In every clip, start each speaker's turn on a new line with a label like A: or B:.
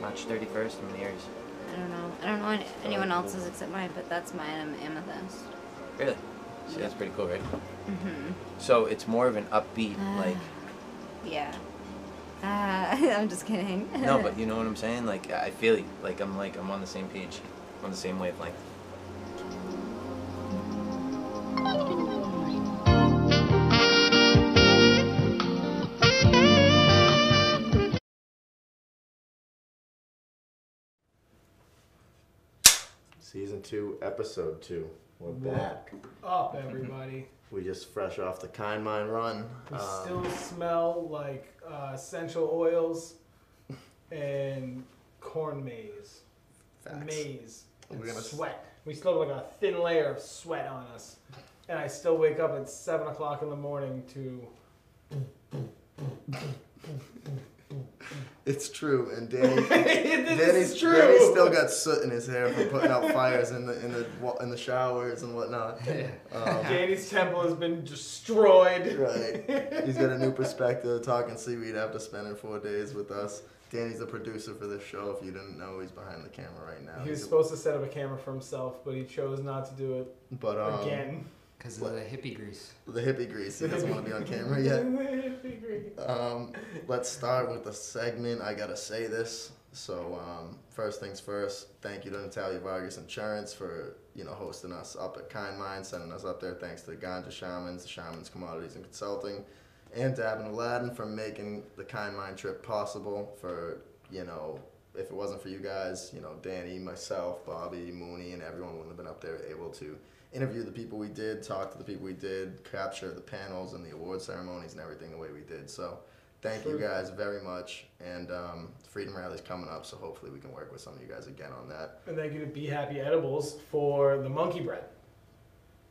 A: March 31st and theirs.
B: I don't know. I don't know any- anyone else's except mine, but that's mine. I'm amethyst.
A: Really? See, that's pretty cool, right?
B: hmm
A: So it's more of an upbeat, like
B: Yeah. Ah, I'm just kidding.
A: no, but you know what I'm saying? Like I feel you. Like I'm like I'm on the same page, on the same wavelength.
C: Season two, episode two. We're
D: Whoa.
C: back.
D: up, everybody.
C: We just fresh off the Kind Mine run.
D: We
C: Um,
D: still smell like uh, essential oils and corn maze.
C: facts.
D: Maze.
C: We're
D: And
C: gonna s-
D: sweat. We still have like a thin layer of sweat on us. And I still wake up at 7 o'clock in the morning to.
C: It's true, and Danny.
D: this
C: Danny's
D: is true.
C: Danny's still got soot in his hair from putting out fires in the in the wa- in the showers and whatnot. Um,
D: Danny's temple has been destroyed.
C: right. He's got a new perspective. Talking seaweed after spending four days with us. Danny's the producer for this show. If you didn't know, he's behind the camera right now.
D: He was
C: He's-
D: supposed to set up a camera for himself, but he chose not to do it
C: but um,
D: again.
E: Because of the hippie grease.
C: the hippie grease. He doesn't want to be on camera yet. Um, let's start with the segment. I gotta say this. So um, first things first. Thank you to Natalia Vargas Insurance for you know hosting us up at Kind Mind, sending us up there. Thanks to Ganja Shamans, Shamans Commodities and Consulting, and Dab and Aladdin for making the Kind Mind trip possible. For you know, if it wasn't for you guys, you know, Danny, myself, Bobby, Mooney, and everyone wouldn't have been up there able to interview the people we did, talk to the people we did, capture the panels and the award ceremonies and everything the way we did. So thank you
D: Sure.
C: guys very much. And um, Freedom Rally's coming up, so hopefully we can work with some of you guys again on that.
D: And thank you to Be Happy Edibles for the monkey bread.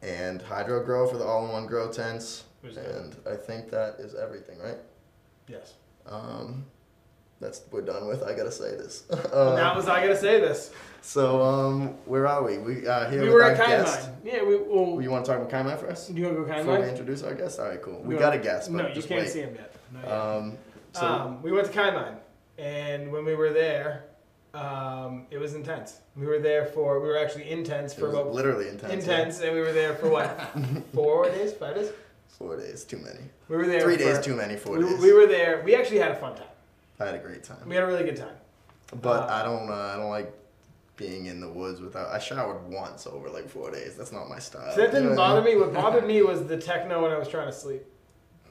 C: And Hydro Grow for the all-in-one grow tents.
D: Who's that?
C: And I think that is everything, right?
D: Yes.
C: Um, that's we're done with. I gotta say this.
D: that
C: um,
D: was I gotta say this.
C: so um, where are we? We uh, here
D: we
C: with
D: were
C: our
D: at Kind
C: guest. Oh,
D: Mine. Yeah, we. Well,
C: You want to talk about Kaimai first?
D: do you want to go Kind
C: Before we
D: Mine?
C: introduce our guest, all right, cool. We
D: No.
C: got a guest, but
D: No, you
C: just
D: can't
C: wait.
D: see him yet. Not yet.
C: Um, so
D: um, we went to Kind Mine, and when we were there, um, it was intense. We were there for we were actually intense
C: it
D: for
C: was
D: about
C: literally intense. yeah.
D: intense, and we were there for what four days, five days.
C: Four days, too many.
D: We were there
C: Three
D: for,
C: days, too many. Four
D: we,
C: days.
D: we were there. We actually had a fun time.
C: I had a great time,
D: We had a really good time.
C: but
D: uh,
C: I don't. Uh, I don't like being in the woods without. I showered once over like four days. That's not my style.
D: So that didn't bother me. What bothered me was the techno when I was trying to sleep.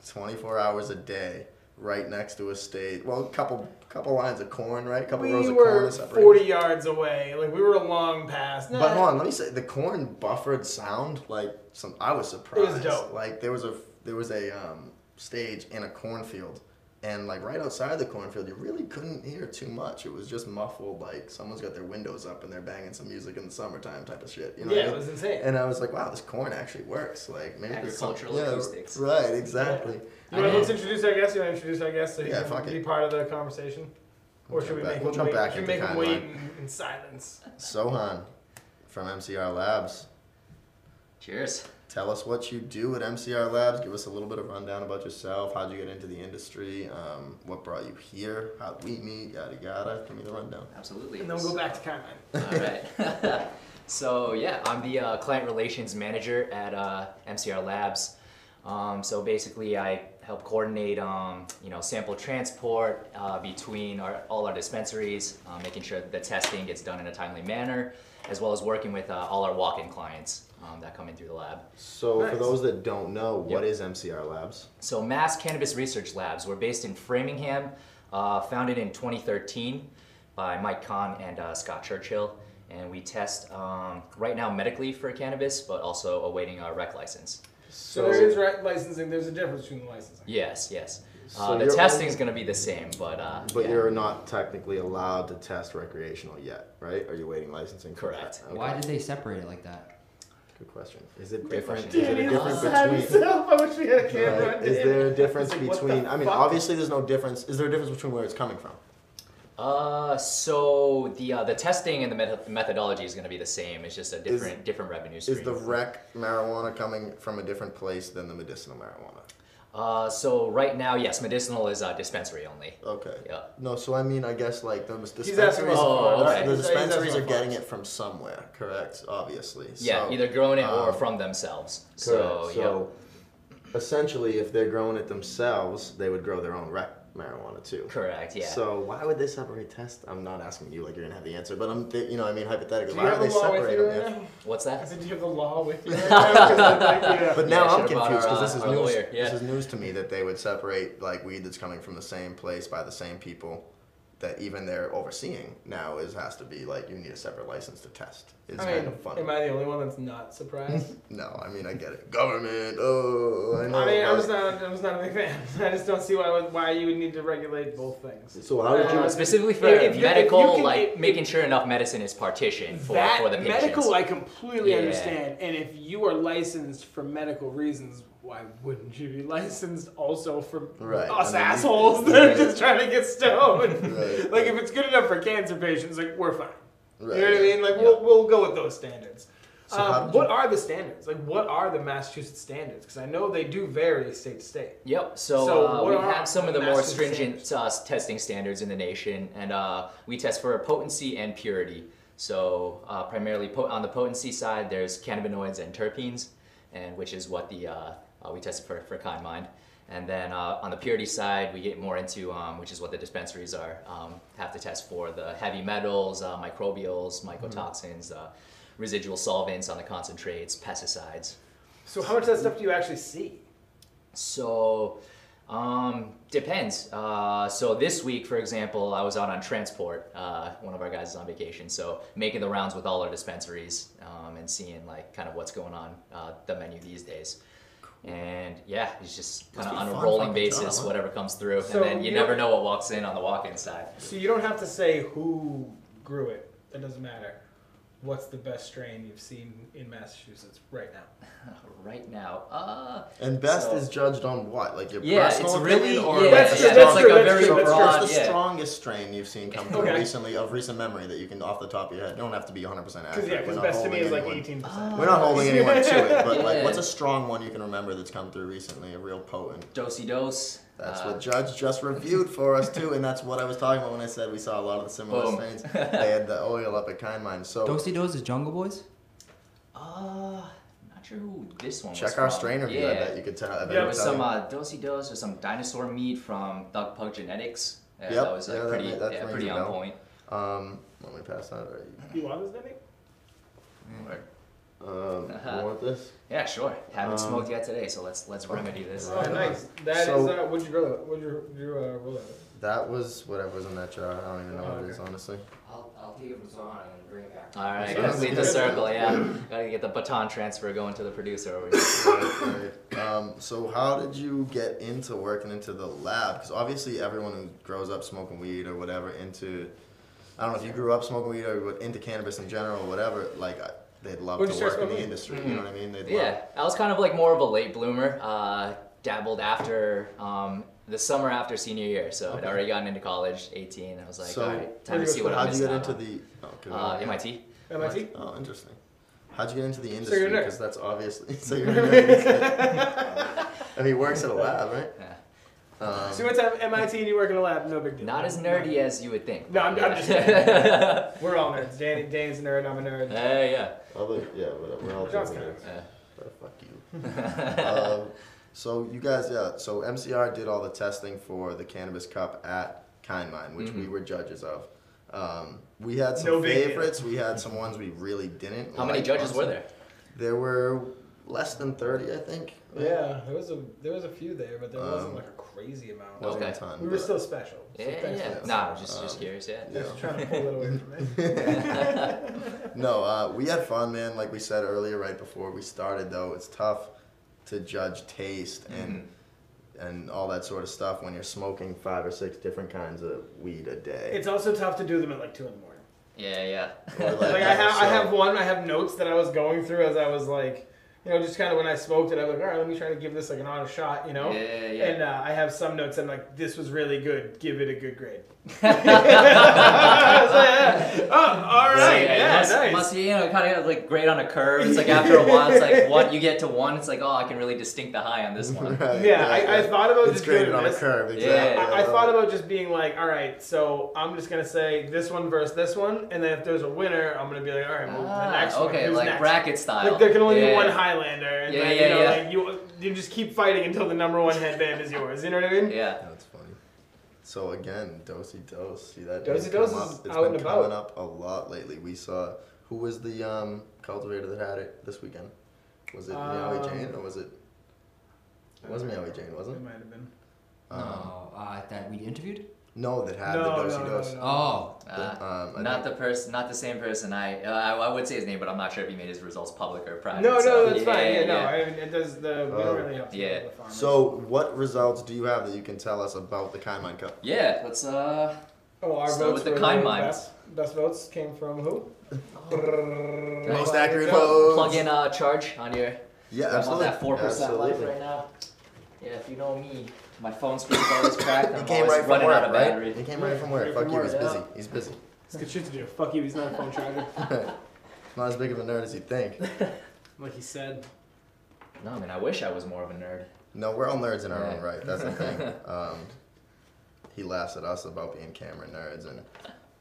C: Twenty-four hours a day, right next to a state. Well, a couple, couple lines of corn, right? A couple rows
D: We
C: of corn.
D: were
C: to separate
D: forty
C: us.
D: yards away. Like we were a long past.
C: But hold on, let me say the corn buffered sound like some. I was surprised.
D: dope.
C: Like there was a there was a um, stage in a cornfield, and like right outside the cornfield, you really couldn't hear too much. It was just muffled, like someone's got their windows up and they're banging some music in the summertime type of shit. You know what I
D: yeah, it
C: mean?
D: was insane.
C: And I was like, wow, this corn actually works. Like maybe there's some-
E: Agricultural
C: yeah,
E: acoustics.
C: Right, exactly.
D: You want to let's introduce our guest? You want to introduce our guest so he
C: Yeah,
D: can
C: fuck
D: be
C: it.
D: part of the conversation? Or
C: We'll
D: should
C: jump
D: we
C: back-
D: make
C: we'll
D: him
C: jump
D: wait,
C: back
D: should we
C: into
D: make him
C: Kind
D: wait
C: Line.
D: in, in silence?
C: Sohan from MCR Labs.
E: Cheers.
C: Tell us what you do at MCR Labs. Give us a little bit of rundown about yourself. How'd you get into the industry? Um, what brought you here? How'd we meet? Yada yada. Give me the rundown.
E: Absolutely.
D: And then we'll go back to Kind
E: All right. so yeah, I'm the uh, client relations manager at uh, MCR Labs. Um, so basically, I help coordinate, um, you know, sample transport uh, between our, all our dispensaries, uh, making sure that the testing gets done in a timely manner, as well as working with uh, all our walk-in clients um, that come in through the lab.
C: So, for
D: Nice.
C: those that don't know, what
E: Yep.
C: is MCR Labs?
E: So, Mass Cannabis Research Labs. We're based in Framingham, uh, founded in 2013 by Mike Kahn and uh, Scott Churchill. And we test um, right now medically for cannabis, but also awaiting our rec license.
D: So, uh, there is right licensing. There's a difference between licensing.
E: Yes, yes.
C: So
E: Uh, the
C: you're
E: testing is going to be the same, but uh,
C: But
E: yeah.
C: you're not technically allowed to test recreational yet, right? Are you waiting licensing? for
E: Correct.
C: that? Okay.
E: Why did they separate it like that?
C: Good question. Is it
E: Great
C: different?
E: question.
C: Is it a
E: Danny
C: difference
E: loves
C: between?
D: I wish we had a camera.
C: Right? Is there a difference
D: It's like, what the
C: between? I mean,
D: fuck?
C: obviously, there's no difference. Is there a difference between where it's coming from?
E: Uh, so the uh, the testing and the meth- methodology is going to be the same. It's just a different different revenue stream.
C: Is the rec marijuana coming from a different place than the medicinal marijuana?
E: Uh, so right now, yes, medicinal is uh, dispensary only.
C: Okay.
E: Yeah.
C: No, so I mean, I guess like the mis-
D: He's asking me
C: dispensaries.
E: Oh,
D: for-
E: okay.
C: The
D: he's- he's asking
C: dispensaries
D: for
C: are getting
D: funds.
C: it from somewhere, correct? Obviously.
E: Yeah,
C: So,
E: either growing it
D: uh,
E: or
C: um,
E: from themselves. So,
C: Correct. So, essentially, if they're growing it themselves, they would grow their own rec marijuana too.
E: yeah, correct. Yeah.
C: So why would they separate test? I'm not asking you like you're gonna have the answer, but I'm th- you know I mean hypothetically.
D: Do you
C: why
D: have
C: would
D: the
C: they
D: law with
C: separate
D: you
C: them?
D: right
C: if-
D: now?
E: What's
D: I
E: that?
D: said, do you have the law with you right now? 'Cause I'm like, yeah.
C: But
E: Yeah,
C: now
E: I
C: I'm
E: should've brought
C: confused
E: our,
C: because
E: uh,
C: this is
E: our
C: news.
E: lawyer, yeah.
C: This is news to me that they would separate like weed that's coming from the same place by the same people that even they're overseeing now is has to be like you need a separate license to test. It's
D: I
C: kind
D: mean,
C: of funny.
D: am I the only one that's not surprised?
C: no, I mean I get it. Government. Oh, I know.
D: I mean, I'm
C: but-
D: just not. I'm just not a big fan. I just don't see why would- why you would need to regulate both things.
C: So how would you?
E: Uh, specifically for
D: If- if you-
E: medical,
D: if you can-
E: like
D: if-
E: making sure enough medicine is partitioned for,
D: that
E: for the patients.
D: medical, I completely
E: Yeah.
D: understand. And if you are licensed for medical reasons, why wouldn't you be licensed also for
C: Right,
D: us
C: and then you-
D: assholes that are just trying to get stoned?
C: Right.
D: Like if it's good enough for cancer patients, like we're fine.
C: Right,
D: you know what I
C: yeah.
D: mean? Like we'll, we'll go with those standards.
C: So
D: Um,
C: how did
D: what are the standards? Like what are the Massachusetts standards? Because I know they do vary state to state.
E: Yep. So,
D: So
E: uh,
D: what
E: we
D: are
E: have some of the more
D: massive
E: stringent uh, testing standards in the nation, and uh, we test for potency and purity. So uh, primarily po- on the potency side, there's cannabinoids and terpenes, and which is what the uh, uh, we test for for kind mind. And then uh, on the purity side, we get more into um, which is what the dispensaries are um, have to test for the heavy metals, uh, microbials, mycotoxins, uh, residual solvents on the concentrates, pesticides.
D: So how much of that stuff do you actually see?
E: So, um, depends. Uh, so this week, for example, I was out on transport. Uh, one of our guys is on vacation, so making the rounds with all our dispensaries um, and seeing like kind of what's going on uh, the menu these days. And yeah, it's just kind
C: Must
E: of
C: be
E: on a
C: fun
E: rolling
C: fucking
E: basis,
C: job, huh?
E: whatever comes through,
D: So
E: and then you
D: you-
E: never know what walks in on the walk-in side.
D: So you don't have to say who grew it. That doesn't matter. What's the best strain you've seen in Massachusetts right now?
E: Right now, uh,
C: And best
E: So-
C: is judged on what? Like your
E: Yeah,
C: personal
E: it's really-
C: opinion or
E: yeah,
C: like
D: That's
C: a
D: true,
C: strong-
D: that's true,
C: like a
D: that's
C: very
D: true, that's
C: broad-
E: true.
C: What's the
E: Yeah.
C: strongest strain you've seen come through
D: Okay.
C: recently of recent memory that you can off the top of your head? Don't have to be 100 percent
D: Because
C: accurate.
D: yeah,
C: We're
D: because
C: not
D: best to me
C: holding
D: is like
C: anyone-
D: eighteen
C: We're
D: percent.
C: not holding anyone to it, but
E: Yeah.
C: like, what's a strong one you can remember that's come through recently? A real potent.
E: dosey dose.
C: That's
E: uh,
C: what Judge just reviewed for us too, and that's what I was talking about when I said we saw a lot of the similar
E: Boom.
C: strains. They had the oil up at Kind Mind, so
F: Dosey Doze is Jungle Boys?
E: Uh, not sure who this one. was
C: check our
E: from.
C: strain review. I
E: Yeah.
C: bet you could tell. I bet
D: Yeah,
E: There
C: it
E: was
C: tell
E: some
C: you.
E: uh, dosey dose or some dinosaur meat from Thug Pug Genetics. Yeah,
C: Yep,
E: that was like,
C: yeah, that
E: pretty,
C: ma- that
E: yeah,
C: rings
E: pretty
C: a
E: on
C: bell.
E: point. uh,
C: um, let me pass that. Or you,
D: You want this, Denny?
E: Word.
C: um,
E: Uh-huh.
C: you want this?
E: Yeah, sure. Haven't
C: Um,
E: smoked yet today, so let's let's remedy this.
D: Oh, nice. That is
C: So-
D: uh, what'd you grow? What'd you, you uh, roll out?
C: That was whatever was in that jar. I don't even know what it is, honestly.
G: I'll, I'll take it from someone and then bring it back.
E: All right,
C: Sounds
E: gotta lead the
C: good.
E: circle. Yeah, gotta get the baton transfer going to the producer over here.
C: um, so, how did you get into working into the lab? Because obviously, everyone who grows up smoking weed or whatever into, I don't know if you grew up smoking weed or what- into cannabis in general, or whatever, like I, they'd love
D: When
C: to
D: you start
C: work in the industry.
D: smoking?
C: You know what I mean? They'd
E: Mm-hmm. Yeah, I was kind of like more of a late bloomer. Uh, dabbled after um, the summer after senior year, so I'd
C: Okay.
E: already gotten into college, 18. I was
C: love.
E: like,
C: So,
E: all right, time to
D: Where'd
E: see
D: you
E: what
C: how'd
E: I
C: you
E: missed
C: get
E: out
C: into
E: on.
C: the oh, okay,
E: uh,
C: well,
E: MIT?
D: MIT?
C: Oh, interesting. How'd you get into the
D: So
C: industry?
D: you're a nerd.
C: Because that's obviously. So you're a nerd. and he works at a lab, right?
E: Yeah.
C: Um,
D: So you went to MIT and you work in a lab. No big deal.
E: Not as nerdy as you would think.
D: No, I'm- I'm just
E: yeah,
D: We're all nerds. Danny, Danny's a nerd. I'm a nerd.
E: yeah.
C: other, yeah, whatever. We're all
D: John's
C: doing
D: kind
C: it.
D: of a nerd.
E: yeah.
C: Oh, fuck you. um, so you guys, yeah. So MCR did all the testing for the Cannabis Cup at Kindmind, which
E: Mm-hmm.
C: we were judges of. Um, we had some
D: No big deal.
C: favorites. We had some ones we really didn't.
E: How many
C: like,
E: judges were
C: honestly.
E: there?
C: There were less than thirty, I think. right?
D: Yeah, there was a there was a few there, but there wasn't
C: Um,
D: like a crazy amount.
C: Wasn't
E: Okay.
C: a ton.
D: We were
C: but-
D: still special. So
E: Yeah,
D: thanks
E: yeah.
D: for that.
E: Nah, just just
C: Um,
E: curious. Yeah.
C: yeah.
D: Just trying to pull it away from me.
C: No, uh, we had fun, man. Like we said earlier, right before we started, though, it's tough to judge taste and and all that sort of stuff when you're smoking five or six different kinds of weed a day.
D: It's also tough to do them at like two in the morning.
E: Yeah, yeah.
C: Or
D: Like I have, I
C: so-
D: have one. I have notes that I was going through as I was like you know, just kind of when I smoked it, I was like, all right, let me try to give this like an auto shot, you know.
E: Yeah, yeah, yeah.
D: And uh, I have some notes. I'm like, this was really good. Give it a good grade. I was like, yeah. Oh, all
E: So,
D: right, yeah,
E: it must,
D: nice.
E: must, you know, kind of like grade on a curve. It's like after a while, it's like what you get to one, it's like oh, I can really distinct the high on this one.
C: Right,
D: Yeah, I, I thought about
C: it's
D: just doing
C: graded on a
D: this.
C: curve.
E: Yeah.
C: Exactly.
D: I, I thought about just being like, all right, so I'm just gonna say this one versus this one, and then if there's a winner, I'm gonna be like, all right, well, the
E: Ah,
D: next one.
E: okay,
D: who's
E: like
D: next?
E: bracket style.
D: Like there can only
E: Yeah.
D: be one Highlander, and
E: Yeah,
D: then,
E: yeah,
D: you know,
E: yeah.
D: like you you just keep fighting until the number one headband is yours. You know what I mean?
E: Yeah.
C: Oh, That's funny. So again, Dosey Dose. See that?
D: Dosey
C: name's
D: Dose
C: come
D: is
C: up. It's
D: out
C: been
D: and
C: coming
D: about.
C: up a lot lately. We saw who was the um, cultivator that had it this weekend? Was it Meowie
D: Um,
C: Jane or was it? It was Meowie Jane, wasn't
D: It
C: it?
D: might have been.
C: Um,
G: No, uh, that we interviewed?
C: no, that had
D: No,
C: the Dosey
D: no, no,
C: Dose.
D: no.
G: Oh.
E: Uh,
C: um, I
E: not
C: think-
E: the person, not the same person. I, uh, I I would say his name, but I'm not sure if he made his results public or private.
D: No,
E: so-
D: no, that's
E: yeah,
D: fine. Yeah,
E: yeah,
D: no,
E: yeah.
D: I mean, it does the. We
C: Oh.
D: don't really have to.
E: Yeah.
D: do the farmers.
C: So, what results do you have that you can tell us about the Kaiman Cup?
E: Yeah, let's uh.
D: oh, our
E: start
D: votes
E: with the
D: were
E: kind
D: best, best votes came from who? Oh.
C: Most accurate votes.
E: Plug in uh, charge on your.
C: Yeah,
E: I'm on
C: absolutely.
E: that four percent
C: absolutely.
E: life right now. Yeah, if you know me, my phone screen's always cracked.
C: He
E: I'm
C: came
E: always
C: right from
E: running out
C: work,
E: of
C: right?
E: battery.
C: He came right from work.
D: Right
C: Fuck
D: from
C: you,
D: work,
C: he's
D: yeah.
C: busy. He's busy.
D: Let's get shit to do. Fuck you. He's not a phone charger.
C: Not as big of a nerd as you think.
D: like he said.
E: No, man, I wish I was more of a nerd.
C: No, we're all nerds in our
E: Yeah.
C: own right. That's the thing. Um, he laughs at us about being camera nerds, and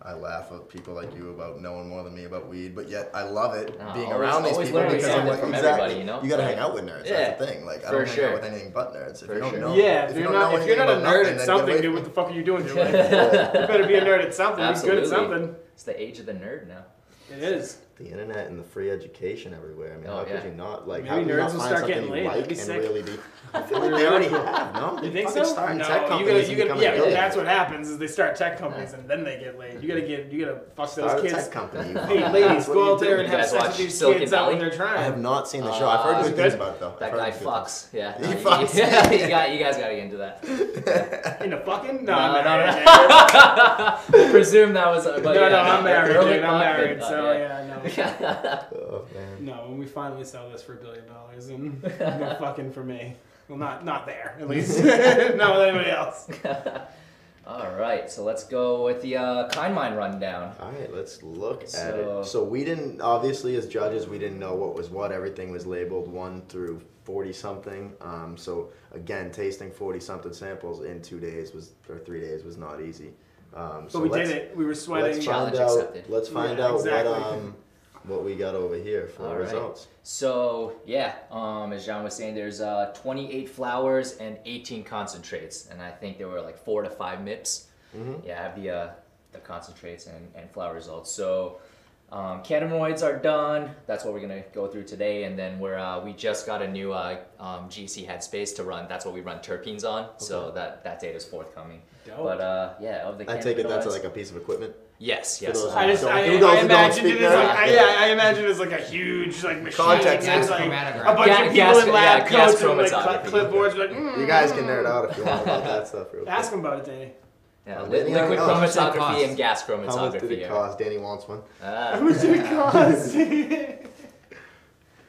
C: I laugh at people like you about knowing more than me about weed. But yet, I love it
E: No,
C: being
E: always-
C: around these
E: always
C: people
E: learning
C: because I'm
E: something
C: like,
E: from
C: exactly.
E: everybody, you know?
C: gotta
E: Right.
C: hang out with nerds.
E: Yeah.
C: That's the thing. Like, I
E: For
C: don't hang
E: sure.
C: out with anything but nerds. If
E: For
C: you don't
E: sure.
C: know,
D: Yeah, if,
C: if
D: you're
C: you don't
D: not
C: know
D: if you're
C: anything
D: not a
C: about nothing,
D: nerd at
C: then get
D: something,
C: away
D: dude,
C: from
D: what
C: me.
D: the fuck are you doing? Dude? Like, you better be a nerd at something. Be good at
E: Absolutely.
D: something.
E: It's the age of the nerd now.
D: It is.
C: The internet and the free education everywhere. I mean,
E: Oh,
C: how could
E: yeah.
C: you not like?
D: Maybe
C: how do you
D: nerds
C: not
D: will
C: find
D: start
C: something
D: getting
C: you
D: laid. That'd
C: like
D: be
C: and
D: sick.
C: really be? I feel like they already have. No,
D: You think
C: Fucking
D: so?
C: starting
D: no,
C: tech
D: you
C: companies
D: gotta,
C: and
D: you gotta,
C: becoming
D: yeah,
C: billionaires.
D: that's what happens is they start tech companies and then they get laid. You gotta get, you gotta fuck those
C: Start a
D: kids.
C: tech company. you
D: Hey,
C: fuck.
D: ladies,
C: That's what
D: go
C: you
D: out there
C: do.
D: and
E: You
D: have
E: guys
D: sex
E: watch
D: with these
E: Silicon
D: kids out when
E: Valley?
D: they're trying.
C: I have not seen the show. I've
E: Uh,
C: heard good
D: is it
C: things
D: good?
C: about it though.
E: That
C: I've
E: guy
C: heard good things.
E: fucks. Yeah.
C: He
E: no,
C: fucks.
E: yeah, you, got, you guys got to get into that.
D: In a fucking? No,
E: No,
D: I'm
E: no,
D: married.
E: Presume that was. Uh, but
D: no,
E: yeah,
D: no, I'm married,
E: early
D: dude. I'm
E: fuck,
D: married,
E: but, uh,
D: so
E: yeah.
D: yeah, no.
C: Oh man.
D: No, when we finally sell this for a billion dollars, and no fucking for me. Well, not not there, at least. not with anybody else.
E: All right, so let's go with the uh, kind mind rundown.
C: All right, let's look
E: So-
C: at it. So we didn't obviously as judges we didn't know what was what. Everything was labeled one through forty something. Um, so again, tasting forty something samples in two days was or three days was not easy. Um,
D: But
C: so
D: we
C: let's-
D: did it. We were
C: Let's
D: sweating.
C: find
E: Challenge
C: out.
E: accepted.
C: Let's find
D: Yeah,
C: out
D: exactly.
C: what um what we got over here for
E: All right.
C: results.
E: So yeah, um, as John was saying, there's uh, 28 flowers and 18 concentrates, and I think there were like four to five mips.
C: Mm-hmm.
E: Yeah, I have the uh, the concentrates and, and flower results. So um, cannabinoids are done. That's what we're gonna go through today, and then we're uh, we just got a new uh, um, GC headspace to run. That's what we run terpenes on. So that that data is forthcoming.
D: Dope.
E: But uh, yeah, of the
C: I take it that's
E: cannabinoids-
C: like a piece of equipment.
E: yes,
C: those
E: yes.
C: who
D: I just
C: Don't
D: I,
C: do those
D: I
C: who don't
D: imagined
C: speak
D: it as like
C: now.
D: I, yeah, I imagine it's like a huge like machine.
C: Contact
D: It's
C: sensor.
D: like
G: Chromatograph.
D: a bunch
E: Ga-
D: of people
E: gas-
D: in lab
E: yeah, gas
D: coats and like
E: chromatography.
D: cl- clipboards. Like, mm.
C: You guys can nerd out if you want about that stuff. Real quick.
D: ask them about it, Danny.
E: Yeah,
C: Oh,
E: li-
C: yeah,
E: liquid
C: no, it's
G: just
E: chromatography
G: cost.
E: and gas
C: How
E: chromatography.
C: much did it
E: are-
C: cost? Danny wants one.
E: Ah.
D: How much did it cost?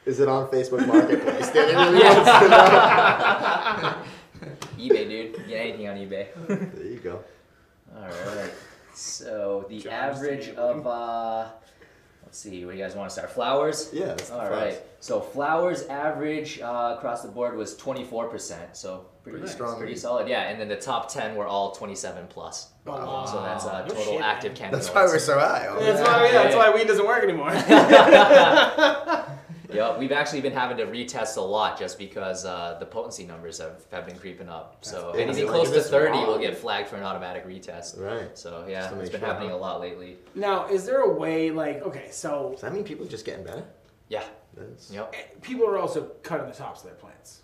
C: Is it on Facebook Marketplace? Danny really wants
E: Yeah.
C: to know.
E: eBay, dude. Get anything on eBay.
C: There you go.
E: All right. So the
D: John's
E: average of uh, let's see, what do you guys want to start? Flowers.
C: Yeah. That's the
E: All
C: price.
E: right. So flowers average uh, across the board was twenty four percent. So pretty,
C: Pretty
E: nice,
C: strong
E: pretty
C: read.
E: solid. Yeah, and then the top ten were all twenty seven plus.
D: Wow.
E: So that's
C: Ah,
E: uh,
D: No
E: total
D: shit, man.
E: active cannabinoids.
C: That's why we're so high. Oh,
D: That's
C: yeah.
D: why, yeah, that's why
E: Yeah.
D: weed doesn't work anymore.
E: Yeah, we've actually been having to retest a lot just because uh, the potency numbers have, have been creeping up. so
C: big.
E: anything
C: Like,
E: close
C: if
E: to
C: it's
E: 30 will
C: wrong-
E: get flagged for an automatic retest.
C: Right.
E: So yeah,
C: Just to
E: it's
C: make
E: been
C: sure,
E: happening
C: huh?
E: a lot lately.
D: now, is there a way like okay, so eh,
C: Does that mean people just getting better?
E: Yeah.
C: That's...
E: Yep.
D: people are also cutting the tops of their plants.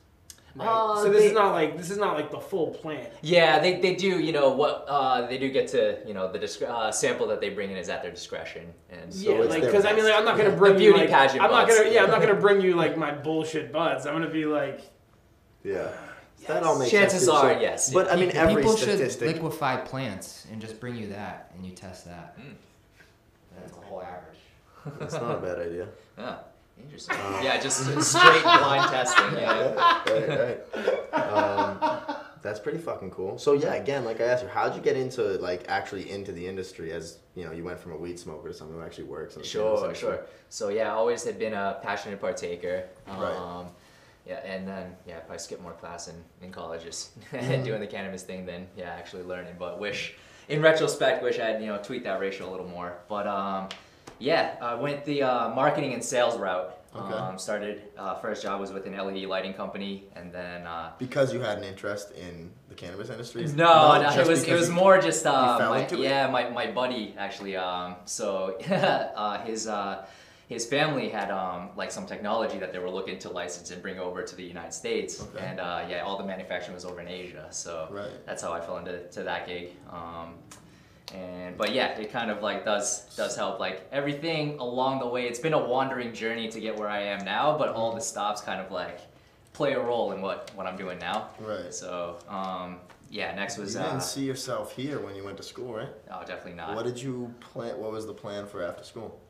D: Right?
E: Uh,
D: so this
E: they-
D: is not like this is not like the full plant.
E: Yeah, they, they do. You know what? Uh, they do get to you know the disc- uh, sample that they bring in is at their discretion. And so
D: yeah,
C: it's
D: like
C: their
D: because I mean, like I'm not gonna bring
E: The
D: you
E: beauty
D: like,
E: pageant
D: I'm not
E: buds.
D: gonna yeah, I'm not gonna bring you like my bullshit buds. I'm gonna be like,
C: Yeah. That all makes
E: Chances
C: sense. too.
E: are, yes.
C: But I mean,
G: People-
C: every
G: People should
C: statistic.
G: liquefy plants and just bring you that, and you test that. That's the whole average.
C: That's not a bad idea.
E: Yeah. Interesting. Yeah, just straight blind testing. Yeah.
C: right, right. Um, that's pretty fucking cool. So yeah, again, like I asked you, how'd you get into like actually into the industry? As you know, you went from a weed smoker to someone who actually works. In the cannabis
E: Sure,
C: industry.
E: sure. So yeah, I always had been a passionate partaker. Um,
C: Right.
E: Yeah, and then yeah, if I skipped more class in, in college, just
C: Mm-hmm.
E: doing the cannabis thing, then yeah, actually learning. But wish, in retrospect, wish I had you know tweaked that ratio a little more. But um, yeah, I went the uh, marketing and sales route.
C: Okay.
E: Um, started uh, first job was with an LED lighting company, and then uh,
C: Because you had an interest in the cannabis industry.
E: no,
C: Not
E: no, it
C: just
E: was it
C: because
E: was
C: you-
E: more just uh,
C: fell
E: my,
C: into it?
E: yeah, my, my buddy actually. Um, so uh, his uh, his family had um, like some technology that they were looking to license and bring over to the United States,
C: Okay.
E: and uh, yeah, all the manufacturing was over in Asia. So
C: Right.
E: that's how I fell into to that gig. Um, and but yeah, it kind of like does does help like everything along the way. It's been a wandering journey to get where I am now, but
C: Mm-hmm.
E: all the stops kind of like play a role in what what I'm doing now.
C: Right.
E: So, um, yeah, next was
C: You didn't
E: uh,
C: see yourself here when you went to school, right?
E: oh, definitely not.
C: what did you plan? What was the plan for after school?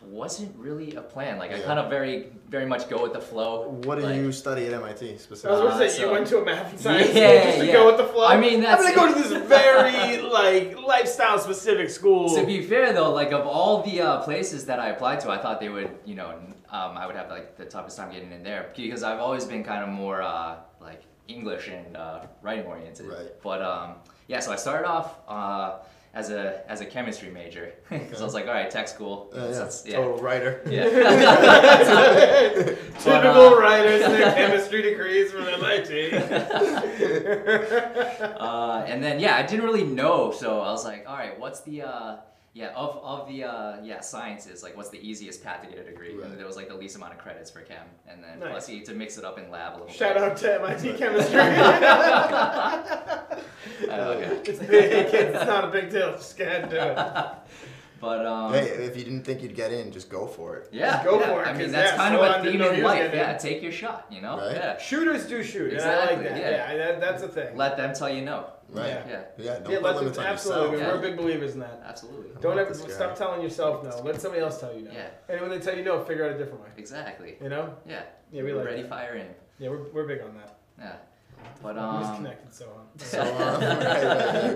E: Wasn't really a plan. Like I
C: Yeah.
E: kind of very, very much go with the flow.
C: What did
E: like,
C: you study at MIT
D: I was
C: specifically?
E: Uh,
D: gonna say
E: so-
D: you went to a math and science
E: Yeah,
D: school just to
E: yeah.
D: go with the flow.
E: I mean, that's
D: I'm gonna go to this very like lifestyle specific school.
E: To be fair though, like of all the uh, places that I applied to, I thought they would, you know, n- um, I would have like the toughest time getting in there because I've always been kind of more uh, like English and uh, writing oriented.
C: Right.
E: But um, yeah, so I started off uh, as a as a chemistry major because I was like, all right, tech school.
C: Uh, yeah,
E: that's- yeah.
C: total writer.
E: yeah.
D: Typical
E: uh,
D: writers and their chemistry degrees from MIT.
E: uh, and then yeah, I didn't really know, so I was like, all right, what's the uh, yeah of of the uh, yeah sciences like what's the easiest path to get a degree?
C: Right.
E: And there was like the least amount of credits for chem, and then
D: Nice.
E: plus you get to mix it up in lab a little.
D: Shout
E: bit.
D: out to MIT chemistry.
E: Uh, okay.
D: it's big. It's not a big deal. Just can't do it.
E: But um,
C: Hey, if you didn't think you'd get in, just go for it.
E: yeah,
D: go
E: yeah,
D: for it,
E: I
D: 'cause
E: mean that's
D: yeah,
E: kind of
D: so I
E: a
D: didn't
E: theme
D: know
E: in
D: he was
E: life.
D: getting
E: Yeah,
D: in.
E: take your shot. You know.
C: Right.
E: Yeah.
D: Shooters do shoot. and I
E: Exactly,
D: like that.
E: yeah.
D: Yeah, that, that's a thing.
E: Let them tell you no.
C: Right.
D: Yeah.
E: Yeah.
C: Yeah, don't
D: yeah,
C: put
D: let
C: limits
D: them,
C: on
D: absolutely.
C: yourself.
E: yeah.
D: We're big believers in that.
E: Absolutely.
D: Don't
C: like
D: ever
C: this guy.
D: stop telling yourself no. Let somebody else tell you no.
E: Yeah.
D: And when they tell you no, figure out a different way.
E: Exactly.
D: You know?
E: Yeah.
D: Yeah, we like
E: ready
D: that.
E: fire in.
D: Yeah, we're, we're big on that.
E: Yeah. But
D: we
E: um.
D: just connected so on.
C: So, um, right, right,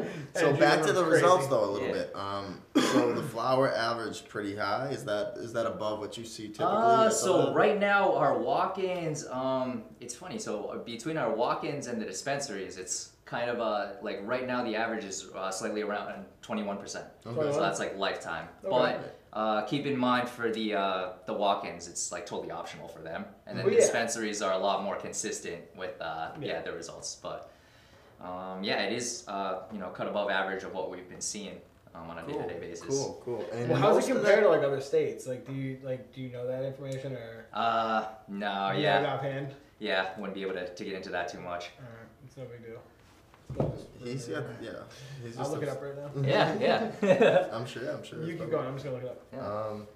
C: right. so
D: Andrew,
C: back to
D: you're
C: the results
D: crazy.
C: though a little
E: Yeah.
C: bit. Um, so the flower averaged pretty high. Is that is that above what you see typically?
E: Uh,
C: I
E: so
C: thought?
E: right now our walk-ins, um, it's funny. So between our walk-ins and the dispensaries, it's kind of uh, like right now the average is uh, slightly around 21%.
D: Okay.
E: So that's like lifetime.
D: Okay.
E: But uh, keep in mind for the uh, the walk-ins, it's like totally optional for them. And then
D: Well,
E: the
D: yeah.
E: dispensaries are a lot more consistent with uh, yeah.
D: Yeah.
E: their results. But um, yeah, it is uh, you know cut above average of what we've been seeing um, on a day-to-day basis.
C: Cool, cool. And
D: Well, how's
C: most
D: it
C: of
D: compare
C: that-
D: to like other states? Like, do you like do you know that information or?
E: Uh, no,
D: do you
E: yeah.
D: Know it offhand.
E: Yeah, wouldn't be able to, to get into that too much.
D: All right, it's no big deal.
C: He's got yeah. He's just
D: I'll look
C: a-
D: it up right now.
E: Yeah, yeah.
C: I'm sure. I'm sure.
D: You
C: but-
D: keep going. I'm just gonna look it up.
C: Um,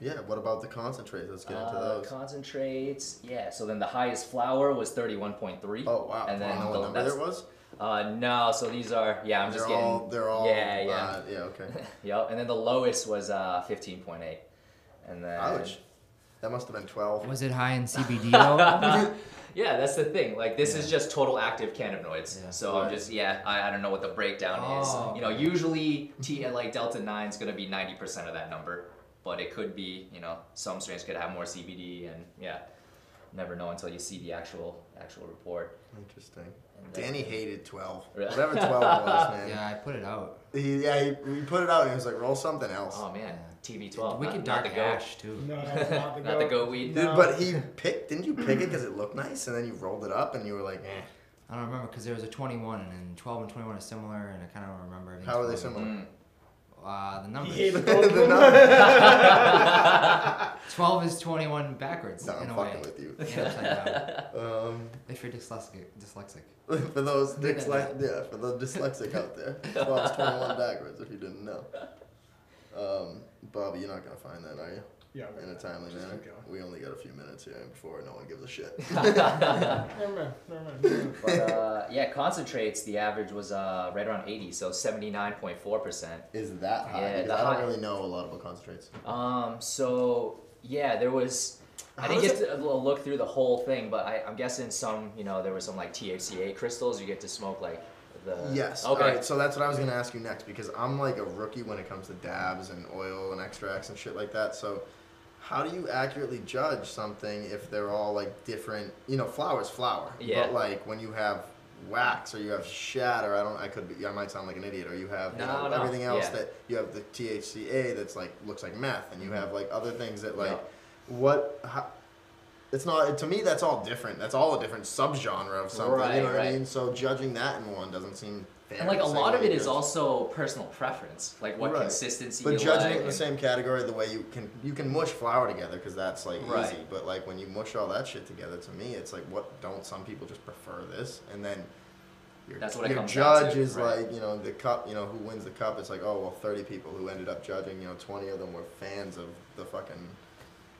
C: yeah. What about the concentrates? Let's get into
E: Uh,
C: those.
E: Concentrates, yeah. So then the highest flower was 31.3.
C: oh wow.
E: And then
C: wow,
E: the,
C: what number
E: that's-
C: there was?
E: Uh, no, so these are, yeah, I'm
C: they're
E: just getting.
C: all. They're all.
E: Yeah, yeah.
C: Uh, yeah. Okay.
E: Yep, and then the lowest was uh, 15.8. And then.
C: Ouch. That must have been twelve.
G: Was it high in CBD though?
E: Yeah, that's the thing. Like, this is just total active cannabinoids.
G: Yeah.
E: So I'm just, yeah, I, I don't know what the breakdown
G: Oh, Mm-hmm.
E: is. You know, usually T like Delta 9 is going to be 90% of that number, but it could be, you know, some strains could have more CBD and yeah, never know until you see the actual actual report.
C: Interesting.
E: And then-
C: Danny hated twelve.
E: Really?
C: Whatever twelve was, man.
G: yeah, I put it out.
C: He, yeah, he, we put it out and he was like, roll something else.
E: Oh, man. TB12.
G: Wicked
E: not,
G: dark
E: not the goat.
G: ash too.
D: No, not the
E: Not the goat weed.
C: Dude,
D: No.
C: but he picked, didn't you pick it because it looked nice? And then you rolled it up and you were like, eh.
G: I don't remember because there was a 21 and then 12 and 21 are similar and I kind of don't remember. everything.
C: How are they similar?
E: Mm.
G: Uh, the
D: He
G: numbers.
D: hated both of
C: They're
D: them.
C: not-
G: 12 is 21 backwards
C: No, I'm
G: in a
C: fucking
G: way.
C: with you.
G: And upside down.
C: Um,
G: uh, If you're dyslexic, dyslexic.
C: for those dyslexic, yeah, for the dyslexic out there, twelve is twenty-one backwards. If you didn't know, um, Bobby, you're not gonna find that, are you?
D: Yeah,
C: In a timely
D: Just
C: manner.
D: keep going.
C: We only got a few minutes here before no one gives a shit.
D: Never mind. Never mind. Never mind.
E: But uh, yeah, concentrates. The average was uh, right around 80, so 79.4 percent.
C: Is that high?
E: Yeah,
C: because
E: the
C: I don't
E: high-
C: really know a lot about concentrates.
E: Um, so Um, yeah, there was I
C: How
E: didn't
C: does
E: get to l- look through the whole thing, but I, I'm guessing some, you know, there were some like THCA crystals. You get to smoke like the.
C: Yes.
E: Okay.
C: All right. So that's what I was gonna ask you next because I'm like a rookie when it comes to dabs and oil and extracts and shit like that. So, how do you accurately judge something if they're all like different? You know, flowers, flower.
E: Yeah.
C: But like when you have wax or you have shad or I don't. I could. Be, I might sound like an idiot. Or you have you
E: No,
C: know,
E: no,
C: everything else
E: yeah. Mm-hmm.
C: that you have the THCA that's like looks like meth, and you have like other things that like
E: Yeah.
C: what. How, it's not to me. That's all different. That's all a different subgenre of something.
E: Right,
C: you know what I
E: right.
C: mean? So judging that in one doesn't seem fair.
E: And like a
C: to say
E: lot of
C: that
E: it is
C: because-
E: also personal preference, like what
C: Right.
E: consistency
C: But
E: you
C: judging
E: like.
C: it in the
E: and-
C: same category, the way you can you can mush flour together because that's like
E: Right.
C: easy. But like when you mush all that shit together, to me, it's like what don't some people just prefer this? And then your,
E: That's what it
C: your
E: comes down
C: judge
E: to,
C: is
E: right.
C: like you know the cup. You know who wins the cup? It's like oh well, thirty people who ended up judging. You know, twenty of them were fans of the fucking.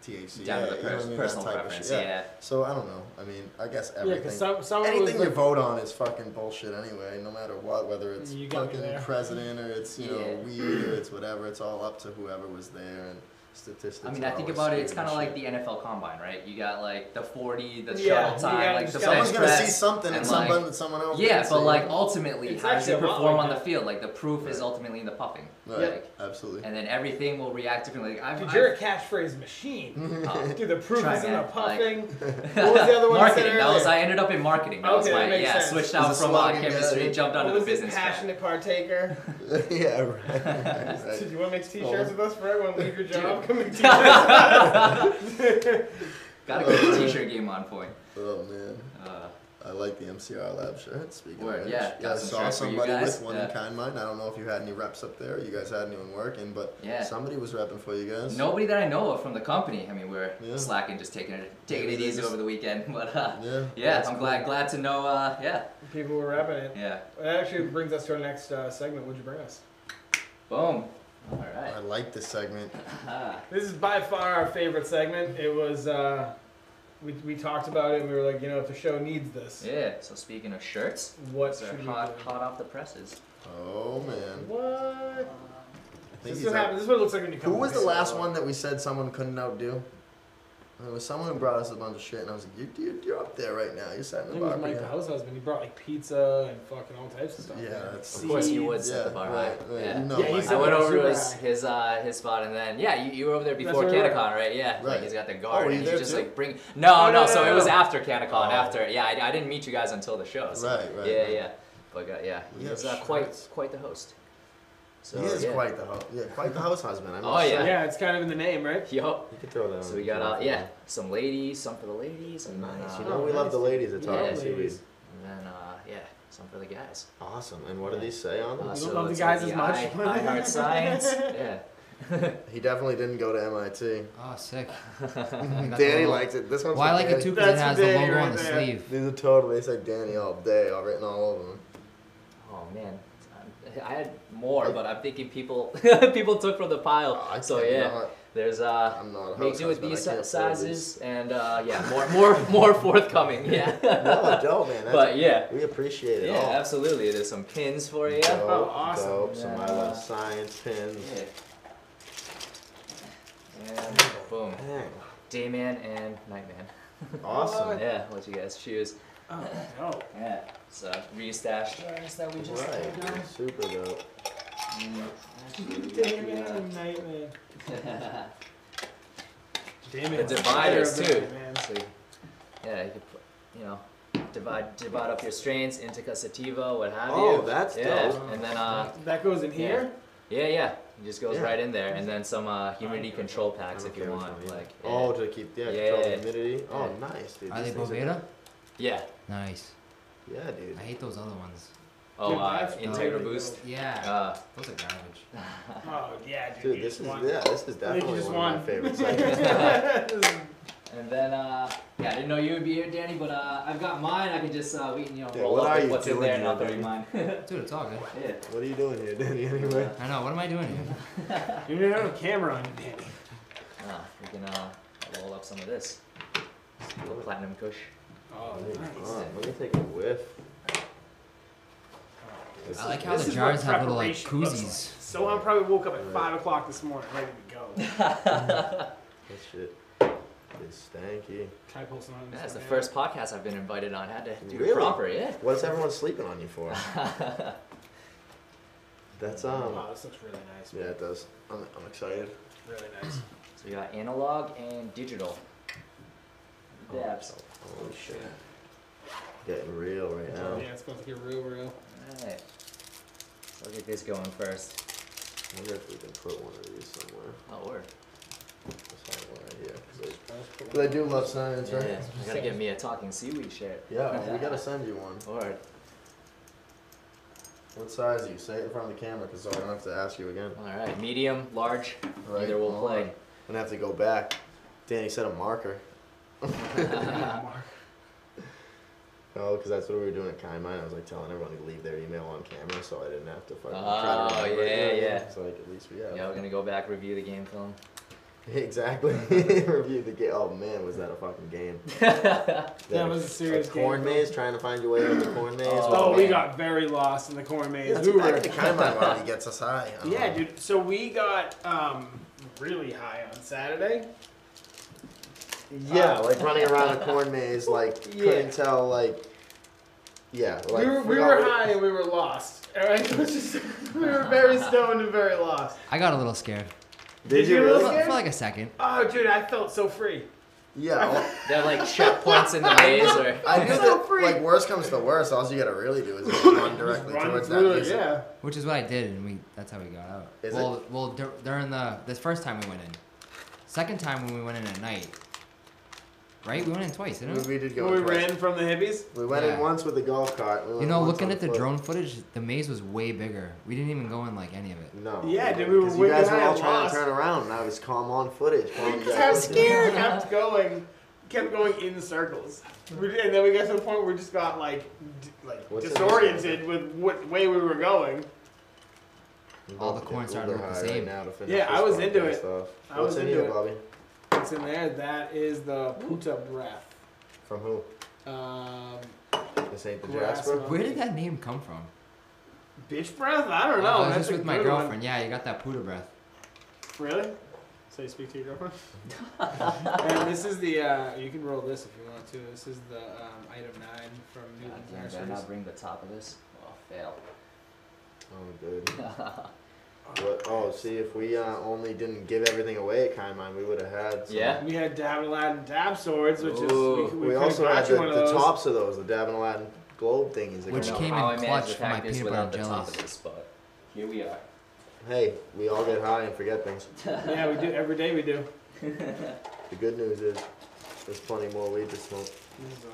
C: THC,
E: Down to the
C: you know what
E: pers-
C: I mean? That
E: personal
C: type of
E: preference,
C: shit.
E: yeah.
C: So I don't know. I mean, I guess
D: Yeah,
C: everything.
D: because some, some of it was
C: Anything you
D: like,
C: vote on is fucking bullshit anyway, no matter what, whether it's
D: You got me
C: fucking
D: there.
C: president or it's, you know,
E: Yeah.
C: weed or it's whatever. It's all up to whoever was there and statistics.
E: I mean,
C: are
E: I think
C: always
E: about it. It's
C: skewed and
E: kind of like
C: shit.
E: the NFL Combine, right? You got like the 40, the
D: Yeah,
E: shuttle time,
D: you got-
E: like
D: you got-
E: the bench
C: Someone's gonna see
E: press,
C: something and
E: and, like-
C: someone, someone else.
E: Yeah,
C: didn't
E: but
C: see.
E: like ultimately,
D: It's
E: how does it
D: actually a lot
E: perform
D: like
E: on the
D: that.
E: field? Like the proof is
C: Right.
E: ultimately in the puffing,
C: Right,
E: like,
C: absolutely.
E: and then everything will react differently. Like, I've,
D: dude,
E: I've-
D: you're a catchphrase machine.
E: oh.
D: Dude, the proof
E: Try
D: is in the
E: again,
D: puffing. what was the other one I said
E: marketing. That was
D: earlier?
E: I ended up in marketing. That was
D: Okay, that
E: my
D: makes
E: yeah.
D: sense.
E: Switched
C: It
E: out
C: was a
E: from uh,
C: slogan, yeah.
E: chemistry, jumped onto
D: What
E: the
D: was it?
E: business. track.
D: Passionate partaker.
C: yeah, right. right.
D: Dude, you want to make
C: Well,
D: t-shirts with us for everyone? Leave your job,
E: Dude.
D: come make t-shirts.
E: Gotta get the t-shirt game on point.
C: Oh man,
E: Uh,
C: I like the MCR lab shirt. Speaking
E: Word,
C: of which,
E: yeah, got
C: I
E: some
C: saw
E: shirts for you
C: somebody
E: guys,
C: with one in
E: yeah.
C: kind mind. I don't know if you had any reps up there. You guys had anyone working, but
E: Yeah.
C: somebody was repping for you guys.
E: nobody that I know of from the company. I mean, we we're
C: Yeah.
E: slacking, just taking it taking
C: Maybe
E: it
C: they
E: easy
C: just-
E: over the weekend. But uh,
C: Yeah,
E: yeah,
C: that's
E: I'm
C: cool.
E: glad glad to know. Uh, yeah,
D: People were rapping it.
E: yeah.
D: That actually brings us to our next uh, segment. What'd you bring us?
E: Boom. All
C: I
E: right.
C: like this segment.
E: Ah,
D: This is by far our favorite segment. It was, uh, we, we talked about it and we were like, you know, if the show needs this,
E: yeah. So speaking of shirts,
D: what
E: those are
D: should we
E: hot
D: do?
E: hot off the presses.
C: Oh man.
D: What?
C: I think
D: This is
C: he's
D: what
C: up.
D: happens. This is what it looks like when you
C: Who
D: come
C: was
D: to
C: the
D: me.
C: last one that we said someone couldn't outdo? It was someone who brought us a bunch of shit, and I was like, you, you, you're up there right now. You're
D: I
C: setting the
D: think it was
C: bar.
D: Mike,
C: pretty
D: the
C: high."
D: house husband. He brought like pizza and fucking all types of stuff.
C: Yeah,
D: man.
C: that's-
E: Of course, you
D: Seeds.
E: would set the
C: Yeah,
E: bar
C: right,
E: high.
C: right.
E: Yeah.
C: You know
D: Yeah, he
C: Mike.
E: I
D: said-
E: went over to
D: Super
E: his
D: high.
E: his, uh, his spot and then yeah you, you were over there before
D: where we were.
E: Canacon right yeah
C: Right.
E: like he's got the
C: Oh,
E: guard
C: were
E: and
C: you
E: he's
C: there
E: just
C: too?
E: like bring no
D: No,
E: no,
D: no,
E: so
D: no,
E: it was
D: no.
E: after Canacon
C: Oh.
E: after yeah I, I didn't meet you guys until the show so.
C: Right, right,
E: yeah
C: right.
E: yeah but uh, yeah
C: Yeah,
E: he was uh,
C: sure.
E: quite quite the host so
C: he is
E: yeah.
C: quite the house, yeah, quite the house husband. I
E: Oh,
C: must say.
E: Yeah.
D: Yeah, it's kind of in the name, right?
E: yo
F: You could throw
C: Oh,
F: that.
E: so
F: on
E: we
F: the
E: got
F: floor
E: uh,
F: for
E: yeah
F: them.
E: some ladies some for the ladies and then,
F: Nice.
E: uh,
F: You know, we
D: nice.
F: love the ladies at
D: Yeah,
F: Talking
E: ladies.
F: Seaweed.
E: and then uh, yeah some for the
C: Oh,
E: guys
F: Awesome. And what do these say on them?
E: uh,
D: don't
E: so
D: love the
E: it's
D: guys as
E: like the
D: much?
E: I, I heart science yeah
C: He definitely didn't go to MIT.
G: Oh, sick. I got the
C: Danny
G: little-
C: likes it. This one's
G: Well, I
C: for
G: like
C: Danny.
G: it too because it
D: That's
G: has
D: the
G: the
D: day
G: logo
D: right
G: on the
D: there.
G: sleeve.
C: These are totally, they said Danny all day, all written all over them.
E: Oh man, I had more, but I'm thinking people people took from the pile.
C: Oh, I
E: so
C: can't-
E: yeah,
C: not-
E: there's uh,
C: I'm not a
E: make
C: house
E: do with
C: husband.
E: these
C: I can't
E: si-
C: afford
E: sizes, and uh, yeah, more more more forthcoming.
C: these.
E: Yeah,
C: No, dope, man. That's,
E: but yeah,
C: we appreciate it
E: yeah,
C: all.
E: absolutely. There's some pins for you.
F: Dope,
D: Oh, awesome.
F: dope, Some I
E: Yeah.
F: love science pins.
E: Yeah. And boom,
F: Dang.
E: Dayman and Nightman.
F: Awesome.
E: Yeah, what you guys choose.
D: Oh, no.
E: Yeah, so restash.
D: that we just
F: Right. Super dope.
E: Yeah.
D: Nightman.
E: The dividers too. So, yeah, you could put, you know, divide divide up your strains, indica, sativa, what have you.
F: Oh, that's
E: yeah.
F: dope.
E: And then uh,
D: That goes in here.
E: yeah, yeah, it just goes
F: Yeah.
E: right in there, and then some uh, humidity control packs
F: I
E: if
F: don't
E: you
F: care which
E: want,
F: one, yeah.
E: like
F: Oh, to keep yeah,
E: Yeah,
F: control
E: yeah,
F: the humidity. Oh,
E: yeah.
F: nice, dude.
G: Are they
F: These things
G: Boveda?
E: yeah.
G: Nice.
F: Yeah, dude.
G: I hate those other ones.
E: Oh,
D: Dude,
E: uh,
D: I've-
E: Integra Boost.
G: Yeah,
E: Uh,
G: those are garbage.
D: Oh yeah, dude.
F: Dude,
D: you
F: this
D: just
F: is
D: want-
F: yeah, this is
D: I think you
F: definitely
D: just
F: one
D: won.
F: of my favorite segments.
E: and then uh, yeah, I didn't know you would be here, Danny, but uh, I've got mine. I can just uh, we can, you know
F: Yeah,
E: roll
F: what
E: up
F: are
E: with
F: you
E: what's in
F: doing
E: there and
F: here,
E: I'll throw you
F: dude?
E: mine.
G: Dude, it's all good.
E: yeah.
F: What are you doing here, Danny? Anyway.
G: I know. What am I doing here?
D: You didn't have a camera on you, Danny.
E: Uh, we can uh, roll up some of this. Just a little platinum kush.
D: Oh,
F: Hey,
D: nice.
F: come on, Let me take a whiff. This
G: I
F: is-
G: like how
D: This
G: the
D: is what
G: jars have little like
D: preparation looks
G: koozies.
D: So I probably woke up at five o'clock this morning, ready to go.
F: That shit.
C: It's stanky.
D: Kai pulls one.
E: Yeah, it's the first podcast I've been invited on. had to do
C: Really?
E: it proper, yeah.
C: What's everyone sleeping on you for? That's um.
D: Oh, Wow, this looks really nice.
C: Yeah, it does. I'm, I'm excited.
D: Really nice.
E: So we got analog and digital. Dabs.
C: Holy Oh, shit. Getting real right now.
D: Yeah, it's about to get real, real.
E: Alright. Let's get this going first.
C: I wonder if we can put one of these somewhere.
E: Oh, word.
C: Let's have one right here. 'cause I-
H: But I do love science,
E: Yeah,
H: right?
E: I gotta get me a talking seaweed shirt.
H: Yeah, we gotta send you one.
E: Word.
H: What size are you? Say it in front of the camera, cause so I don't have to ask you again.
E: Alright, medium, large,
H: Right,
E: either will
H: hold on.
E: play.
C: I'm gonna have to go back. Danny said a marker. Oh, because that's what we were doing at Kaimai. I was like telling everyone to leave their email on camera, so I didn't have to fucking try
E: Oh,
C: to remember. it,
E: yeah,
C: you know?
E: yeah.
C: It's like at least we have.
E: Yeah, we're gonna go back, review the game film.
C: Exactly. Review the game. Oh man, was that a fucking game?
D: That was a serious
C: a corn
D: game, bro.
C: maze trying to find your way over the corn maze.
D: Oh,
E: Oh,
D: we
E: man.
D: got very lost in the corn maze.
H: Yeah,
D: we were,
H: back to Kaimai already gets us high. I don't
D: yeah,
H: know.
D: dude. So we got um, really high on Saturday.
C: Um, Yeah, like running around a corn maze, like
D: Uh, Yeah.
C: couldn't tell, like yeah, like
D: we were, we
C: forgot
D: were
C: what-
D: high and we were lost. All right, It was just- we were very stoned and very lost.
G: I got a little scared.
C: Did you
G: For,
C: really?
D: scared?
G: for like a second.
D: Oh, dude, I felt so free.
H: Yeah. well-
E: They're like checkpoints in the maze or.
H: I knew that, like, worst comes to worst, all you gotta really do is just run directly
D: Run
H: towards that
D: through it,
H: music.
D: yeah.
G: Which is what I did, and we that's how we got out.
C: Is
G: well, well, dur- during the the first time we went in, second time when we went in at night, right? We went in twice,
C: We,
G: didn't we?
C: we did go.
D: When we
C: in twice.
D: ran from the hippies.
C: We went
G: Yeah.
C: in once with the golf cart. We
G: You
C: went
G: know,
C: once
G: looking
C: on
G: at the
C: foot.
G: drone footage, the maze was way bigger. We didn't even go in like any of it.
C: No.
D: Yeah, dude, we were
C: because you
D: wicked
C: guys were
D: high
C: all
D: and
C: trying
D: lost.
C: to turn around, and I was calm on footage. calm
D: Because I
C: down.
D: was scared. kept going, kept going in circles. We did, and then we got to the point where we just got like, d- like
C: What's in this
D: disoriented with what way we were going.
C: We're
G: All the
C: both-
G: corn
C: we're
G: started
C: both
G: to look the
C: high right
G: same.
C: now to finish
D: Yeah, I
C: this
D: was into
C: podcast
D: it.
C: off.
D: I
C: What's
D: was
C: in
D: into
C: here,
D: it.
C: Bobby?
D: What's in there? That is the puta breath.
C: From who?
D: Um,
C: This ain't the
D: Grass
C: Jasper.
D: mouth.
G: Where did that name come from?
D: bitch breath? I don't know.
G: I was
D: That's
G: just
D: a
G: with my
D: good one.
G: girlfriend. Yeah, you got that Buddha breath.
D: Really? So you speak to your girlfriend? and this is the. Uh, you can roll this if you want to. This is the um, item nine from
E: God
D: Newton's
E: damn, did I
D: Nurseries.
E: not bring the top of this? Oh, fail.
C: Oh, good. what, oh, see, if we uh, only didn't give everything away at Kaimai, we would have had. Some.
E: Yeah?
D: We had Dab Aladdin Dab Swords, which
E: Ooh.
D: is we,
C: We,
D: we, we
C: also
D: got
C: had
D: you
C: the,
D: one of
C: the
D: those.
C: tops of those, the Dab and Aladdin globe thingies. that
G: Which
C: come out.
G: came in
E: how I managed
G: clutch
E: to
G: for my
E: pack this
G: peanut butter
E: without
G: and
E: the top of
G: jellies.
E: this, but here we are.
C: Hey, we all get high and forget things.
D: Yeah, we do every day. We do.
C: The good news is there's plenty more weed to smoke.
D: This is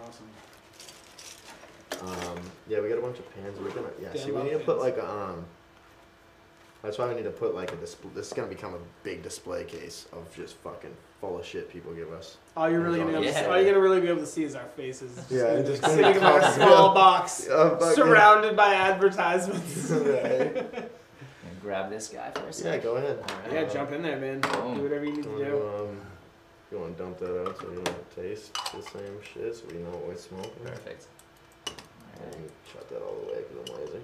D: awesome.
C: Um, yeah, we got a bunch of pans. We're gonna yeah.
D: Damn
C: See, we
D: lot
C: need to
D: of
C: put
D: pans.
C: like a um. That's why we need to put like a display. This is gonna become a big display case of just fucking full of shit people give us.
D: All you're really gonna be able to see,
E: Yeah.
D: all you're gonna really be able to see is our faces.
C: Yeah,
D: Just
C: it just
D: sitting in like a
C: comes-
D: small box,
C: Uh, fuck, yeah.
D: surrounded by advertisements.
C: Right.
E: And grab this guy for a
C: yeah,
E: second.
C: go ahead.
E: Alright.
D: yeah, jump in there, man. Do
E: Boom.
D: whatever you need to
C: You
D: do.
C: wanna, um, you want to dump that out so you don't taste the same shit, so we know what we're smoking.
E: Perfect. Alright.
C: And shut that all the way because I'm lazy.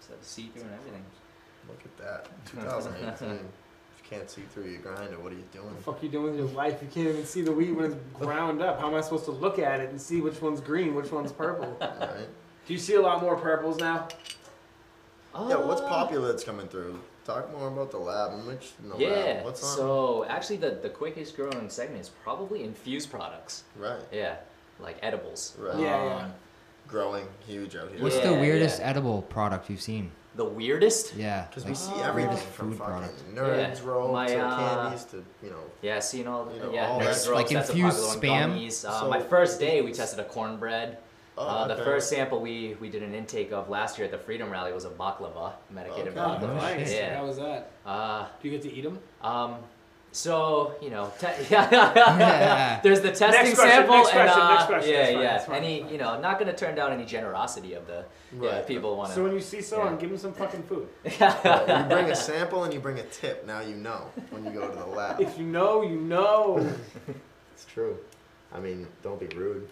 E: So see through and everything.
H: Look at that. 2018. if you can't see through your grinder, what are you doing?
D: What the fuck you doing with your life? You can't even see the wheat when it's ground up. How am I supposed to look at it and see which one's green, which one's purple?
H: Right?
D: do you see a lot more purples now?
H: Yeah,
G: Oh.
H: what's popular that's coming through? Talk more about the lab. I'm interested in the
E: Yeah.
H: lab. What's on?
E: So actually, the the quickest growing segment is probably infused products.
H: right.
E: Yeah, like edibles.
H: Right.
D: Yeah, yeah.
E: Um,
H: Growing huge out here.
G: What's
E: Yeah,
G: the
E: yeah.
G: weirdest edible product you've seen?
E: The weirdest.
G: Yeah.
H: Because
G: like,
H: we see
E: Oh.
H: everything
G: weirdest
H: from
G: food
H: fucking
G: product.
H: nerds
E: Yeah.
H: roll
E: My,
H: to
E: uh,
H: candies to, you know,
E: Yeah, seeing all the
H: You know,
E: yeah,
H: all
E: nerds
H: that-
E: rolls,
G: Like
E: that's a
G: infused
E: popular one,
G: spam?
E: gummies. Uh,
H: So-
E: my first day, we tested a cornbread.
H: Oh,
E: uh, The
H: okay.
E: first sample we, we did an intake of last year at the Freedom Rally was a baklava, medicated
H: Okay.
E: baklava.
G: Oh,
D: nice.
E: Yeah.
D: How was that?
E: Uh,
D: Do you get to eat them?
E: Um, so you know, te-
G: Yeah.
E: there's the testing
D: Next question,
E: sample,
D: next
E: and
D: question,
E: uh,
D: next question,
E: yeah,
D: that's fine,
E: yeah.
D: that's fine,
E: any,
D: that's fine.
E: you know, not gonna turn down any generosity of the yeah,
H: Right.
E: people want to.
D: So when you see someone,
E: Yeah.
D: give them some fucking food.
H: you bring a sample and you bring a tip. Now you know when you go to the lab.
C: Uh,
D: If you know, you know.
C: It's true. I mean, don't be rude.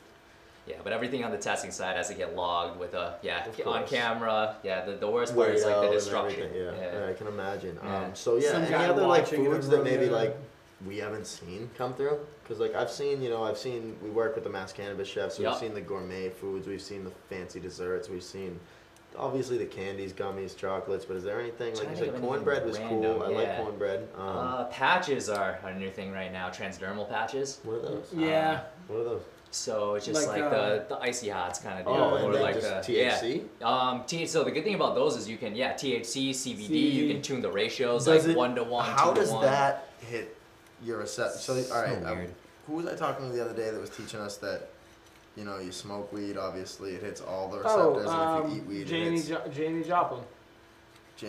E: Yeah, but everything on the testing side has to get logged with a yeah
F: Of
E: on
F: course.
E: camera. Yeah, the, the worst part is
F: Weighed
E: like the
F: out and
E: destruction.
F: everything, Yeah. yeah, I can imagine.
E: Yeah.
F: Um, so yeah,
D: Some
F: any
D: guy
F: other like
D: watching in a
F: foods that
D: room,
F: maybe
D: yeah.
F: like we haven't seen come through? Because like I've seen, you know, I've seen we work with the mass cannabis chefs. So
E: Yeah.
F: We've seen the gourmet foods. We've seen the fancy desserts. We've seen obviously the candies, gummies, chocolates. But is there anything like
E: Trying
F: you
E: to think
F: said?
E: of
F: Cornbread was
E: anything
F: cool.
E: random,
F: I like
E: yeah.
F: cornbread. Um,
E: Uh, patches are a new thing right now. Transdermal patches.
F: what are those?
D: Yeah.
F: What are those?
E: So it's just
D: Like, uh,
E: like, the, the icy hots kind of deal,
F: Oh, and
E: or
F: then
E: like
F: just
E: the
F: THC.
E: Yeah. Um, T- so the good thing about those is you can yeah THC, CBD. You
D: See.
E: can tune the ratios
F: Does
E: like
F: it-
E: one to one.
C: How
E: two to
C: does
E: one.
C: that hit your reception? So, all right, um,
G: weird.
C: who was I talking to the other day that was teaching us that, you know, you smoke weed, obviously, it hits all the
D: Oh,
C: receptors, and if you eat
D: um,
C: weed, it
D: Janie,
C: hits
D: jo- Janie Joplin.
C: Jamie.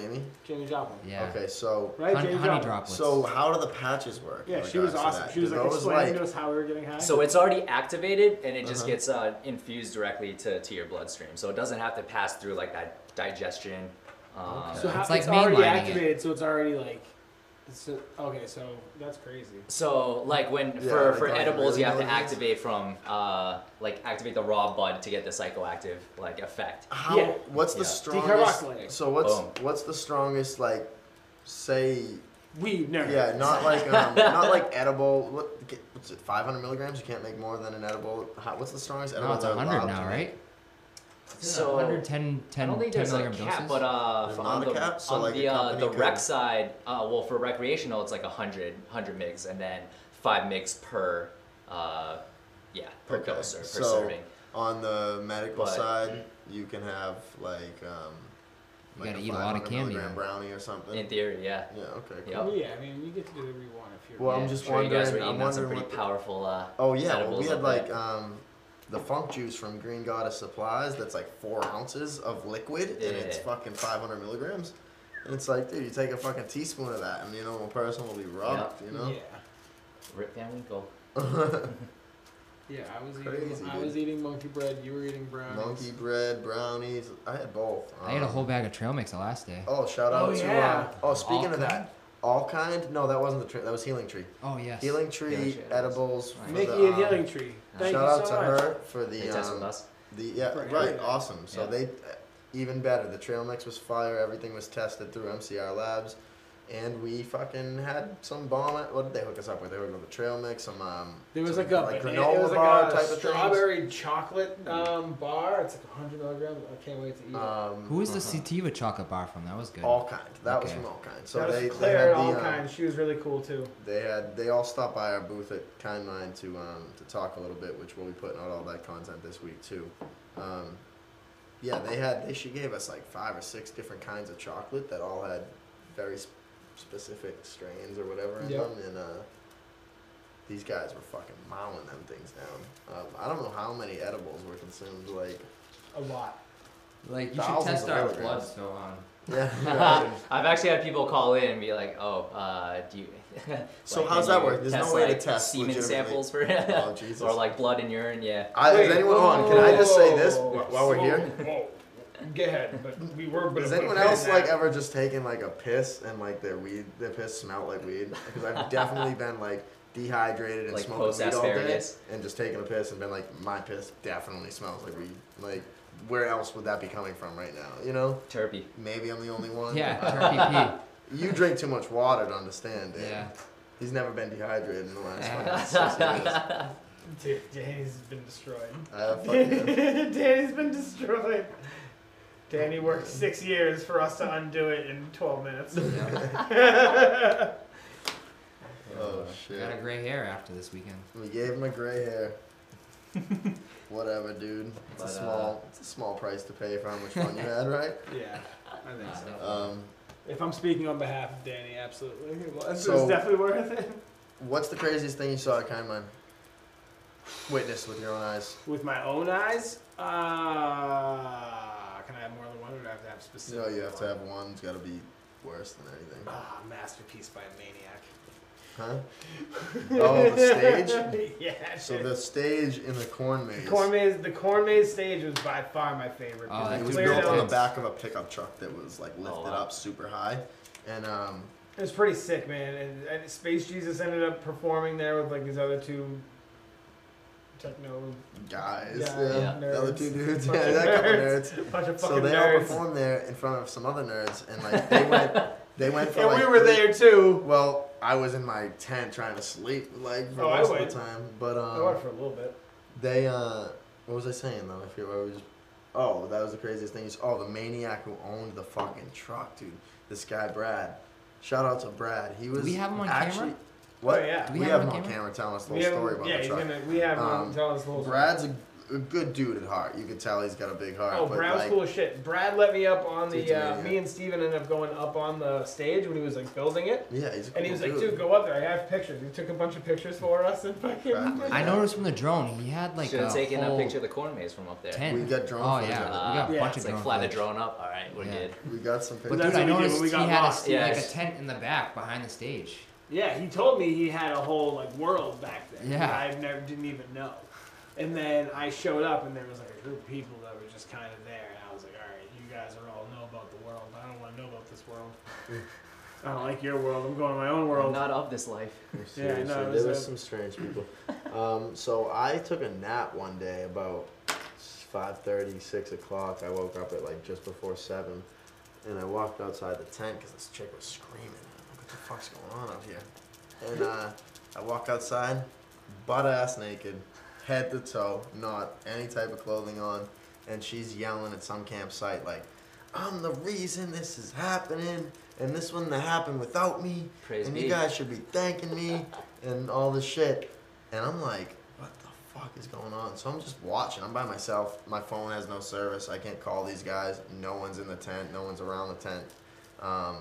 C: Jamie?
D: Janie Joplin.
G: Yeah.
C: Okay, so
D: Right?
G: Honey,
D: Janie
G: honey
D: Joplin.
G: droplets.
C: so how do the patches work? in
D: Yeah, she
C: regards
D: was
C: to
D: awesome.
C: that?
D: She was
C: Do
D: like
C: those,
D: explaining
C: like-
D: to us how we were getting high.
E: So it's already activated and it just
F: Uh-huh.
E: gets uh, infused directly to, to your bloodstream. So it doesn't have to pass through like that digestion. Um,
D: So how, it's,
G: It's like mainlining
D: already
G: it.
D: activated, so it's already like, it's a- okay, so that's crazy.
E: So like when
C: Yeah,
E: for,
C: like
E: for
C: on the
E: edibles
C: really
E: you have to
C: low dose?
E: activate from uh, like activate the raw bud to get the psychoactive like effect.
C: How?
D: Yeah.
C: What's the
E: Yeah.
D: Decarboxylating.
C: strongest? So what's
E: Boom.
C: what's the strongest like? Say
D: We never.
C: yeah, not like um, not like edible. What get- what's it? Five hundred milligrams. You can't make more than an edible. How, what's the strongest edible?
G: No, it's
C: they're
G: 100
C: allowed
G: now,
C: to make?
G: right?
E: So
G: 110, 10,
E: I don't think
G: 10
E: there's a
G: milligram
E: cap,
G: doses.
E: but uh,
C: There's
E: for-
C: not
E: on
C: a
E: the
C: cap? So,
E: on
C: like,
E: the
C: a
E: uh, the
C: company
E: rec
C: could-
E: side, uh, well for recreational it's like 100, 100 migs and then five migs per uh, yeah per
C: Okay,
E: dose or per
C: so
E: serving.
C: On the medical
E: But-
C: side, you can have like um,
G: You
C: like
G: gotta eat a lot of
C: 500
G: candy
C: milligram
G: then.
C: brownie or something.
E: In theory, yeah.
C: yeah. Okay. Cool.
E: Yep.
D: Yeah, I mean, you get to do whatever you want if you're.
C: Well,
E: Yeah,
C: I'm just
E: sure you guys were
C: wondering- I'm
E: eating on some
C: wondering
E: pretty powerful. Uh,
C: Oh yeah, well,
E: edibles
C: we had
E: up there.
C: like um, the funk juice from Green Goddess Supplies. That's like four ounces of liquid, and it's
E: Yeah.
C: fucking 500 milligrams. And it's like, dude, you take a fucking teaspoon of that, and you know, a person will be rocked. You know.
D: Yeah.
E: Rip Van Winkle.
D: Yeah, I was
C: Crazy,
D: eating. I
C: dude.
D: was eating monkey bread. You were eating brownies.
C: Monkey bread, brownies. I had both.
G: I ate a
C: Um,
G: whole bag of trail mix the last day.
C: Oh, shout out
D: Oh,
C: to.
D: yeah.
C: Um, oh, speaking
G: All
C: of that, all kind. No, that wasn't the tree. That was Healing Tree.
G: Oh, yes.
C: Healing Tree
E: Healing Tree
C: edibles. for
D: Mickey
C: the,
D: and
C: um,
D: Yelling Tree. Thank
C: shout
D: you
C: out
D: so
C: to
D: much.
C: her for
E: They
C: the
E: test with
C: um,
E: us.
C: the yeah
D: For
C: right
D: everything.
C: awesome. So
E: Yeah.
C: they even better. The trail mix was fire. Everything was tested through MCR Labs, and we fucking had some bomb. At, what did they hook us up with? They hooked up with trail mix. Some um.
D: There was
C: some,
D: like a banana, it was like a strawberry chocolate um, bar. It's like 100 milligrams. I can't wait to eat
C: things.
D: it.
C: Um,
G: Who was the
C: uh-huh.
G: sativa chocolate bar from? That was good.
C: All kind. That was
G: Okay.
C: from all kind. So
D: that
C: they,
D: was
C: they
D: Claire
C: had
D: at
C: the
D: all
C: um,
D: kinds. She was really cool too.
C: They had they all stopped by our booth at Kind Mind to um, to talk a little bit, which we'll be putting out all that content this week too. Um, yeah, they had they she gave us like five or six different kinds of chocolate that all had very sp- specific strains or whatever in
D: Yep.
C: them, and uh, these guys were fucking mowing them things down. Um, I don't know how many edibles were consumed. Like
D: A lot.
G: Like, you should
C: Thousands
G: test
C: of
G: our
C: milligrams.
G: blood so on.
C: yeah.
E: Uh,
C: Oh,
E: I've actually had people call in and be like, "Oh, uh, do you?"
C: So
E: like,
C: how's
E: can
C: that
E: you
C: work? There's no
E: test,
C: way to
E: like,
C: test
E: semen
C: legitimately.
E: samples for
C: oh Jesus.
E: or like blood and urine. Yeah.
C: I, is
D: Wait,
C: Uh, anyone
D: whoa,
C: on? Can I just say this
D: whoa,
C: wh- while we're
D: whoa,
C: here?
D: Whoa, go ahead. But we were.
C: Has anyone else like ever just taken like a piss and like their weed, their piss smelled like weed? Because I've definitely been like dehydrated and
E: Like
C: smoking weed all day,
E: post-asparagus.
C: and just taking a piss and been like, my piss definitely smells like weed. Like, where else would that be coming from right now? You know,
E: Turpy.
C: maybe I'm the only one.
G: Yeah,
C: You drink too much water to understand.
G: turkey pee.
C: Dan.
G: Yeah.
C: He's never been dehydrated in the last fucking six years.
D: Dude, Danny's been destroyed.
C: I fucking.
D: Danny's been destroyed. Danny worked
C: Man.
D: six years for us to undo it in 12 minutes.
C: Oh
G: Got a
C: shit.
G: gray hair after this weekend.
C: We gave him a gray hair. Whatever, dude. It's
E: But, uh,
C: a small, it's a small price to pay for how much fun you had, right?
D: yeah, I think so.
C: Um,
D: If I'm speaking on behalf of Danny, absolutely. It was, it
C: So-
D: was definitely worth it.
C: what's the craziest thing you saw at Kind Mind? Witness with your own eyes.
D: With my own eyes, uh, can I have more than one or do I have to have specific?
C: No, you have to
D: one?
C: have one. It's got to be worse than anything,
D: Ah, masterpiece by a
C: huh? Oh, the stage.
D: maniac. yeah.
C: So
D: dude.
C: the stage in the corn maze.
D: the corn maze, the corn maze stage was by far my favorite. because
G: Oh, that
C: Uh, It
D: I
C: was
G: dude
D: cleared
C: built on the
D: out-
G: intense.
C: back of a pickup truck that was like lifted
E: Oh, wow.
C: up super high, and um,
D: It was pretty sick, man. And, and Space Jesus ended up performing there with like these other two techno
C: guys.
D: Yeah,
C: Yeah,
E: yeah.
C: the other two
D: Nerds.
C: dudes.
D: Bunch
C: Yeah,
D: of
C: that couple
D: nerds.
C: nerds.
D: bunch of
C: So
D: fucking
C: they all
D: nerds.
C: performed there in front of some other nerds, and like they went, they went for
D: And
C: like.
D: we were
C: three-
D: there too.
C: Well, I was in my tent trying to sleep, like for
D: Oh, I
C: most of
D: went.
C: the time. But
D: I went
C: um,
D: for a little bit.
C: they uh, what was I saying though? I forget what I was. Oh, that was the craziest thing. Is oh, the maniac who owned the fucking truck, dude. This guy Brad. Shout out to Brad. He was.
G: we have him on camera?
C: actually, What?
D: Oh, yeah.
G: Do
C: We,
G: we
C: have,
G: have him
C: him
G: on
C: on camera? telling us the
D: We
C: whole
D: have,
C: story about
D: yeah,
C: the
D: he's
C: truck.
D: gonna. We have
C: Um,
D: him tell us a little.
C: Brad's a, a good dude at heart. You could tell he's got a big heart.
D: Oh,
C: but
D: Brad's
C: like,
D: cool as shit. Brad let me up on
C: Dude's
D: the. Uh,
C: amazing.
D: me and Steven ended up going up on the stage when he was like building it,
C: Yeah, he's a cool
D: and he was like, "Dude, go up there. I have pictures." He took a bunch of pictures for us and fucking.
C: Brad,
G: I noticed from the drone, he had like
E: Should
G: a
E: have taken a
G: whole
E: picture of the corn maze from up there.
G: tent.
C: We got drone
G: Oh
C: footage
G: yeah,
C: of it.
E: Ah,
G: we got a
D: Yeah.
G: bunch
E: It's
G: of
E: like
G: drone
E: fly the
G: footage.
E: drone up. All right, we're
G: Yeah.
E: good.
C: We got some
G: But
C: pictures.
D: That's what we did
G: dude, I
D: when
G: noticed
D: we
G: he
D: got
G: had
D: lost.
G: a, like a
E: Yes.
G: tent in the back behind the stage.
D: Yeah, he told me he had a whole like world back there.
G: Yeah.
D: that I never didn't even know. And then I showed up, and there was like a group of people that were just kind of there, and I was like, "All right, you guys are all know about the world. I don't want to know about this world. I don't like your world. I'm going to my own
E: I'm
D: world."
E: not of this life.
D: Yeah, I know,
F: Seriously,
D: it was
F: there was
D: a-
F: some strange people. Um, so I took a nap one day about 5.30, 6 o'clock. I woke up at like just before 7. And I walked outside the tent because this chick was screaming. I'm like, What the fuck's going on out here?
C: And uh, I walk outside, butt ass naked, head to toe, not any type of clothing on, and she's yelling at some campsite like, "I'm the reason this is happening, and this wouldn't have happened without me,
E: Praise
C: and
E: be.
C: you guys should be thanking me, and all this shit." And I'm like, "What the fuck is going on?" So I'm just watching. I'm by myself. My phone has no service. I can't call these guys. No one's in the tent. No one's around the tent. Um,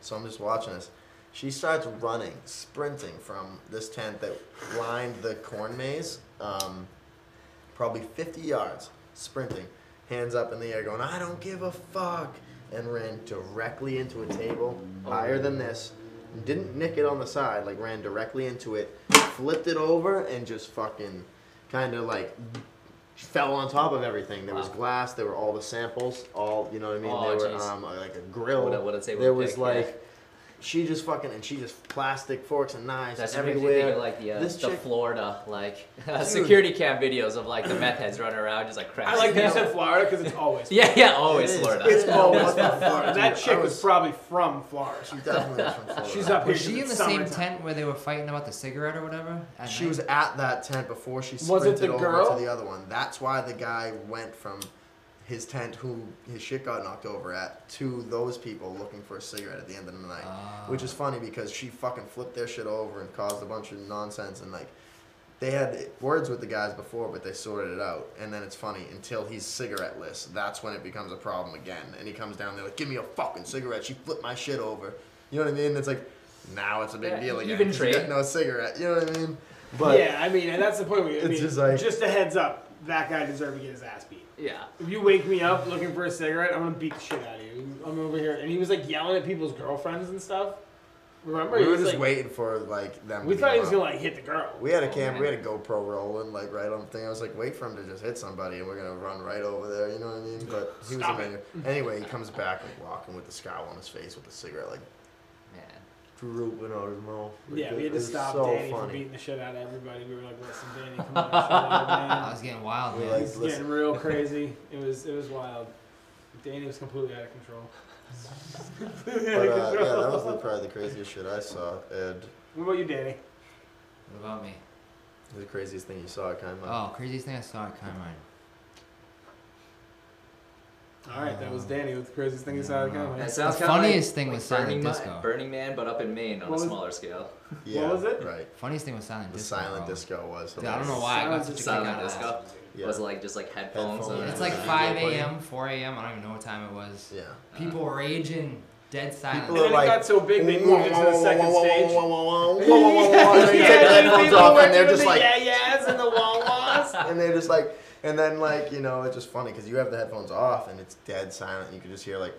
C: so I'm just watching this. She starts running, sprinting from this tent that lined the corn maze, um, probably 50 yards, sprinting, hands up in the air, going, I don't give a fuck, and ran directly into a table
E: Oh.
C: higher than this. Didn't nick it on the side, like ran directly into it, flipped it over, and just fucking kind of like fell on top of everything. There was
E: Wow.
F: glass, there were all the samples, all, you know what I mean?
E: Oh,
F: there were
E: jeez.
F: um, like a grill.
E: What a- what a table
F: there
E: to
F: was
E: pick, yeah.
F: like she just fucking and she just plastic forks and knives
E: That's what makes me think
F: everywhere.
E: of like the, uh,
F: This
E: the
F: chick-
E: Florida like security cam videos of like the meth heads running around just like crashing.
D: I like that you said Florida because it's always.
E: Yeah, yeah,
C: It
E: always
C: is.
E: Florida.
C: It's always
D: What
C: the fuck,
D: And that
C: dude.
D: chick
C: I
D: was, probably from Florida.
C: She definitely was from Florida.
D: She's up here.
G: Was she in
D: 'cause
G: the
D: it's
G: same
D: summertime.
G: tent where they were fighting about the cigarette or whatever? at
C: She
G: night?
C: was at that tent before she
D: Was it
C: sprinted
D: the
C: over
D: girl?
C: to the other one. That's why the guy went from his tent, who his shit got knocked over at, to those people looking for a cigarette at the end of the
D: Ah.
C: night.
G: Oh,
C: Which is funny because she fucking flipped their shit over and caused a bunch of nonsense and like. They had words with the guys before, but they sorted it out. And then it's funny until he's cigarette-less. That's when it becomes a problem again. And he comes down there like, "Give me a fucking cigarette." She flipped my shit over. You know what I mean? It's like now it's a big
E: Yeah,
C: deal again.
E: even
C: 'cause you got
E: trade.
C: no cigarette. You know what I mean? But
D: yeah, I mean, and that's the point. Where, I
C: It's
D: mean, just,
C: just like-
D: a heads up, that guy deserved to get his ass beat.
E: Yeah.
D: If you wake me up looking for a cigarette, I'm gonna beat the shit out of you. I'm over here, and he was like yelling at people's girlfriends and stuff. Remember,
C: we
D: He
C: were
D: was,
C: just
D: like-
C: waiting for like them.
D: We
C: to
D: thought he
C: come
D: was
C: up.
D: gonna like hit the girl.
C: We had a
E: Oh,
C: camera. we
E: man.
C: had a GoPro rolling like right on the thing. I was like, wait for him to just hit somebody, and we're gonna run right over there. You know what I mean? But he was
D: Stop
C: a man. Anyway, he comes back like walking with the scowl on his face with the cigarette like
E: Man.
F: drooping out his mouth.
D: yeah, we had to
F: It's
D: stop
F: so
D: Danny from
F: funny.
D: beating the shit out of everybody. We were like, "Listen, Danny, come on, chill out,
G: I
D: man."
G: was getting wild,
F: We
G: man.
F: like-
D: It's getting real crazy. It was it was wild. Danny was completely out of control. completely out
C: But
D: of
C: uh, yeah,
D: control.
C: that was the, probably the craziest shit I saw. And
D: What about you, Danny?
G: what about me?
C: the craziest thing you saw, kind of.
G: Oh, craziest thing I saw at Cameron.
D: All right, that was Danny with the craziest thing he saw at Comic-Con.
E: That sounds
G: The
E: kinda
G: funniest
E: like,
G: thing
E: like
G: was silent
E: Burning Man,
G: disco.
E: Burning Man, but up in Maine on
D: What
E: a
D: was-
E: smaller scale.
C: Yeah,
D: was it?
C: Right.
G: Funniest thing was silent
C: The
G: disco.
C: silent
G: bro.
C: disco was.
G: Dude, I don't
C: hilarious.
G: know why I got such a
D: Silent
G: kick
E: Silent
G: out of that.
E: disco
C: Yeah.
E: was like just like headphones.
C: Headphones.
E: and-
G: It's like
C: Yeah.
G: 5 a.m., 4 a.m. I don't even know what time it was.
C: Yeah.
G: People raging, dead silent.
C: People
D: And then
C: Like,
D: it got so big they moved it to the
C: They take
D: second stage.
C: their headphones off and they're just like
D: yeah, yeahs and the wah wahs.
C: and they're just like, and then like you know, it's just funny because you have the headphones off and it's dead silent. You can just hear like,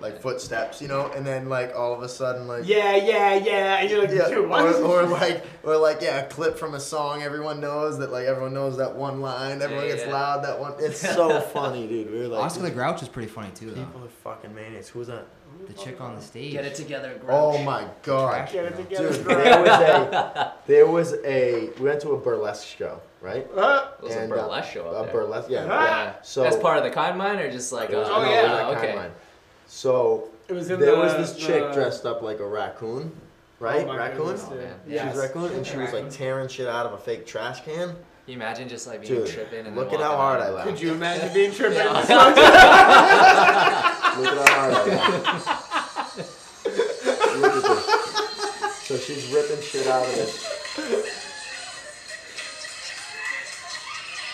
C: like footsteps, you know, and then like all of a sudden like
D: Yeah, yeah, yeah. And you're like,
C: yeah,
D: dude, what?
C: or, or like or like yeah, a clip from a song everyone knows that like everyone knows that one line, everyone
A: Yeah,
C: gets
A: yeah.
C: loud that one.
F: It's so funny, dude. We were like,
G: Oscar the Grouch is pretty funny too, though.
F: people are fucking maniacs. Who was that?
G: The chick on the stage.
I: Get it together, Grouch.
C: oh my god,
G: Trash.
D: Get it together,
C: Dude,
D: bro.
F: There was a, there was a. We went to a burlesque show, right?
D: Huh?
E: It was a
F: And, uh,
E: burlesque show
F: A
E: up there.
F: burlesque, yeah.
D: Ah!
E: Yeah.
F: So-
E: That's part of the con mine or just like.
F: It was-
E: uh,
D: Oh,
F: no, it
D: yeah.
F: was not
E: okay.
F: Conline. So
D: It was in
F: there
D: the,
F: was this chick
D: the-
F: dressed up like a raccoon,
D: Oh
F: right?
D: my
F: raccoon.
D: goodness,
E: Oh,
D: dude.
E: man.
F: She was a
D: Yes.
F: raccoon, and she was like
D: Raccoon.
F: tearing shit out of a fake trash can.
E: Can you imagine just like being
F: Dude,
E: tripping and
F: look
E: then
F: at how hard
E: walking out?
F: I laughed.
D: Could you imagine being tripped by this?
F: Look at how hard I laughed. Look at this. So she's ripping shit out of this.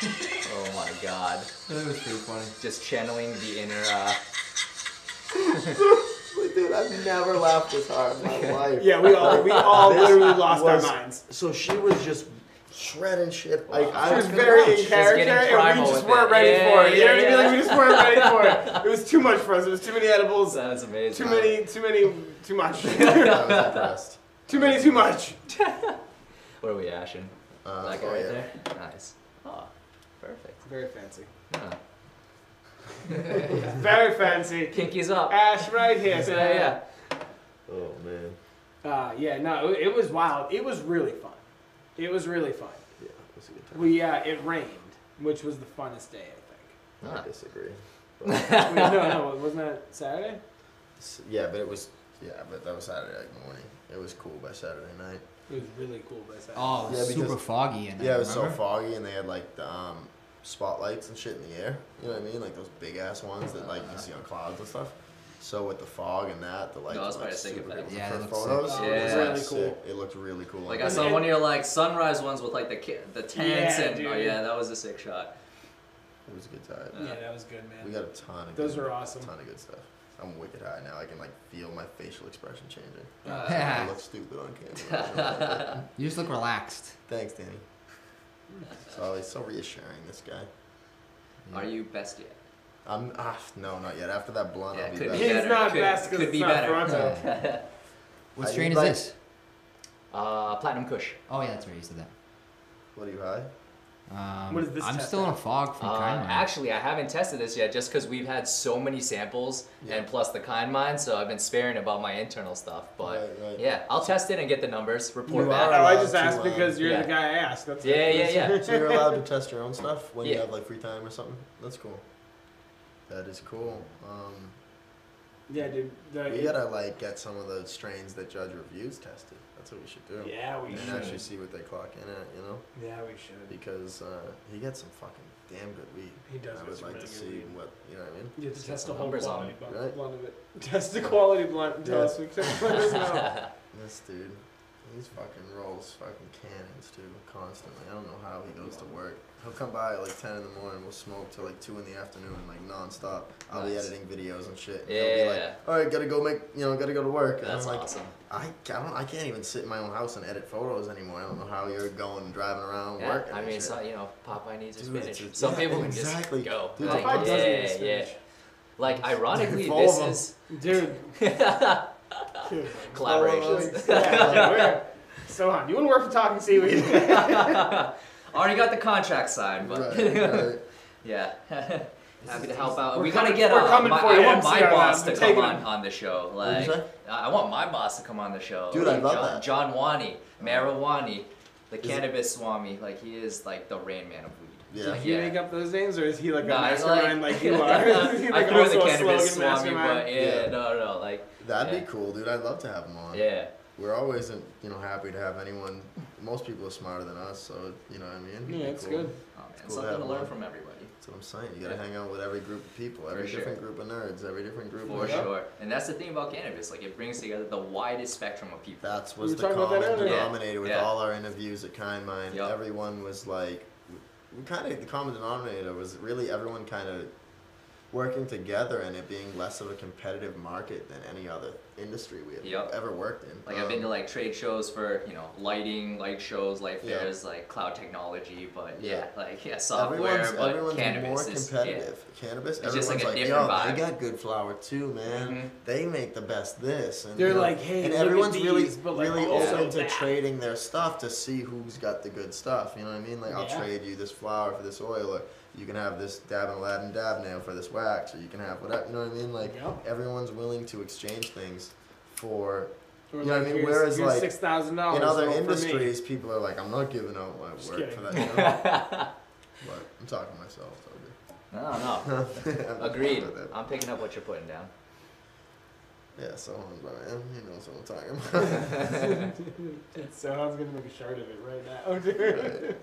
E: Oh my god.
G: That was pretty funny.
E: Just channeling the inner. Uh,
F: Like, dude, I've never laughed this hard in my life.
D: Yeah, we all we all
F: This
D: literally lost
F: was-
D: our minds.
F: So she was just shredding shit. Like I
D: She
F: was
D: was very in
E: getting
D: character, and
E: primal
D: we just
E: with it.
D: weren't ready
E: Yeah,
D: for it. You know what I
E: yeah,
D: mean? Like
E: yeah.
D: we just weren't ready for it. It was too much for us. It was too many edibles.
E: that is amazing.
D: Too many. Too many. Too much.
F: I was impressed.
D: too many. Too much.
E: Where are we, Ashen?
F: Uh,
E: That guy
F: oh,
E: right
F: yeah.
E: there? Nice. Oh, perfect.
D: Very fancy.
E: Huh.
D: Very fancy.
E: Pinkies up.
D: Ash right here.
E: Yeah, yeah.
F: Oh man.
D: Uh, yeah. No, it, it was wild. It was really fun. It was really fun.
F: Yeah, it was a good time.
D: We uh, it rained, which was the funnest day I
F: I disagree.
D: think. Wait, no, no, wasn't that Saturday?
F: S-
C: Yeah, but it was yeah, but that was Saturday like, morning. It was cool by Saturday night.
D: It was really cool by Saturday.
G: Oh, it was
C: Yeah,
G: super
C: because-
G: foggy and
C: Yeah, it was so
G: remember?
C: foggy, and they had like the um, spotlights and shit in the air. You know what I mean? Like those big ass ones that like you see on clouds and stuff. So with the fog and that, the lights
I: I was
C: were, like
I: probably thinking
C: super
I: that.
C: good
G: Yeah,
C: for
G: they look
C: photos.
D: sick.
C: It was,
I: Yeah.
C: like,
D: Really cool.
C: sick. It looked really cool.
I: Like I saw one of your like sunrise ones with like the ki- the tents
D: Yeah,
I: and oh
D: dude.
I: yeah, that was a sick shot.
C: it was a good time.
D: yeah, that was good, man.
C: We got a ton of
D: Those
C: good,
D: were awesome.
C: Ton of good stuff. I'm wicked high now. I can like feel my facial expression changing.
I: Uh,
C: I
G: Yeah.
C: look stupid on camera.
G: You just look relaxed.
C: Thanks, Danny. It's always so reassuring. This guy.
I: are you best yet?
C: I'm ah no, not yet. After that blunt,
I: Yeah,
C: I'll be
I: could
C: back.
I: be
D: He's
I: better.
D: not
I: Could-
D: best because
I: could
D: it's
I: be
D: not
I: better.
D: Toronto.
G: What
C: I
G: strain
C: did
G: is
C: like-
G: this?
E: Uh, Platinum Kush.
G: Oh yeah, that's right. You said that.
C: What are you high?
G: Um,
D: What is this
G: I'm
D: test
G: still in a fog from
E: Uh,
G: Kindman.
E: actually, I haven't tested this yet just because we've had so many samples and plus the kind mine, so I've been sparing about my internal stuff. But
C: Right, right.
E: yeah, I'll test it and get the numbers, report
C: You
E: back.
C: are-
D: Oh, I
C: allowed
D: just
C: to,
D: asked
C: uh,
D: because you're
E: yeah.
D: the guy I asked. That's
E: Yeah, yeah, yeah.
C: So you're allowed to test your own stuff when you
E: Yeah.
C: have like free time or something. That's cool. That is cool. Um,
D: yeah, dude. The,
C: we gotta like get some of the strains that judge reviews tested. That's what we should do.
D: yeah, we
C: And
D: should.
C: actually see what they clock in at, you know,
D: Yeah, we should.
C: because uh, he gets some fucking damn good weed.
D: He does.
C: I
D: get
C: would
D: some
C: like to
D: really good
C: see
D: weed.
C: what you know what I mean.
D: You have to test the
E: some
D: whole
E: numbers on
D: quality
E: it,
D: blunt,
C: right?
D: blunt of it. Test the quality blunt. and Tell
C: Yeah.
D: us. We can let us know.
C: This dude, he's fucking rolls fucking cannons too constantly. I don't know how he goes to work. He'll come by at like ten in the morning. We'll smoke till like two in the afternoon, like nonstop. I'll
E: Nice.
C: be editing videos and shit. And He'll be
E: Yeah.
C: like, all right, gotta go make you know, gotta go to work. And
E: That's
C: I'm like,
E: awesome.
C: I, I don't I can't even sit in my own house and edit photos anymore. I don't know how you're going and driving around
E: Yeah,
C: working.
E: I
C: and
E: mean,
C: shit.
E: so, you know, Popeye needs his
C: Dude,
E: spinach.
C: it's-
E: Some
C: yeah,
E: people can
C: exactly.
E: just go.
C: Dude,
E: like,
D: Popeye does need his
E: yeah, yeah.
D: spinach.
E: Like, ironically,
C: All
E: this
C: of 'em.
E: is
D: Dude. Dude.
E: collaborations.
D: Like, yeah, like, we're- so on. You want to work for Talking Seaweed?
I: Already got the contract signed, but
C: Right, right.
I: yeah, happy to help out.
D: We're
I: we gotta
D: coming-
I: get.
D: we're
I: Uh,
D: coming
I: my,
D: for you,
I: I want my
D: MCR
I: boss
D: Labs.
I: to
D: We're
I: come
D: taking
I: on,
D: it.
I: on the show.
C: What'd
I: Like,
C: you
I: I I want my boss to come on the show.
C: Dude, I
I: Like,
C: love
I: John,
C: that.
I: John Wani, Marawani, the cannabis swami. Like he is like the Rain Man of weed.
C: Yeah.
I: Like,
D: Do you make up those names, or is he like a
I: Nah, he's
D: mastermind like, you are? Is he,
I: I
D: like,
I: threw the
D: also a
I: cannabis
D: slogan
I: swami, but
D: mastermind?
I: yeah,
C: Yeah.
I: no, no, like
C: That'd
I: Yeah.
C: be cool, dude. I'd love to have him on.
I: yeah.
C: We're always you know happy to have anyone. Most people are smarter than us, so you know what I mean. It'd be
D: Yeah, it's
C: cool.
D: good.
I: Oh, man,
C: cool to
I: something
C: have
I: to learn
C: one.
I: from everybody.
C: That's what I'm saying. You gotta
I: Yeah.
C: hang out with every group of people, every
I: sure.
C: different group of nerds, every different group
I: For
C: of
I: sure. And that's the thing about cannabis. Like, it brings together the widest spectrum of people.
C: That's
D: were
C: was the
D: talking about that
C: common
D: earlier.
I: Yeah,
C: denominator with
I: yeah.
C: all our interviews at Kind Mind.
I: Yup.
C: Everyone was like, we kind of the common denominator was really everyone kind of working together and it being less of a competitive market than any other industry we have
I: Yep.
C: ever worked in.
I: Like I've been to
C: Um,
I: like trade shows for you know lighting, light shows, light
C: Yeah.
I: fairs, like cloud technology, but yeah,
C: Yeah.
I: like yeah, software,
C: everyone's,
I: but
C: everyone's
I: cannabis
C: more
I: is
C: competitive. Cannabis,
I: It's
C: everyone's
I: just like
C: like,
I: a
C: yo,
I: different vibe." Mm-hmm.
C: they got good flour too, man. They make the best this. And
D: They're
C: you know,
D: like, "Hey,
C: and
D: look at
C: everyone's really,
D: these, but, like,
C: really
D: also
C: open to
D: that."
C: trading their stuff to see who's got the good stuff. You know what I mean? Like,
D: Yeah.
C: I'll trade you this flour for this oil, or you can have this dab and Aladdin dab nail for this wax, or you can have whatever. You know what I mean? Like,
D: Yep.
C: everyone's willing to exchange things for
D: Or
C: You know what I mean?
D: here's-
C: Whereas,
D: here's
C: like,
D: six thousand dollars
C: in other
D: Oh, for me.
C: industries, people are like, I'm not giving out my
D: Just
C: work for that.
D: kidding.
C: You know? but I'm talking to myself. So good.
E: No, no. Agreed. I'm picking up what you're putting down.
C: Yeah, someone's by man. He knows what I'm talking about.
D: So I was gonna make a shirt of it right now. Oh, dude.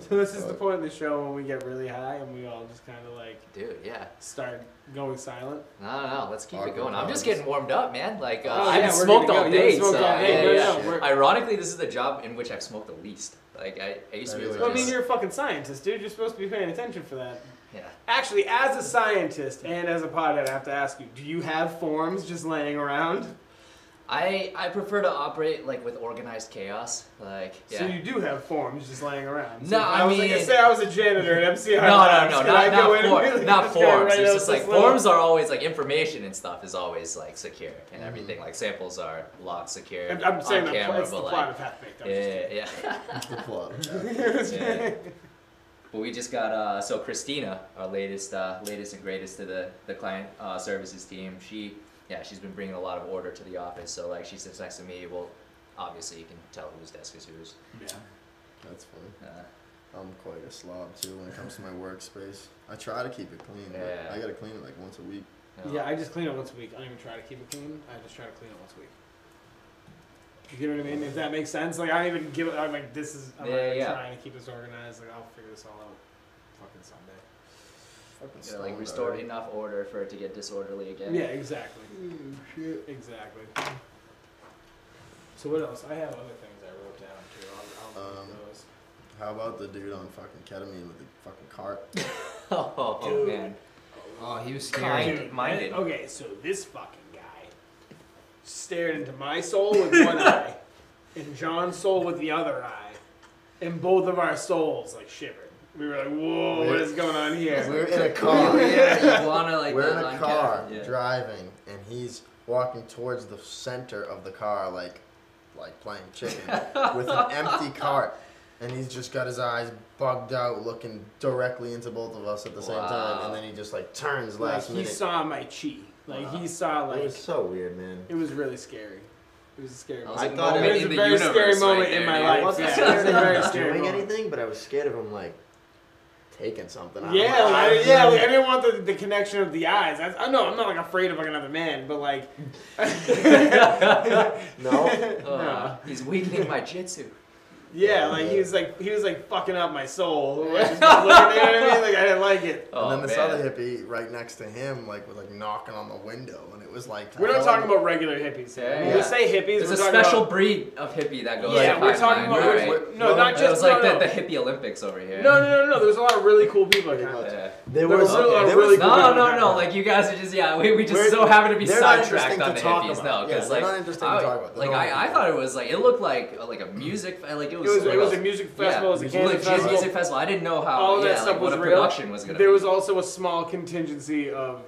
D: so this is the point of the show when we get really high and we all just kind of like
E: Dude, yeah.
D: start going silent.
E: No, no, no. Let's keep it
C: Awkward
E: going. I'm just
C: moments.
E: getting warmed up, man. Like, uh,
D: Oh,
E: I
D: yeah,
E: haven't
D: we're
E: smoked
D: gonna
E: all
D: go. You
E: day.
D: haven't smoked
E: so,
D: all
C: day.
E: yeah,
C: No,
E: yeah.
C: no,
D: we're-
E: Ironically, this is the job in which I've smoked the least. Like, I,
C: That
E: I used to be
C: is
E: able to
D: Well, I
E: just-
D: mean, you're a fucking scientist, dude. You're supposed to be paying attention for that.
E: yeah.
D: Actually, as a scientist and as a podhead, I have to ask you: Do you have forms just laying around?
E: I, I prefer to operate, like, with organized chaos. Like, yeah.
D: So you do have forms just laying around. So
E: No,
D: if
E: I
D: was like,
E: mean-
D: say I was a janitor at MCI.
E: no, no,
D: labs,
E: no,
D: could I
E: not,
D: go
E: not,
D: in and
E: for,
D: be like,
E: not
D: "This guy
E: forms.
D: right
E: It's
D: out
E: just
D: this
E: like
D: little-"
E: forms are always like information and stuff is always like secure and everything. Like samples are locked, secure
D: Mm-hmm. I'm, I'm saying
E: on
D: that
E: camera,
D: it's the
E: but
D: plot
E: like
D: of Half Baked. I'm just
E: yeah, yeah, yeah.
C: the plot.
E: Yeah. But we just got uh, so Christina, our latest, uh, latest and greatest to the the client uh, services team. She, yeah, she's been bringing a lot of order to the office. So like she sits next to me. Well, obviously you can tell whose desk is whose.
D: Yeah.
C: That's funny.
E: Uh,
C: I'm quite a slob too when it comes to my workspace. I try to keep it clean. but
E: Yeah.
C: I gotta clean it like once a week.
E: no.
D: Yeah, I just clean it once a week. I don't even try to keep it clean. I just try to clean it once a week. You get what I mean? If that makes sense, like I don't even give it. I'm like, this is. I'm not
E: Yeah,
D: even
E: yeah.
D: trying to keep this organized. Like I'll figure this all out. Fucking someday.
C: Fucking
E: You know, like
C: stoned
E: restored
C: already.
E: enough order for it to get disorderly again.
D: Yeah, exactly. Exactly. So what else? I have other things I wrote down too. I'll, I'll
C: Um,
D: read those.
C: How about the dude on fucking ketamine with the fucking cart?
E: Oh, oh, oh,
D: Dude.
E: man.
G: Oh, he was scary.
E: Kind minded.
D: Dude, Okay, so this fucking guy stared into my soul with one eye, and John's soul with the other eye, and both of our souls like shivered. We were like, "Whoa, what is going on here?"
C: We're in a car.
I: yeah, you wanna like
C: We're
I: that
C: in a
I: on
C: car
I: camera, yeah.
C: driving, and he's walking towards the center of the car, like, like playing chicken with an empty cart, and he's just got his eyes bugged out, looking directly into both of us at the same time, and
E: Wow.
C: then he just like turns
D: Like
C: last
D: he
C: minute.
D: saw my chi. Like he saw like
F: It was so weird, man.
D: it was really scary. It was a scary.
I: That was
D: moment.
I: a
C: I thought it
I: moment
D: was
I: in
D: a
I: the
D: very
I: universe
D: scary
I: right
D: moment
I: there,
D: in my
I: dude.
D: life.
F: I wasn't
D: Yeah,
F: scared of
D: it was a very
F: him
D: scary
F: doing
D: moment.
F: anything, but I was scared of him like taking something. out of
D: Yeah,
F: my
D: like, I,
F: eyes.
D: yeah. Like, I didn't want the, the connection of the eyes. I, I know I'm not like afraid of like another man, but like,
F: No,
E: Uh, He's weakening my jitsu.
D: yeah, like he was like he was like fucking up my soul. Just like, looking, you know what I mean? Like I didn't like it.
E: Oh,
C: and then this
E: man.
C: other hippie right next to him, like, was like knocking on the window, and it was like
D: We're not
C: I felt
D: talking
C: like-
D: about regular hippies. Here. When we
E: Yeah.
D: say hippies,
I: There's
D: we're
I: a
D: talking
I: special
D: about,
I: breed of hippie that goes.
D: yeah,
I: like
D: we're
I: high
D: talking
I: mind,
D: about
I: right?
D: we're- no, not
I: It
D: just
I: was like
D: no,
I: the,
D: no.
I: the hippie Olympics over here.
D: no, no, no, no. There's a lot of really cool people. Like
F: much.
D: that.
E: Yeah.
F: there
D: There
F: was
D: was a- a
F: there was
D: really good
E: No,
D: We're
E: no,
D: not-
E: no. Like you guys are just yeah. We, we just
F: We're-
E: so happen to be
F: they're not
E: sidetracked
C: interesting to
E: on the
C: talk
E: hippies now
C: about. Yeah,
E: because
C: they're
E: like
C: not interesting to
E: I-
C: talk about. They're
E: like
C: not
E: I, I thought it was like it looked like like a music fe- like it
D: It
E: was
D: was
E: like
D: it was a music festival. it was a
E: yeah,
D: candy
E: legit
D: festival.
E: music festival. I didn't know how
D: All
E: yeah
D: that stuff
E: like,
D: was
E: what a
D: real.
E: production was gonna
D: There
E: be.
D: was also a small contingency of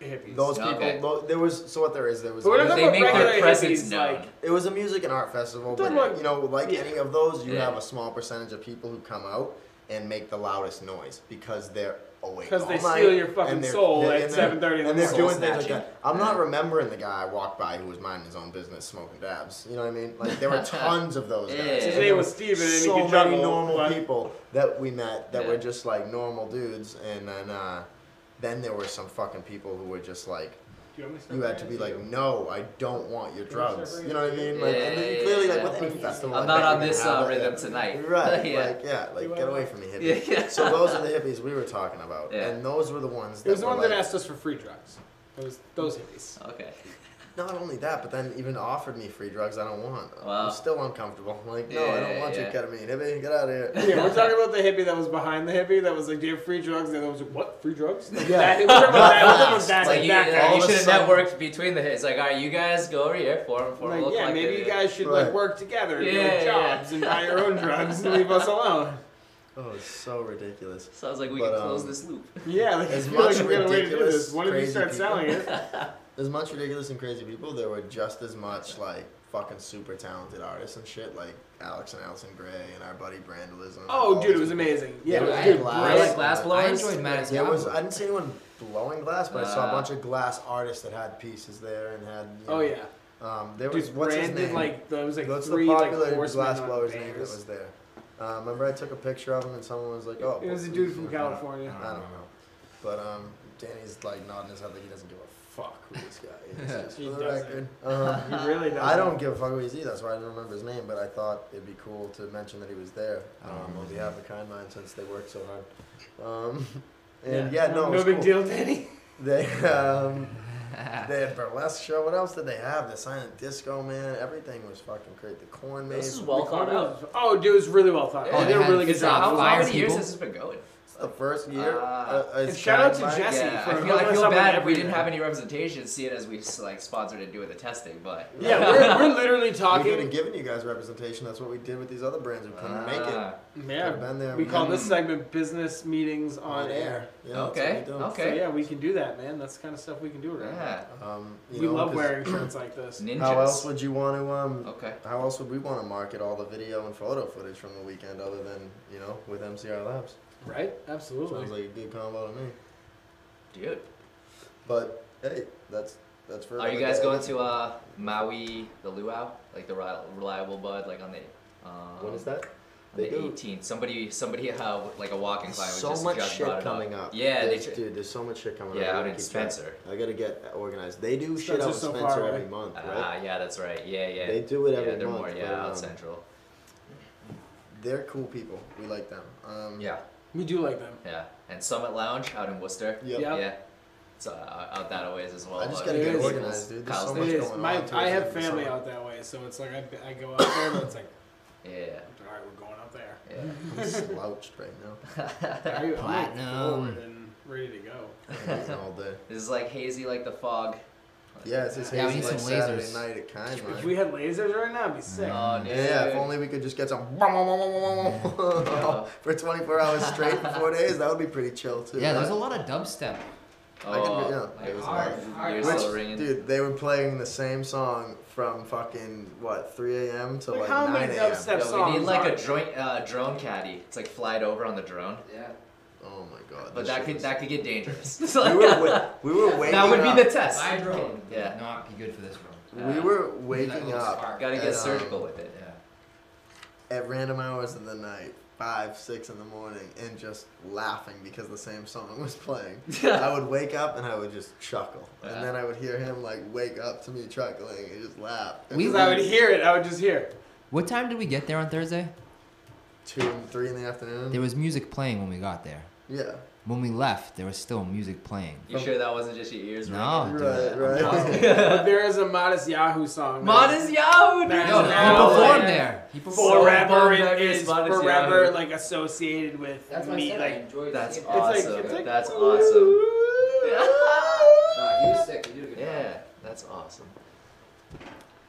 D: hippies.
C: those people.
E: Okay.
C: tho- there was so what there is. There was.
D: But we're not
E: they
D: about
E: make their
D: regular
E: presence
D: hippies,
E: known.
D: like-
C: It was a music and art festival,
D: Don't
C: but
D: look-
C: you know, like
D: Yeah.
C: any of those, you
E: Yeah.
C: have a small percentage of people who come out and make the loudest noise because they're awake.
D: Because they
C: all night,
D: steal your fucking
C: and they're-
D: soul
C: they're-
D: at
C: and they're-
D: 7:30 in the
C: And they're
D: morning.
C: doing things like
E: Snatching.
C: that. I'm not remembering the guy I walked by who was minding his own business, smoking dabs. You know what I mean? Like there were tons of those guys.
E: Yeah.
C: And
E: His
C: there
D: name
C: were
D: was Steven, and he
C: so
D: could
C: many
D: juggle,
C: normal
D: but-
C: people that we met that
E: Yeah.
C: were just like normal dudes, and then uh, then there were some fucking people who were just like
D: Do you want me to start
C: you had to
D: crying?
C: be like, no, I don't want your
D: Can you
C: drugs.
D: separate
C: You know what I mean? Like, and
E: Yeah,
C: then
E: yeah,
C: clearly,
E: yeah.
C: like with any festival,
E: I'm
C: I
E: not
C: bet
E: on
C: you're
E: this
C: gonna
E: uh,
C: have it.
E: rhythm tonight.
C: Right,
E: yeah.
C: like yeah, like get away from me, hippie.
E: Yeah, yeah.
C: So those are the hippies we were talking about,
E: Yeah.
C: and those were the ones that
D: It was the
C: were
D: one
C: like,
D: that asked us for free drugs. It was those hippies.
E: okay.
C: Not only that, but then even offered me free drugs I don't want.
E: Wow.
C: I'm still uncomfortable. I'm like, no, I don't
E: Yeah,
C: want
E: yeah.
C: your ketamine. Hippie, get out of here.
D: Yeah, we're talking about the hippie that was behind the hippie that was like, "Do you have free drugs?" And I was like, "What? Free drugs?" Like
C: Yeah.
D: that. We're talking about that. We're talking about that.
E: like
D: Like,
E: you,
D: that guy.
E: you
C: of a
E: should have
C: sudden-
E: networked between the hits. Like, all right, you guys go over here, form form a
D: Like,
E: little
D: yeah, maybe you
E: collective.
D: guys should like
C: Right.
D: work together and do
E: Yeah,
D: like,
E: yeah.
D: jobs and buy your own drugs and leave us alone.
C: Oh, it's so ridiculous.
E: Sounds like we
C: But,
E: can close
C: um,
E: this loop.
D: Yeah, like
C: As
D: I feel like
C: much
D: we got a way to do
C: ridiculous,
D: this. What if you
C: crazy
D: start
C: people-
D: selling it?
C: As much ridiculous and crazy people, there were just as much like fucking super talented artists and shit, like Alex and Allison Gray and our buddy Brandalism. and all
D: Oh, dude,
C: these
D: it was
C: people.
D: amazing. Yeah,
C: Dude,
D: it was
C: I
D: good.
C: laughed.
J: I
D: Great.
J: like glass
G: I
J: blowers.
G: enjoyed Madison.
C: Yeah, it was.
G: Avenue.
C: I didn't see anyone blowing glass, but I saw
E: Uh,
C: a bunch of glass artists that had pieces there and had. You know,
D: Oh yeah,
C: Um, there was
D: dude,
C: what's
D: Brandon
C: his name?
D: like there was like
C: What's
D: three
C: the
D: like
C: popular
D: horsemen
C: glass
D: on
C: blower's name that
D: bears.
C: was there? Uh, remember, I took a picture of him and someone was like, "Oh."
D: It was a
C: well,
D: dude from
C: I don't know.
D: California.
C: I don't know, but um, Danny's like nodding his head like he doesn't give a fuck who this guy is. just
D: He
C: for the
D: doesn't.
C: record, um,
D: He really does.
C: I don't give a fuck who he's either. That's why I didn't remember his name, but I thought it'd be cool to mention that he was there
G: I
E: Oh,
G: don't
C: um,
G: remember
C: on
G: his
C: behalf of Kind Mind since they worked so hard. Um, and yeah, no,
D: no,
C: it was
D: big
C: cool.
D: deal, Danny.
C: They um, they had burlesque show. What else did they have? The silent disco man. Everything was fucking great. The corn maze.
E: This is well thought out.
D: Oh, dude, it was really well thought. out.
E: Yeah.
D: they did a
G: Had
D: really good
G: five
E: How,
D: job.
E: how
G: fire
E: many years
G: people.
E: has this been going?
C: It's the first year.
E: Ah.
C: Uh, as
D: And shout out to
C: Kind Mind.
D: Jesse
E: yeah,
D: for
E: I feel,
D: hooking
E: I
D: us
E: feel
D: up with
E: bad if we
D: everything.
E: didn't have any representation, seeing as we just, like sponsored and doing the testing, but
D: Yeah, we're, we're literally
C: We could
D: talking.
C: have given you guys representation. That's what we did with these other brands who couldn't make it.
E: Ah,
C: Could've
D: Yeah,
C: been there.
D: we call
C: been
D: this segment business meetings on air.
C: Yeah, that's what
E: Okay,
C: we do.
E: okay.
D: So yeah, we can do that, man. That's the kind of stuff we can do right now.
E: yeah,
C: Um, you
D: We
C: know,
D: love
C: 'cause
D: wearing shirts like this.
E: ninjas.
C: How else would you want to um?
E: okay.
C: How else would we want to market all the video and photo footage from the weekend other than you know with MCR Labs?
D: Right? Absolutely.
C: Sounds like a good combo to me.
E: Dude,
C: But hey, that's that's for.
E: are you
C: another
E: guys
C: day.
E: going to uh, Maui, the luau, like the Rel- reliable bud, like on the um,
K: When is that?
E: on the
K: They do.
E: 18th? Somebody, somebody, uh, like a walking client was
K: So
E: just
K: much
E: just
K: shit
E: brought it
K: coming up.
E: Yeah, they
K: There's-
E: ju-
K: dude, there's so much shit coming up.
E: Yeah,
K: I
E: out
K: gotta
E: in
K: keep track.
E: Spencer.
K: I gotta get organized. They do shit out in
D: Spencer's so far
K: Spencer
D: away.
K: every month, right?
E: Ah, yeah, that's right. Yeah, yeah.
K: They do it every
E: yeah, they're
K: month.
E: more yeah
K: but,
E: out
K: um,
E: central.
C: They're cool people. We like them. Um,
E: Yeah,
D: we do like them.
E: yeah. And Summit Lounge out in Worcester.
C: Yep.
D: Yeah.
E: Yeah, it's uh, out that ways as well.
C: I just
E: but-
C: gotta
D: There
C: get
D: is-
C: organized, dude. There's
E: Kyle's
C: so
D: It
C: much
D: is.
C: going
D: My,
C: on.
D: I have
C: towards the end of
D: family
C: summer.
D: out that way, so it's like I, I go out there, but it's like,
E: Yeah,
D: all right, we're going out there.
E: yeah.
C: I'm slouched right now.
D: I'm, like,
G: Platinum.
D: forward and ready to go.
C: I'm eating all day.
E: This is like hazy, like the fog.
C: Yeah, it's just
G: Yeah, we
C: hazy
G: need
C: like
G: some
C: Saturday
G: lasers.
C: night at kind
D: If we had lasers right now, it'd be sick.
E: Oh, dude.
C: Yeah, if only we could just get some for 24 hours straight for four days, that would be pretty chill too.
G: Yeah, there's a
C: right?
G: lot of dubstep.
E: Oh,
C: I can- yeah,
E: my
C: it was
E: heart,
G: hard.
E: ears
C: Which,
E: still ringing.
C: dude, they were playing the same song from fucking what 3 a.m. to
D: Like,
C: like,
D: how
C: 9
D: many
C: a.m.
D: dubstep
E: Yo,
D: songs?
E: we need like
D: are-
E: a drone, uh, drone caddy. It's like fly it over on the drone.
J: Yeah.
C: Oh my god!
E: But
C: this
E: that
C: shit
E: could
C: was-
E: that could get dangerous.
C: we were wa- we were waking
E: that would
C: up.
E: be the test.
G: My drone would
E: Yeah.
G: not be good for this room.
C: we were waking
G: little
C: up
G: spark.
E: Gotta
C: at,
E: get
C: um,
E: surgical with it.
G: Yeah.
C: at random hours of the night, five, six in the morning, and just laughing because the same song was playing. I would wake up and I would just chuckle,
E: Yeah.
C: and then I would hear him like wake up to me chuckling and just laugh. And
G: We
C: it
D: 'Cause
C: was
D: I would hear it. I would just hear. it.
G: What time did we get there on Thursday?
C: two and three in the afternoon.
G: There was music playing when we got there.
C: yeah,
G: When we left, there was still music playing.
E: You sure that wasn't just your ears
D: Oh,
G: No, dude.
C: right, right.
D: but there is a Modest Yahoo song.
E: ringing? Modest Yahoo, dude.
D: That's
G: Yo, he
D: now,
G: performed
D: like,
G: there. He performed.
D: Forever
E: So
D: it
E: bummed
D: is
E: that it's Modest
D: forever
E: Yahoo.
D: like associated with
J: That's what I
D: me.
J: said. I
D: Like
J: enjoyed
E: That's
J: seeing it.
E: awesome.
D: It's like, it's like,
E: That's awesome.
J: Nah, he was sick. He did a good
E: yeah,
J: job.
E: that's awesome.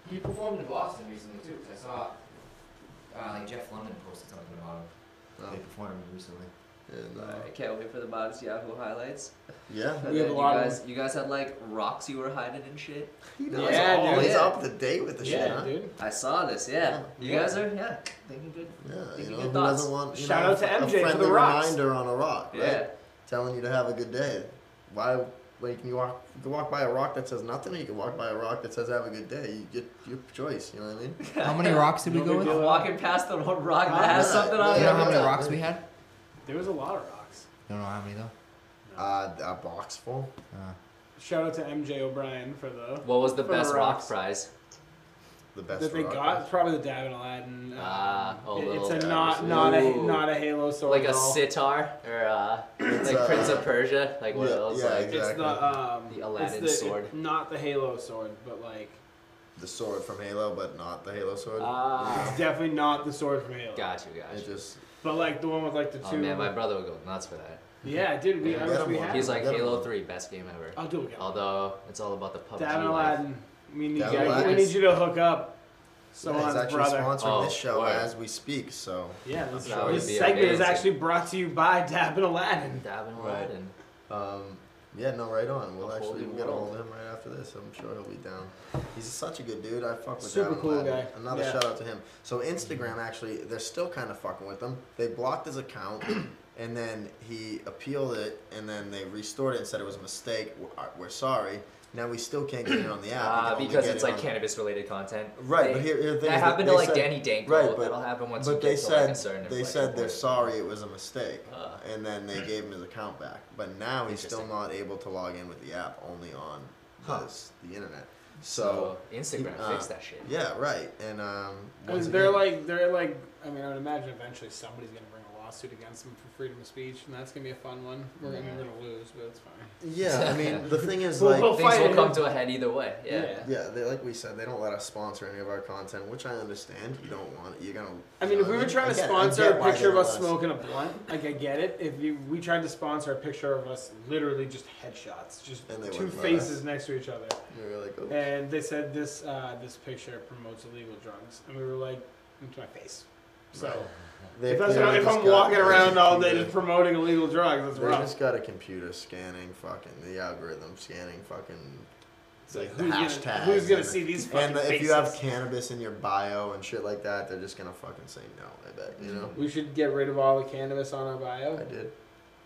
J: He performed in Boston recently too. 'cause I saw uh, like Jeff London posted something about him.
G: Oh.
J: They performed recently.
C: And, uh,
E: Alright, can't wait for the Modest Yahoo highlights.
C: yeah,
E: And
D: We have
E: then
D: a lot
E: you
D: of
E: guys, you guys had like rocks you were hiding and shit.
C: he knows
D: Yeah,
C: all.
D: dude.
C: He's
E: Yeah.
C: up to date with the shit.
D: yeah,
C: Huh?
D: dude.
E: I saw this. Yeah, you
D: Yeah.
E: guys are yeah thinking good.
C: Yeah,
E: Thinking
C: you know
E: good
C: who
E: thoughts.
C: doesn't want you
D: Shout
C: know,
D: out to
C: a
D: MJ for
C: friendly
D: the rocks.
C: reminder on a rock, right?
E: Yeah.
C: telling you to have a good day. Why, like, you walk, you can walk by a rock that says nothing, or you can walk by a rock that says have a good day. You get your choice. You know what I mean?
G: How many rocks did we
D: No
G: go
D: big
G: with?
D: deal.
G: You
E: I'm walking past the one rock
D: Oh,
E: that has
C: yeah.
E: something
G: know
E: on
C: Yeah.
E: it.
G: how many rocks we had?
D: There was a lot of rocks.
G: Don't know how many though.
C: Uh, a box full.
G: Uh,
D: Shout out to MJ O'Brien for the.
E: What was the
D: For
E: best
D: the
E: rock
D: rocks.
E: prize?
C: the best.
D: that they
C: rock
D: got
C: band.
D: probably the Davin Aladdin. um,
E: Ah, oh,
D: it-
E: little
D: it's a
E: Davin.
D: not not a
E: Ooh.
D: not a Halo sword.
E: like
D: at
E: a
D: all.
E: sitar or uh, like
C: uh,
E: Prince of Persia, like one
C: yeah,
E: of those.
C: yeah,
E: like,
C: exactly.
D: It's the um,
E: The Aladdin
D: it's the,
E: sword.
D: it- not the Halo sword, but like
C: the sword from Halo, but not the Halo sword.
E: Ah,
D: it's definitely not the sword from Halo.
E: got you, got
C: it
E: you.
C: just
D: But like the one with like the two.
E: Oh man, my brother would go nuts for that.
D: yeah, dude, we, I
C: Get
D: wish
C: him
D: we
C: one.
D: had.
E: He's
C: Yeah,
E: like
C: get him
E: Halo
C: on.
E: Three, best game ever.
D: I'll do it again.
E: Although it's all about the PUBG
D: Davin
E: life.
D: Aladdin, we need
C: Davin
D: you. We
C: Aladdin's-
D: need you to hook up. So
C: yeah, he's
D: on
C: actually
D: brother.
C: sponsoring
E: Oh,
C: this show
E: word.
C: as we speak. So
D: Yeah, this,
E: That would
D: this
E: be
D: segment is
E: amazing.
D: actually brought to you by Davin Aladdin.
E: Davin
C: Right.
E: Aladdin.
C: Um, yeah, no, right on. We'll
E: A whole
C: actually
E: new
C: we'll get a
E: world.
C: hold of him right after this. I'm sure he'll be down. He's such a good dude. I fuck with
D: Super
C: Adam
D: cool
C: Aladdin.
D: guy.
C: Another
D: Yeah.
C: shout out to him. So Instagram actually, they're still kind of fucking with him. They blocked his account, and then he appealed it, and then they restored it and said it was a mistake. We're, uh, we're sorry. Now we still can't get it on the
G: Uh,
C: app. We can
E: Ah,
C: only
E: because
C: get
E: it's
C: it
E: like
C: on-
E: cannabis related content.
C: Right,
E: They-
C: but here, here the thing
E: that
C: is
E: happened
C: they
E: to like
C: said-
E: Danny Danko.
C: Right, but-
E: That'll happen once you
C: but
E: get
C: they
E: to
C: said
E: like a certain
C: they
E: inflection
C: said they're
E: point.
C: sorry it was a mistake,
E: Ah.
C: and then they gave him his account back. But now he's still
E: Interesting.
C: not able to log in with the app, only on
E: Huh.
C: this, the internet.
E: So
C: So,
E: Instagram
C: uh,
E: fixed that shit.
C: yeah, right. And um, once
D: Because they're
C: again-
D: like, they're like, I mean, I would imagine eventually somebody's going to bring a lawsuit against them for freedom of speech, and that's going to be a fun one. We're going
E: Mhm.
D: to lose, but it's fine.
C: yeah. I mean, the thing is
D: Well,
C: like.
D: well,
E: Things
D: fight
E: will
D: it.
E: come to a head either way.
D: Yeah.
E: Yeah.
C: yeah, they like we said, they don't let us sponsor any of our content, which I understand. You don't want it. You're gonna.
D: I
C: you
D: mean,
C: know
D: if we
C: what
D: were trying
C: I
D: to
C: get- I
D: sponsor
C: get
D: a
C: why they
D: picture of
C: let
D: us smoking a blunt, like I get it. If you, we tried to sponsor a picture of us, literally just headshots, just
C: And they
D: two
C: wouldn't let us.
D: faces next to each other,
C: We were like, oh,
D: and they said this uh, this picture promotes illegal drugs, and we were like, into my face. So
C: they
D: if, that's,
C: clearly
D: if
C: just
D: I'm
C: got-
D: walking
C: they
D: around
C: just
D: all
C: do
D: day
C: that.
D: just promoting illegal drugs, that's
C: They
D: rough.
C: just got a computer scanning fucking the algorithm scanning fucking
D: It's
C: like
D: like,
C: the
D: who's gonna-
C: hashtags.
D: who's gonna
C: and-
D: see these fucking
C: And the- if you have
D: faces?
C: cannabis in your bio and shit like that, they're just gonna fucking say no. I bet you know.
D: We should get rid of all the cannabis on our
C: I
D: bio
C: did.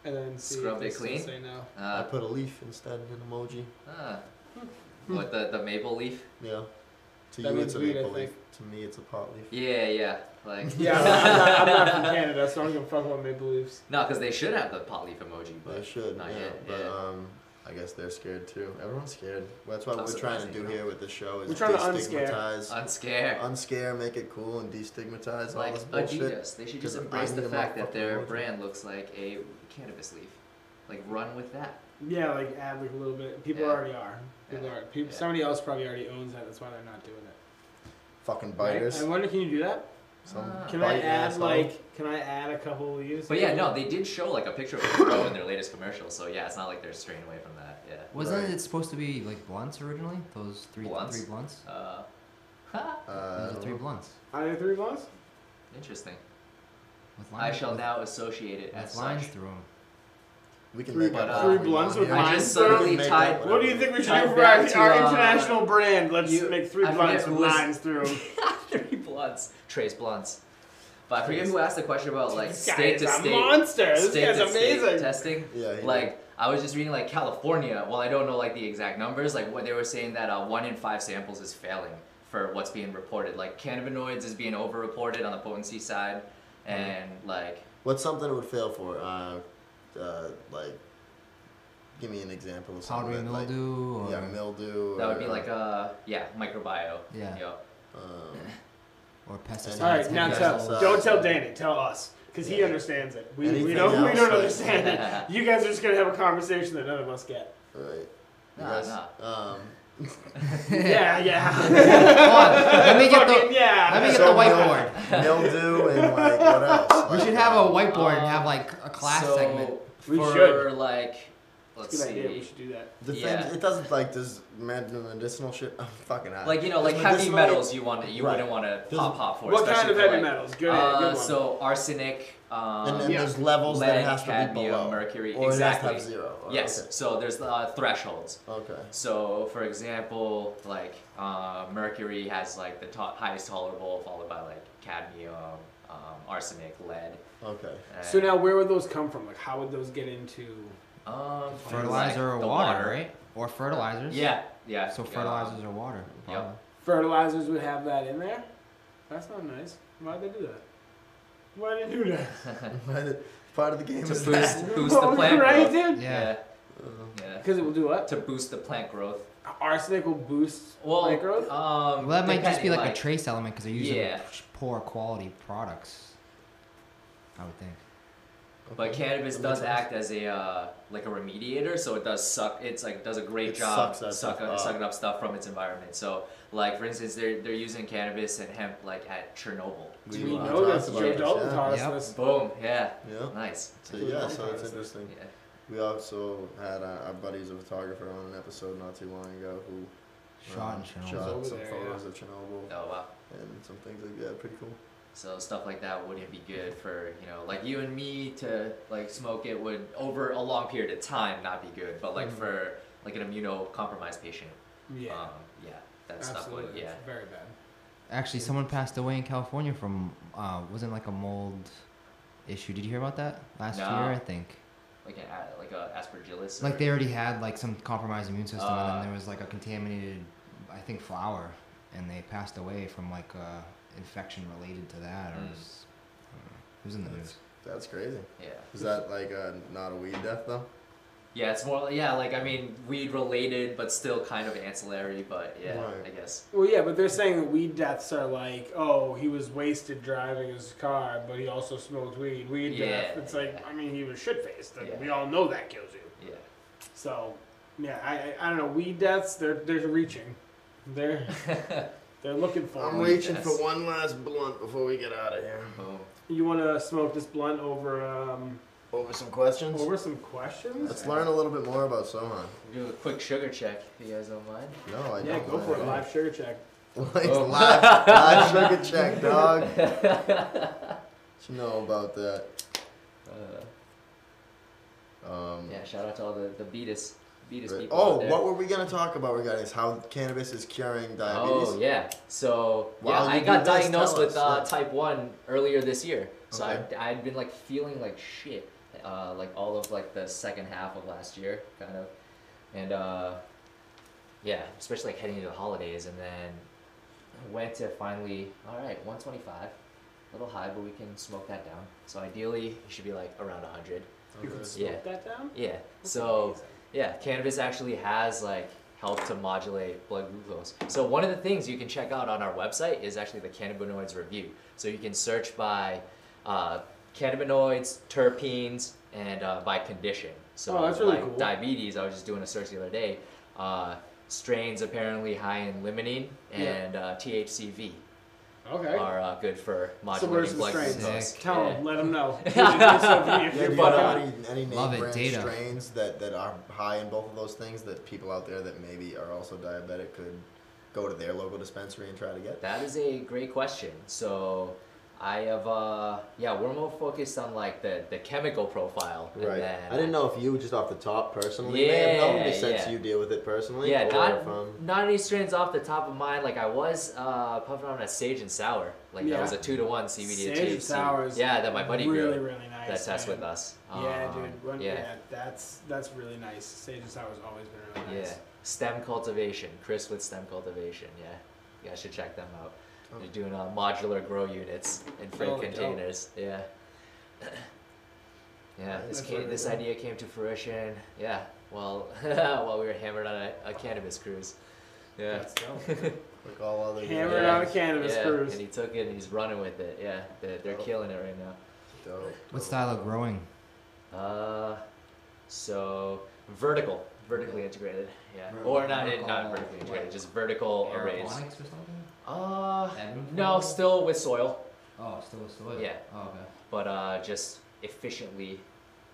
D: and then see
I: Scrub
D: if they
I: it
D: still
I: clean?
D: Say no.
C: I
I: Uh,
C: put a leaf instead of an emoji.
I: ah.
D: Hmm.
I: What the the maple leaf?
C: Yeah. To
D: That
C: you,
D: means
C: it's a
D: weed, I
C: maple leaf. To me, it's a pot leaf.
I: Yeah, yeah. Like
D: Yeah, I'm not, I'm not from Canada, so I don't give a fuck what Maple Leafs.
I: no, because they should have the pot leaf emoji,
C: They
I: but
C: should.
I: not
C: yeah,
I: yet.
C: But
I: yeah.
C: um, I guess they're scared too. Everyone's scared. That's what
I: I'm
C: we're trying to
I: surprised they
C: do
I: don't.
C: here with the show is
D: We're trying to unscare.
C: destigmatize,
I: Unscare.
C: unscare, make it cool, and destigmatize all
I: like
C: this bullshit.
I: Adidas, they should
C: Because
I: just
C: I
I: embrace
C: need
I: the
C: a
I: fact
C: motherfucking
I: that their
C: emoji.
I: brand looks like a cannabis leaf. Like run with that.
D: Yeah, like add like a little bit. People
I: Yeah.
D: already are. People
I: Yeah.
D: are. People,
I: Yeah.
D: Somebody else probably already owns that. That's why they're not doing it.
C: Fucking
D: Right?
C: biters.
D: I wonder, can you do that?
C: Some
I: Ah.
D: Can I
C: bite
D: add
C: asshole.
D: like? Can I add a couple of leaves?
I: But yeah, no, they did show like a picture of a grow in their latest commercial, so yeah, it's not like they're straying away from that. Yeah.
G: Wasn't
C: Right.
G: it supposed to be like blunts originally? Those three
I: Blunts?
G: three blunts.
I: Uh,
C: Uh,
G: Those
J: Uh,
G: are three blunts
D: Are there three blunts?
I: interesting.
G: with
I: I
G: lines.
I: shall
G: with,
I: now associate it as
G: with lines
I: such.
G: through them.
C: we can
D: Three-
C: make up
I: three
C: whatever we
D: blunts
C: want
D: with
C: here.
I: I
D: lines
I: just
D: Mine through-
I: subtly
C: We can make
I: tied.
C: up
D: What do you think we should
I: I'm
D: do for our,
I: back to,
D: our
I: uh,
D: international brand? Let's
I: you-
D: make three
I: I forget
D: blunts
I: who
D: with
I: was-
D: lines through 'em.
I: Three blunts, Trace blunts. But I forget who asked the question about like
D: this guy
I: state
D: is
I: to
D: a
I: state.
D: monster. This
I: state
D: guy's
I: to state
D: amazing.
I: testing.
C: Yeah, he
I: like I was just reading like California. While I don't know like the exact numbers, like what they were saying that uh, one in five samples is failing for what's being reported. Like cannabinoids is being overreported on the potency side, and like
C: What's something it would fail for? Uh, uh, like, give me an example of something.
G: Powdery
C: that, like-
G: mildew. or,
C: yeah, mildew.
I: that would
C: or,
I: be like a yeah microbiome.
G: Yeah.
I: Yup.
C: Um,
G: or pesticides.
D: All right,
C: That's
D: now
C: how
D: tell.
C: it is.
D: Don't tell Danny. Tell us, because he
C: Yeah.
D: understands it. We, we
C: Anything
D: don't. We
C: else
D: don't
C: that-
D: understand it. You guys are just gonna have a conversation that none of us get.
C: right. You
I: Nah,
C: guys-
I: nah.
C: Um,
D: yeah, yeah.
G: Let me get
D: Fucking
G: the
D: yeah.
G: let me get
C: So
G: the
C: mil-
G: whiteboard.
C: mildew and like what else?
G: We
C: Like,
G: should have a
C: um,
G: whiteboard and have
I: Um,
G: like a class
I: so
G: segment.
I: For
D: We should.
I: like let's
D: Good
I: see.
D: idea. We should do that.
C: The thing,
I: yeah.
C: it doesn't like does med- medicinal shit. I'm fucking out.
I: Like you know, like
C: Does
I: heavy
C: medicinal-
I: metals, you want you
C: Right.
I: wouldn't want to
C: Doesn't-
I: pop pop for.
D: What kind
I: especially
D: of
I: for, like,
D: heavy metals? Good,
I: uh,
D: good one.
I: So arsenic. Um,
C: And then
D: Yeah.
C: there's levels
I: lead,
C: that has to be
I: cadmium,
C: below.
I: mercury,
C: Or it
I: exactly.
C: has to have zero. or-
I: yes.
C: okay.
I: So there's uh, thresholds.
C: Okay.
I: So for example, like uh, mercury has like the to- highest tolerable, followed by like cadmium, um, arsenic, lead.
C: Okay.
I: and,
D: so now, where would those come from? Like, how would those get into?
I: um, from,
G: Fertilizer
I: like,
G: or
I: the
G: water, right? Or fertilizers.
I: Yeah, yeah.
G: So
I: yeah.
G: fertilizers or water. probably.
D: Fertilizers would have that in there. That's not nice. Why'd they do that? Why'd they do that?
C: Part of the game
I: To
C: is
I: boost,
C: that.
I: boost the plant
D: right,
I: growth.
D: dude?
G: Yeah.
I: yeah.
D: Because it will do what?
I: to boost the plant growth.
D: arsenic will boost
E: Well,
D: plant growth?
E: um,
G: Well, that might just be
E: depending,
G: like, a trace element because they're using
E: Yeah.
G: poor quality products. I would think.
E: But cannabis
C: That
E: does
C: makes sense.
E: act as a uh, like a remediator, so it does suck. It's like does a great
C: It
E: job
C: sucks that
E: suck,
C: stuff up.
E: sucking up stuff from its environment. So like for instance, they're they're using cannabis and hemp like at Chernobyl.
D: we
C: we
E: uh,
D: know
C: talked
D: this.
C: about
D: Joe
C: this,
D: Dalton
C: yeah.
D: taught
G: Yep.
D: us this.
E: Boom! Yeah,
C: Yeah.
E: nice.
C: So yeah, so it's interesting.
E: Yeah.
C: We also had our, our buddy's a photographer on an episode not too long ago who
G: Shot
C: um,
G: and shown.
C: shot
D: Over
C: some
D: there,
C: photos of Chernobyl
E: Oh wow.
C: and some things like that. Pretty cool.
E: So stuff like that wouldn't be good for you know like you and me to like smoke it would over a long period of time not be good, but
C: Mm-hmm.
E: like for like an immunocompromised patient,
D: Yeah,
E: um, yeah, that
D: absolutely.
E: stuff would yeah.
D: It's very bad.
G: Actually, someone passed away in California from uh, wasn't like a mold issue. Did you hear about that last
E: No.
G: year? I think.
E: like an a- like a aspergillus.
G: Like
E: or-
G: they already had like some compromised immune system, and
E: Uh,
G: then there was like a contaminated, I think, flower, and they passed away from like uh, infection related to that. Or
E: Mm.
G: it was, I don't know. It was in the news.
C: That's crazy.
E: Yeah.
C: Is that like uh not a weed death though?
E: Yeah, it's more yeah, like I mean weed related but still kind of ancillary, but yeah,
C: Right.
E: I guess.
D: Well, yeah, but they're saying that weed deaths are like, oh, he was wasted driving his car, but he also smoked weed. Weed death.
E: Yeah,
D: It's like,
E: yeah.
D: I mean, he was shit faced.
E: Yeah.
D: We all know that kills you.
E: Yeah.
D: So, yeah, I, I, I don't know. Weed deaths, they're they're reaching. They're they're looking for.
C: I'm
D: it.
C: reaching
E: yes.
C: for one last blunt before we get out of here.
E: Boom.
D: You want to smoke this blunt over um
C: Over some questions.
D: over some questions?
C: Let's learn a little bit more about Sohan.
E: Do a quick sugar check if you guys don't mind.
C: No, I
D: yeah,
C: don't.
D: go
C: mind
D: for
C: at
D: it.
C: all.
D: Live sugar check.
C: Like,
E: Oh.
C: live, live sugar check, dog. What you know about that?
E: Uh,
C: Um, Mm.
E: yeah, shout out to all the, the beatus beatus
C: Right.
E: people.
C: Um, Oh,
E: out there.
C: what were we gonna talk about regarding this? How cannabis is curing diabetes?
E: Oh yeah. So
C: While
E: yeah,
C: you
E: I
C: do
E: got
C: this, tell
E: diagnosed with
C: us,
E: uh,
C: yeah.
E: type one earlier this year. So
C: Okay.
E: I I'd been like feeling like shit, uh, like all of like the second half of last year, kind of, and uh, yeah, especially like heading into the holidays, and then went to finally all right, one twenty five. A little high, but we can smoke that down. So ideally, it should be like around 100.
D: You can
C: Okay.
D: smoke
E: Yeah.
D: that down.
E: Yeah.
D: That's
E: So
D: amazing.
E: yeah, cannabis actually has like helped to modulate blood glucose. So one of the things you can check out on our website is actually the cannabinoids review. So you can search by uh, cannabinoids, terpenes, and uh, by condition. So
D: Oh, that's really
E: like
D: cool.
E: diabetes, I was just doing a search the other day. Uh, strains apparently high in limonene and uh, THCV
D: okay.
E: are uh, good for
D: So where's
E: modulating
D: the
E: blood
D: strains?
E: glucose.
G: Sick.
D: Tell
E: Yeah.
D: them, let them know. If you- if
C: Yeah,
D: you
C: do you
D: fuck
C: know
D: up,
C: any, any name
G: Love it,
C: brand
G: data.
C: strains that, that are high in both of those things that people out there that maybe are also diabetic could go to their local dispensary and try to get?
E: That is a great question. So I have uh yeah, we're more focused on like the the chemical profile. and then-
C: I didn't know if you just off the top personally may
E: Yeah,
C: have known this since
E: yeah.
C: you deal with it personally.
E: Yeah,
C: or
E: not
C: if, um,
E: not any strains off the top of mind. Like I was uh puffing on a sage and sour. Like that
D: Yeah.
E: was a two to one CBD to
D: Sage
E: THC.
D: and sour is
E: yeah, that my buddy
D: really,
E: grew.
D: really nice.
E: that tests
D: man.
E: with us.
D: Yeah,
E: Um,
D: dude. One, yeah.
E: yeah,
D: that's that's really nice. Sage and sour's always been really
E: yeah.
D: nice.
E: Stem cultivation, Chris with stem cultivation. Yeah, you guys should check them out.
C: Oh.
E: They're doing uh, modular grow units in frame
D: Oh, dope.
E: containers. Yeah. Yeah, this
D: That's
E: came,
D: really
E: this
D: cool.
E: idea came to fruition. Yeah, while while we were hammered on a, a cannabis cruise. Yeah.
D: That's dope.
C: like all other
D: Hammered
E: Yeah.
D: on a cannabis
E: yeah,
D: cruise.
E: and he took it and he's running with it. Yeah, they're, they're
C: Dope.
E: killing it right now.
C: Dope.
G: What style of growing?
E: Uh, so vertical, vertically integrated. Yeah,
G: Ver-
E: or not
G: vertical,
E: not vertically integrated,
G: like,
E: just vertical arrays.
G: Aeroponics or something?
E: Uh,
G: Agriculture?
E: no, still with soil.
G: Oh, still with soil.
E: Yeah.
G: Oh, okay.
E: but uh, just efficiently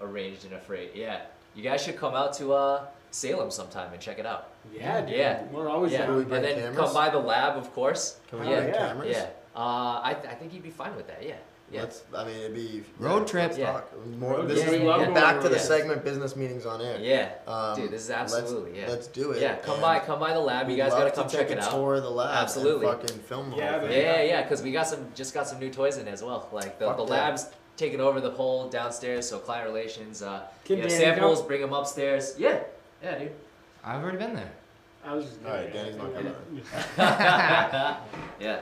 E: arranged and afraid. Yeah, you guys should come out to uh, Salem sometime and check it out.
D: yeah, dude.
E: Yeah.
D: We're always
E: yeah,
C: Can we
D: down.
E: and
C: bring
E: then
C: cameras?
E: come by the lab, of course.
C: Can we
E: yeah,
C: bring
D: yeah,
C: cameras?
E: yeah. Uh, I, th- I think you'd be fine with that. Yeah, yeah.
C: Let's, I mean, it'd be
G: Road
C: yeah,
G: trip.
C: let's
E: Yeah.
C: talk. More,
D: Road
C: this
E: trip.
C: is
E: We love
C: we're
D: going
C: back
D: road
C: to the
E: trips.
C: segment business meetings on air.
E: yeah.
C: Um,
E: Dude, this is
C: let's-
E: absolutely, yeah.
C: Let's do it.
E: yeah, come
C: and
E: by, come by the lab. You
C: we'd
E: guys
C: love
E: gotta
C: to
E: come check it
C: a
E: out.
C: Tour of the lab. and
E: Absolutely.
C: fucking film. the
D: Yeah,
C: whole
D: man.
C: thing.
E: Yeah, yeah, because we got some just got some new toys in as well. Like the,
C: Fuck
E: the
C: yeah.
E: labs taking over the whole downstairs, so client relations. Uh,
D: Can
E: you have
D: Danny go?
E: samples, bring them upstairs. Yeah, yeah, dude.
G: I've already been there.
D: I was just.
C: All right, Danny's not coming.
E: yeah,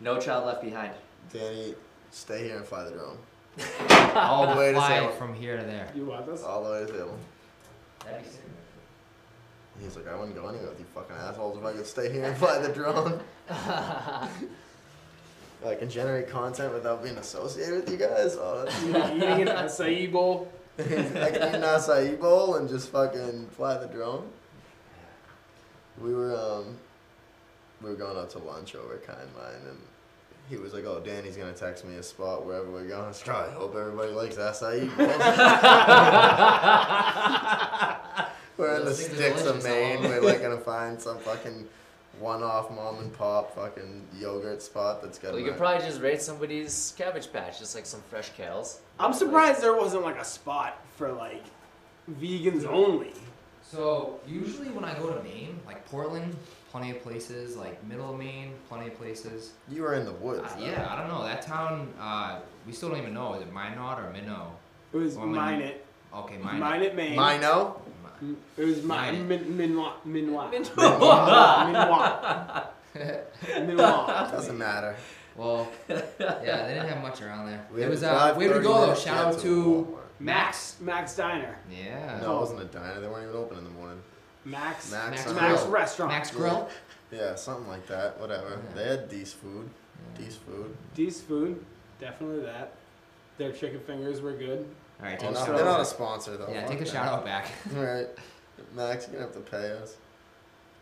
E: no child left behind.
C: Danny, stay here and fly the drone.
G: All the
C: way to
G: fly
C: Salem. Oh.
G: from here to there.
D: You want this?
C: All the way to Salem.
E: That'd be sick.
C: He's like, I wouldn't go anywhere with you fucking assholes if I could stay here and fly the drone. I can generate content without being associated with you guys. Oh, that's-
D: Eating an acai bowl.
C: I can eat an acai bowl and just fucking fly the drone. We were um, we were going out to lunch over at Kind Mind, and he was like, "Oh, Danny's gonna text me a spot wherever we're going." I was like, "Oh, I hope everybody likes acai bowls." we're in the
G: Those things are
C: sticks of
G: delicious,
C: Maine.
G: huh?
C: We're like gonna find some fucking one-off mom and pop fucking yogurt spot that's got.
E: Well, you could probably just raid somebody's cabbage patch, just like some fresh kales.
D: I'm surprised there wasn't like a spot for like vegans only.
G: So usually when I go to Maine, like Portland, plenty of places, like middle of Maine, plenty of places.
C: you were in the woods.
G: Uh,
C: though.
G: yeah, I don't know. That town, uh, we still don't even know. Is it Minot or Minot?
D: It was
G: Well, I mean,
D: mine it,
G: Okay, Minot.
D: mine it, Maine.
C: Mino.
G: Mi-
D: M- It was
G: Mine
D: mine.
G: it.
D: Min Minwa Minwa Minwa
C: Doesn't matter.
G: Well, yeah, they didn't have much around there.
C: We
G: it
C: had
G: was
C: to
G: uh,
C: drive
G: way to
C: 30
G: go though.
C: minutes
G: Shout out
C: get
G: to
C: Walmart.
D: Max Max Diner
G: yeah,
C: No, it wasn't a diner. They weren't even open in the morning.
D: Max
C: Max,
G: Max
D: Max
G: Grill.
D: Restaurant
G: Max Grill.
C: Yeah, something like that. Whatever.
G: Yeah.
C: They had Dee's food. Dee's food.
D: D's food definitely that. Their chicken fingers were good.
G: All right,
C: Oh,
G: take
C: no,
G: a
C: they're
G: shout
C: not a
G: out.
C: sponsor though.
G: Yeah,
C: Fuck
G: take a
C: that.
G: shout out back.
C: All right, Max, you're gonna have to pay us,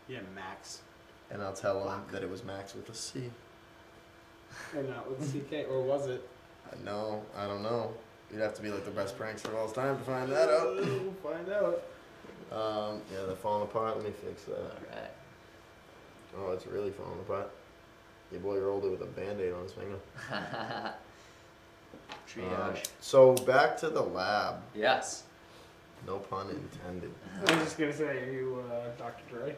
D: Yeah, Max.
C: and I'll tell them that it was Max with a C.
D: And not with CK or was it?
C: I know. I don't know. You'd have to be like the best prankster of all time to find that out.
D: We'll find out.
C: Um, yeah, they're falling apart. Let me fix that.
E: Alright.
C: Oh, it's really falling apart. Your boy rolled it with a band-aid on his finger. Um,
E: Triage.
C: so back to the lab.
E: yes.
C: No pun intended.
D: I was just gonna say, are you uh, Dr. Dre?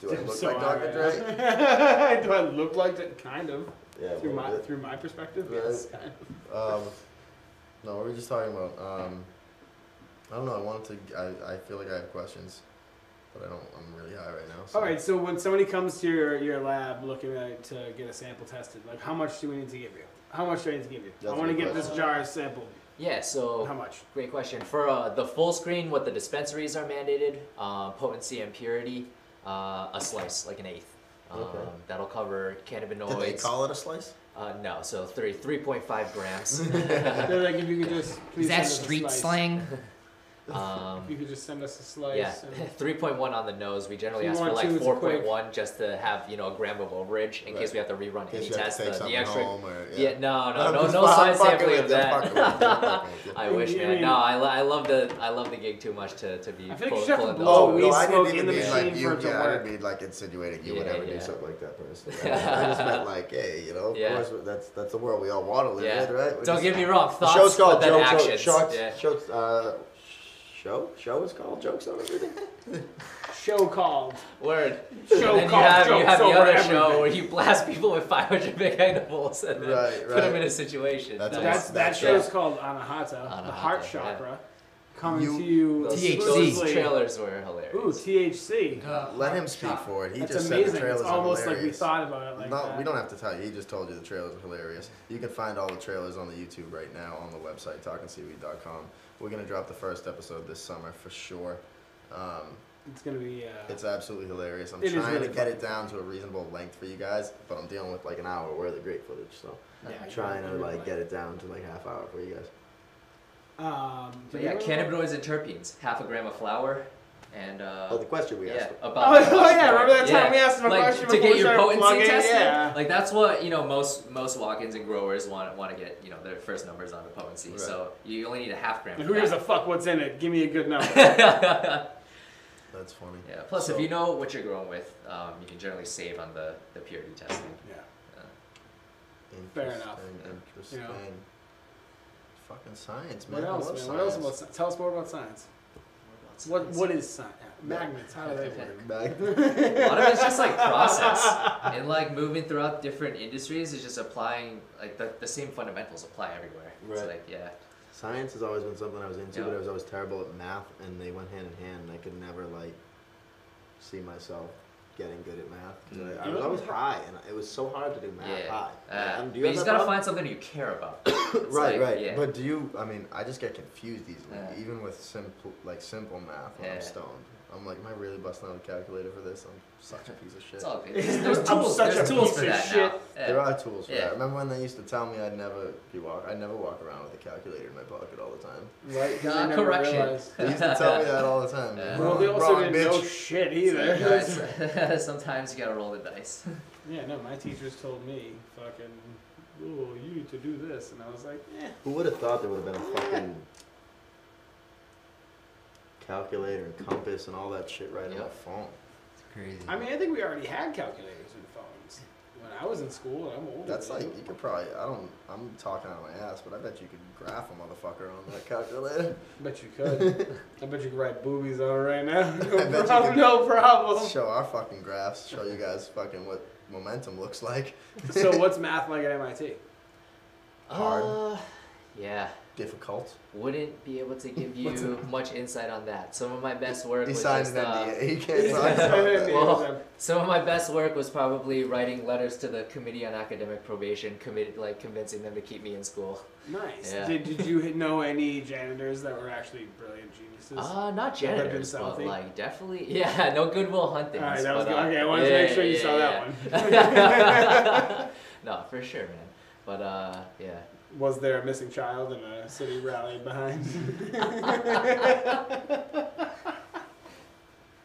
C: Do I
D: I'm
C: look
D: so
C: like Dr.
D: high right
C: Dre?
D: now. Do I look like it? Kind of.
C: Yeah. a
D: Through
C: little
D: my
C: bit.
D: through my perspective,
C: Right.
D: yes, kind of.
C: Um, no, we were just talking about. Um, I don't know. I wanted to. I, I feel like I have questions, but I don't. I'm really high right now. So.
D: All right. So when somebody comes to your, your lab looking at, to get a sample tested, like how much do we need to give you? How much do I need to give you?
C: That's
D: I
C: a
D: want to
C: good
D: get this
C: question. Oh.
D: jar sample.
E: Yeah, so.
D: How much?
E: Great question. For uh, the full screen, what the dispensaries are mandated, uh, potency and purity, uh, a slice, like an eighth. Um,
C: Okay.
E: That'll cover cannabinoids.
C: Did they call it a slice?
E: uh, no, so 3, 3.5 grams.
D: They're like if you could just please
G: Is
D: send
G: that
D: us a
G: street
D: slice.
G: slang?
D: If
E: um,
D: you could just send us a slice.
E: yeah,
D: and-
E: 3.1 on the nose. We generally
D: You
E: ask for
D: want
E: like
D: to, it's
E: 4.1 just to have, you know, a gram of overage in
C: Right.
E: case we have to rerun
C: In
E: any
C: case you have
E: test.
C: to take
E: the,
C: something
E: the extra.
C: home or
E: Yeah, no,
C: I'm
E: no, no,
C: just-
E: no
C: I'm
E: side
C: fucking
E: sampling
C: with
E: of
C: you, I'm
E: that.
C: fucking with you, I'm fucking with you.
E: I wish,
D: You
E: man.
D: mean-
E: No, I, lo- I love the I love the gig too much to, to be
D: I feel like
E: pull-
D: you should have
E: pulling
D: to
E: those
D: blow
E: out.
D: we
C: no, I
D: smoke
C: didn't
D: in
C: even
D: the
C: mean
D: machine
C: like you.
D: for it to
C: yeah, I
D: work.
C: didn't mean like insinuating you would
E: Yeah,
C: ever do
E: yeah.
C: something like that personally. I just meant like, hey, you know, of
E: Yeah.
C: course that's that's the world we all want to live
E: Yeah.
C: in, right? We
E: Don't
C: just-
E: get me wrong.
C: The
E: Thoughts,
C: show's
E: but
C: called
E: then
C: jokes.
E: actions.
C: Show,
E: yeah.
C: show, uh, show, show is called jokes on everything.
D: Show called.
E: Word.
D: Show
E: and then you
D: called.
E: have, you
D: jokes
E: have the
D: over
E: other
D: everything.
E: show where you blast people with 500 big animals and then
C: Right,
E: put them
C: right.
E: in a situation.
C: That's
E: Nice.
D: That's,
C: That
D: that
C: show.
D: show's called Anahata, the heart
E: Anahata, yeah.
D: chakra, coming
C: You-
D: to you.
E: Those,
G: THC.
E: those
D: exclusively-
E: trailers were hilarious.
D: Ooh, THC.
G: Uh,
C: Let him speak for it. He
D: That's
C: just said the
D: amazing.
C: trailers
D: It's almost
C: are
D: like we
C: hilarious.
D: thought about it like
C: no,
D: that.
C: we don't have to tell you. He just told you the trailers are hilarious. You can find all the trailers on the YouTube right now on the website talkingseaweed.com. We're gonna drop the first episode this summer for sure. Um,
D: It's gonna be. Uh,
C: it's absolutely hilarious. I'm
D: It is
C: trying
D: really
C: to get
D: fun.
C: it down to a reasonable length for you guys, but I'm dealing with like an hour worth of great footage, so
D: yeah,
C: I'm trying to like get it down to like half hour for you guys.
D: Um, do
I: But
D: we
I: yeah,
D: have a-
I: cannabinoids and terpenes. Half a gram of flour, and uh,
C: Oh, the question we
I: yeah,
C: asked.
I: about.
D: Oh, oh, yeah, remember that time
I: Yeah.
D: we asked him a
I: like,
D: question
I: to
D: before
I: get
D: we
I: your
D: started
I: potency
D: plugging?
I: tested.
D: Yeah.
I: Like that's what you know most most walk-ins and growers want want to get you know their first numbers on the potency.
C: Right.
I: So you only need a half gram.
D: Like,
I: for
D: who gives
I: that.
D: a fuck what's in it? Give me a good number.
C: That's funny.
I: yeah. Plus,
C: So-
I: if you know what you're growing with, um, you can generally save on the the purity testing.
D: Fair enough.
C: Interesting, Interesting.
D: You know.
C: Fucking science, man.
D: what
C: I
D: else,
C: love
D: man? What else
C: science.
D: about sci- Tell us more about science. What What is science? Magnets. How do they work?
C: Back-
I: A lot of it's just like process and like moving throughout different industries is just applying like the, the same fundamentals apply everywhere. It's
C: Right.
I: like yeah,
C: Science has always been something I was into, but
I: Yeah.
C: I was always terrible at math, and they went hand in hand. And I could never like see myself getting good at math. 'cause I, I was always high, and it was so hard to do math
I: Mm. yeah.
C: high.
I: Uh,
C: Um,
I: but
C: do
I: you
C: have
I: just
C: that
I: gotta
C: problem?
I: find something you care about. It's
C: right,
I: like,
C: right.
I: Yeah.
C: But do you? I mean, I just get confused easily,
I: Yeah.
C: even with simple like simple math when
I: Yeah.
C: I'm stoned. I'm like, am I really busting out a calculator for this? I'm such a piece of shit.
I: It's all good. There's,
D: I'm
I: there's tools.
D: such a
I: There's tools
D: piece
I: for
D: of
I: that
D: shit.
I: now. Yeah.
C: There are tools for
I: Yeah.
C: that. Remember when they used to tell me I'd never be walk? I'd never walk around with a calculator in my pocket all the time.
D: Right? 'cause
I: Uh,
D: I never
I: correction.
D: realized.
C: They used to tell me that all the time. man.
D: Well, they also
C: Wrong,
D: didn't know
C: bitch.
D: shit either.
I: Yeah, it's- Sometimes you gotta roll the dice.
D: yeah, no, my teachers told me, fucking, oh, you need to do this. And I was like, eh.
F: Who would have thought there would have been a fucking calculator and compass and all that shit right on
I: Yeah.
F: that phone?
G: It's crazy.
D: I mean, I think we already had calculators in phones. When I was in school, I'm older.
C: That's
D: than
C: like
D: you.
C: you could probably. I don't. I'm talking out of my ass, but I bet you could graph a motherfucker on that calculator.
D: bet you could. I bet you could write boobies on it right now.
C: I bet
D: No
C: you
D: problem.
C: could.
D: No
F: Um,
D: problem.
C: show our fucking graphs. Show you guys fucking what momentum looks like.
D: so what's math like at MIT?
C: Hard.
E: Uh, yeah.
C: Difficult.
E: Wouldn't be able to give you much insight on that. Some of my best work
C: He
E: was
C: signed
E: just
C: an
E: uh,
C: NDA. He can't sign something.
E: Well- some of my best work was probably writing letters to the Committee on Academic Probation, committed like convincing them to keep me in school.
D: nice.
E: Yeah.
D: Did, did you know any janitors that were actually brilliant geniuses?
E: Uh, not
D: Have I been
E: janitors, but
D: stealthy?
E: like definitely, yeah, no Goodwill Hunting.
D: All right, that was
E: but,
D: good.
E: uh,
D: Okay, I wanted to
E: yeah,
D: make sure you
E: yeah,
D: saw
E: yeah. no, for sure, man. But uh, yeah.
D: Was there a missing child in a city rally behind?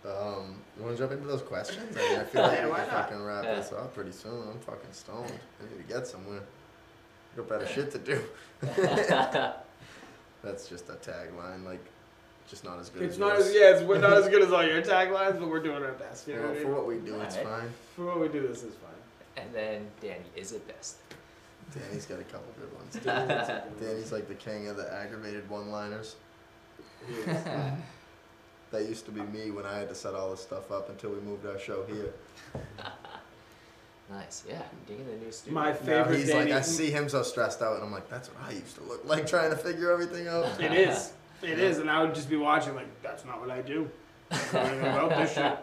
C: Um, you want to jump into those questions? I, mean, I feel like
D: Yeah,
C: we
D: why
C: can
D: not?
C: fucking wrap
E: Yeah.
C: this up pretty soon. I'm fucking stoned. I need to get somewhere. Got better shit to do. That's just a tagline, like, just not as good.
D: it's
C: as
D: not
C: yours.
D: as yeah, it's we're not as good as all your taglines, but we're doing our best. You know
C: Well,
D: what I
C: for
D: mean?
C: what we do, it's
E: Alright.
C: fine.
D: For what we do, this is fine.
E: And then Danny, is it best?
C: Danny's got a couple good ones.
D: Danny's
C: Danny's like the king of the aggravated one-liners. That used to be me when I had to set all this stuff up until we moved our show here.
E: Nice, yeah. I'm digging the new studio.
D: my
C: Now
D: favorite
C: he's
D: Danny.
C: like, I see him so stressed out, and I'm like, that's what I used to look like trying to figure everything out.
D: It is. It is, and I would just be watching like that's not what I do. I don't know anything about this shit.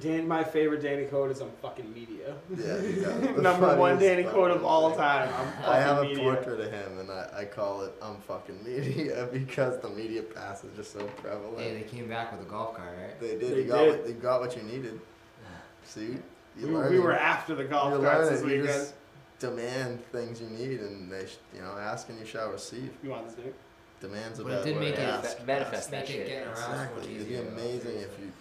D: Dan, my favorite Danny quote is I'm fucking media.
C: Yeah, he does. The
D: Number one
C: funniest
D: Danny quote of
C: fucking
D: all
C: thing.
D: time. I'm fucking
C: I have a
D: media.
C: portrait of him, and I, I call it "I'm fucking media" because the media pass is just so
G: hey, they
C: prevalent.
G: came back with a golf cart, right?
C: They did.
D: They
C: you got
D: did.
C: What, you got what you needed. See, you
D: We,
C: learn
D: we
C: it.
D: were after the golf
C: you
D: carts
C: learn
D: this
C: it. You
D: weekend.
C: just demand things you need, and they, sh- you know, ask and you shall receive.
D: You want this, dude?
C: Demands a
G: But it
C: bad
G: did
C: word.
G: make it
C: Ask.
E: Manifest- manifest
G: Make
E: that
G: it
E: shit.
G: get around.
C: Exactly. It'd be
G: easier, though.
C: amazing if you.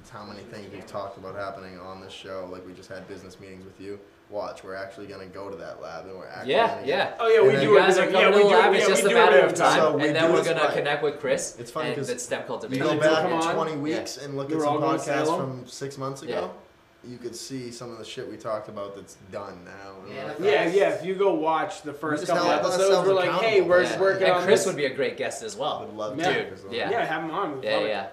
C: It's how many things we've talked about happening on this show. Like we just had business meetings with you. Watch, we're actually gonna go to that lab, and we're actually
E: Yeah,
C: gonna get-
E: yeah.
D: Oh yeah, we
C: And
D: do.
E: You guys
D: it.
E: are
D: Yeah,
E: coming
D: we
E: to
D: do it.
E: the lab.
D: Yeah,
E: It's
D: we
E: just a
D: do it
E: matter
D: every
E: of time,
C: So we
E: and
C: do
E: then we're
C: this
E: gonna
C: right.
E: connect with Chris.
C: It's funny
E: and
C: 'cause
E: the step
C: You
E: cultivation.
C: go
D: Yeah.
C: back
D: Come on.
C: in 20 weeks and look
D: We
C: at
D: were all
C: some
D: going to
C: podcasts
D: Salem.
C: from six months ago. You could see some of the shit we talked about that's done now. and
G: Yeah,
C: like
G: that's-
D: Yeah, yeah. If you go watch the first
C: just
D: couple
C: held
D: episodes,
C: ourselves
D: we're like, hey,
C: accountable.
D: we're
C: Yeah.
D: working
E: and
D: on
E: Chris
D: this.
E: would be a great guest as
C: I
E: well.
C: would love
D: Yeah.
C: to.
E: Dude,
C: because, um,
E: yeah.
D: yeah, have him on. We'd
E: Yeah,
D: love it.
E: yeah.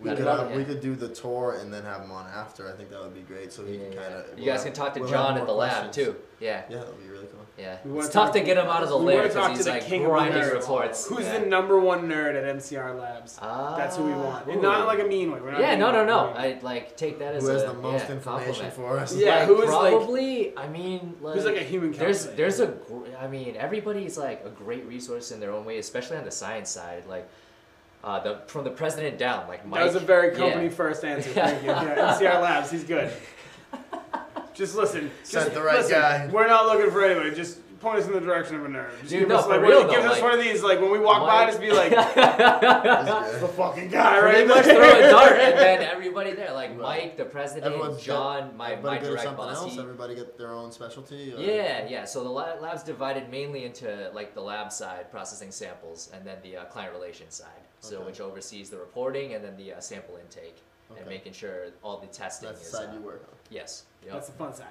C: We
E: I'd
C: could
E: love
C: have,
E: it.
C: we could do the tour and then have him on after. I think that would be great. So he can
E: Yeah.
C: kind of.
E: You guys can talk to John at the lab too. Yeah.
C: Yeah, that would be really cool.
E: Yeah.
D: We wanna
E: It's tough
D: talk-
E: to get him out of the
D: we
E: lair
D: wanna talk
E: because
D: to
E: he's
D: the
E: like
D: king of the
E: grinding
D: nerds.
E: reports.
D: Who's
E: yeah.
D: the number one nerd at MCR Labs?
E: Ah,
D: That's who we want, and
E: ooh.
D: not in like a mean way. We're not
E: yeah,
D: mean
E: no, no,
D: we're
E: no.
D: mean.
E: I like take that as
C: Who has
E: a,
C: the most
E: yeah,
C: information
E: compliment.
C: for us?
D: Yeah,
E: Like,
D: who is, like-
E: probably? I mean, like,
D: Who's like a human
E: there's
D: calculator?
E: there's a gr- I mean everybody's like a great resource in their own way, especially on the science side. Like, uh, the from the president down, like Mike.
D: that was a very
E: yeah.
D: company first answer. Thank you. Yeah, MCR Labs, he's good. Just listen. Just
C: Sent the right
D: listen.
C: guy.
D: We're not looking for anybody. Just point us in the direction of a nerd. Just
E: Dude,
D: give
E: no,
D: us,
E: for
D: like,
E: real,
D: one, give
E: though,
D: us
E: like-
D: one of these. Like when we walk by,
E: Mike-
D: just be like,
C: That's
D: the
C: good.
D: fucking guy
E: Pretty
D: right
E: much
D: there.
E: throw a dart and then everybody there, like Mike, the president,
C: Everyone's
E: John, my,
C: Everybody
E: my
C: go to
E: direct
C: something
E: boss.
C: else.
E: he-
C: Everybody get their own specialty. or-
E: Yeah, yeah. So the la- lab's divided mainly into like the lab side, processing samples, and then the uh, client relations side. So
C: Okay.
E: which oversees the reporting and then the uh, sample intake and
C: Okay.
E: making sure all the testing
C: That's the
E: is.
C: side
E: uh,
C: you work on.
E: Yes. Yep.
D: That's the fun side.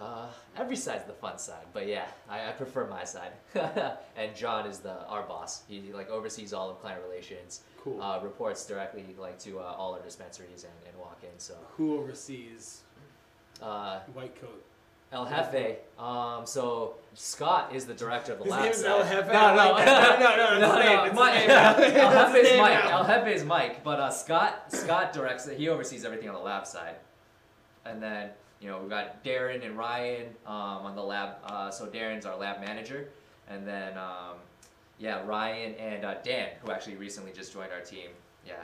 E: Uh, every side's the fun side, but yeah, I, I prefer my side. and John is the our boss. He like oversees all of client relations.
D: Cool.
E: Uh, reports directly like to uh, all our dispensaries and, and walk-ins. So
D: Who oversees
E: uh,
D: white coat?
E: El Jefe. Um, so Scott is the director of the
D: His
E: lab.
D: name is
E: side.
D: El Jefe.
E: No, no,
D: Like that. no, no, no, no,
E: no,
D: no,
E: no,
D: it's
E: Mike.
D: his name. It's his name.
E: El
D: That's
E: Jefe
D: his
E: is
D: name
E: Mike.
D: now.
E: El Jefe is Mike, but uh, Scott Scott directs it. He oversees everything on the lab side, and then you know we got Darren and Ryan um, on the lab. Uh, so Darren's our lab manager, and then um, yeah, Ryan and uh, Dan, who actually recently just joined our team. Yeah,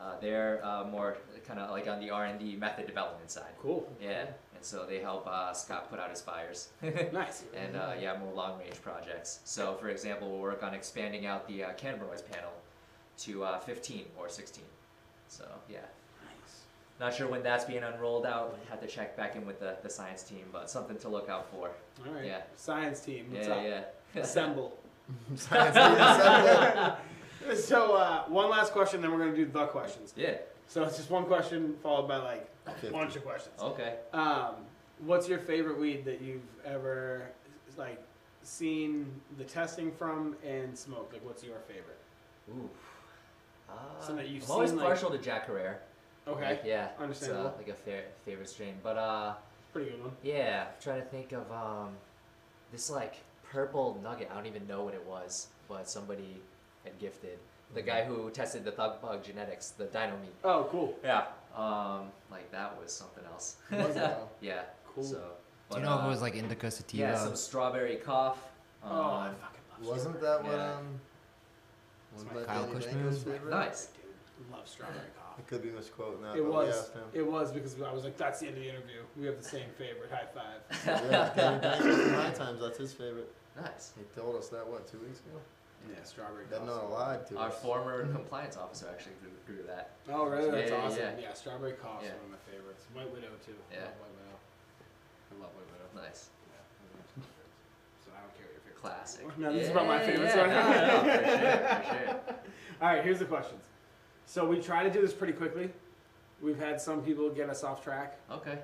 E: Uh, they're uh, more kind of like on the R&D method development side.
D: Cool.
E: Yeah, and so they help uh, Scott put out his fires.
D: Nice.
E: and uh, yeah, more long range projects. So, for example, we'll work on expanding out the uh, cannabinoids panel to uh, 15 or 16. So, yeah.
D: Nice.
E: Not sure when that's being unrolled out. Have to check back in with the, the science team, but something to look out for.
D: All right.
E: Yeah.
D: Science team. What's
E: yeah,
D: up?
E: yeah.
D: Assemble.
C: Science team assembled.
D: so uh, one last question, then we're gonna do the questions.
E: yeah.
D: So it's just one question followed by like a
C: Fifty.
D: bunch of questions.
E: Okay.
D: Um, what's your favorite weed that you've ever like seen the testing from and smoked? Like, what's your favorite?
E: Ooh. Uh,
D: Something that you've
L: I'm always
D: seen, like-
L: partial to Jack Herrera.
D: Okay,
L: Like, yeah,
D: Understandable.
L: It's, uh, like a fair, favorite strain. But uh,
D: pretty good one.
L: yeah, I'm trying to think of um, this like purple nugget. I don't even know what it was, but somebody had gifted the guy
G: Mm-hmm.
L: who tested the thug bug genetics, the dino meat.
D: Oh, cool.
L: Yeah.
E: Um, like that was something else.
C: Was it now?
E: yeah.
D: Cool.
E: So.
G: Do you
E: but,
G: know if
E: uh,
G: it was like indica sativa?
E: Yeah, some strawberry cough. Um,
D: oh, I fucking
C: uh,
D: love.
C: Wasn't that what
E: Yeah.
C: um?
D: It's
C: Wasn't
D: my
C: that
G: Kyle
C: Danny Danko's
G: Cushman's-
C: favorite? Uh,
E: nice.
D: Dude, love strawberry coffee.
C: I could be misquoting that.
D: It
C: but
D: was.
C: We asked him.
D: It was because I was like, that's the end of the interview. We have the same favorite. High five.
C: yeah, Danny Danko from High Times. That's his favorite.
E: Nice.
C: He told us that what two weeks ago.
D: Yeah, strawberry
C: That
D: coffee.
C: not a lie to
E: Our
C: us.
E: former
G: Mm-hmm.
E: compliance officer actually grew, grew that.
D: Oh, really? That's
E: Yeah, yeah,
D: awesome.
E: yeah.
D: Yeah, strawberry coffee is
E: Yeah.
D: one of my favorites. White Widow too.
E: Yeah.
D: Love White Widow. I love White Widow.
E: Nice.
D: Yeah, those are my two favorites. So I don't care what your favorite. No, this
E: Classic.
D: is about my
E: Yeah,
D: favorites.
E: yeah,
D: right?
E: no, no, for sure, for sure.
D: All right, here's the questions. So we try to do this pretty quickly. We've had some people get us off track.
E: Okay.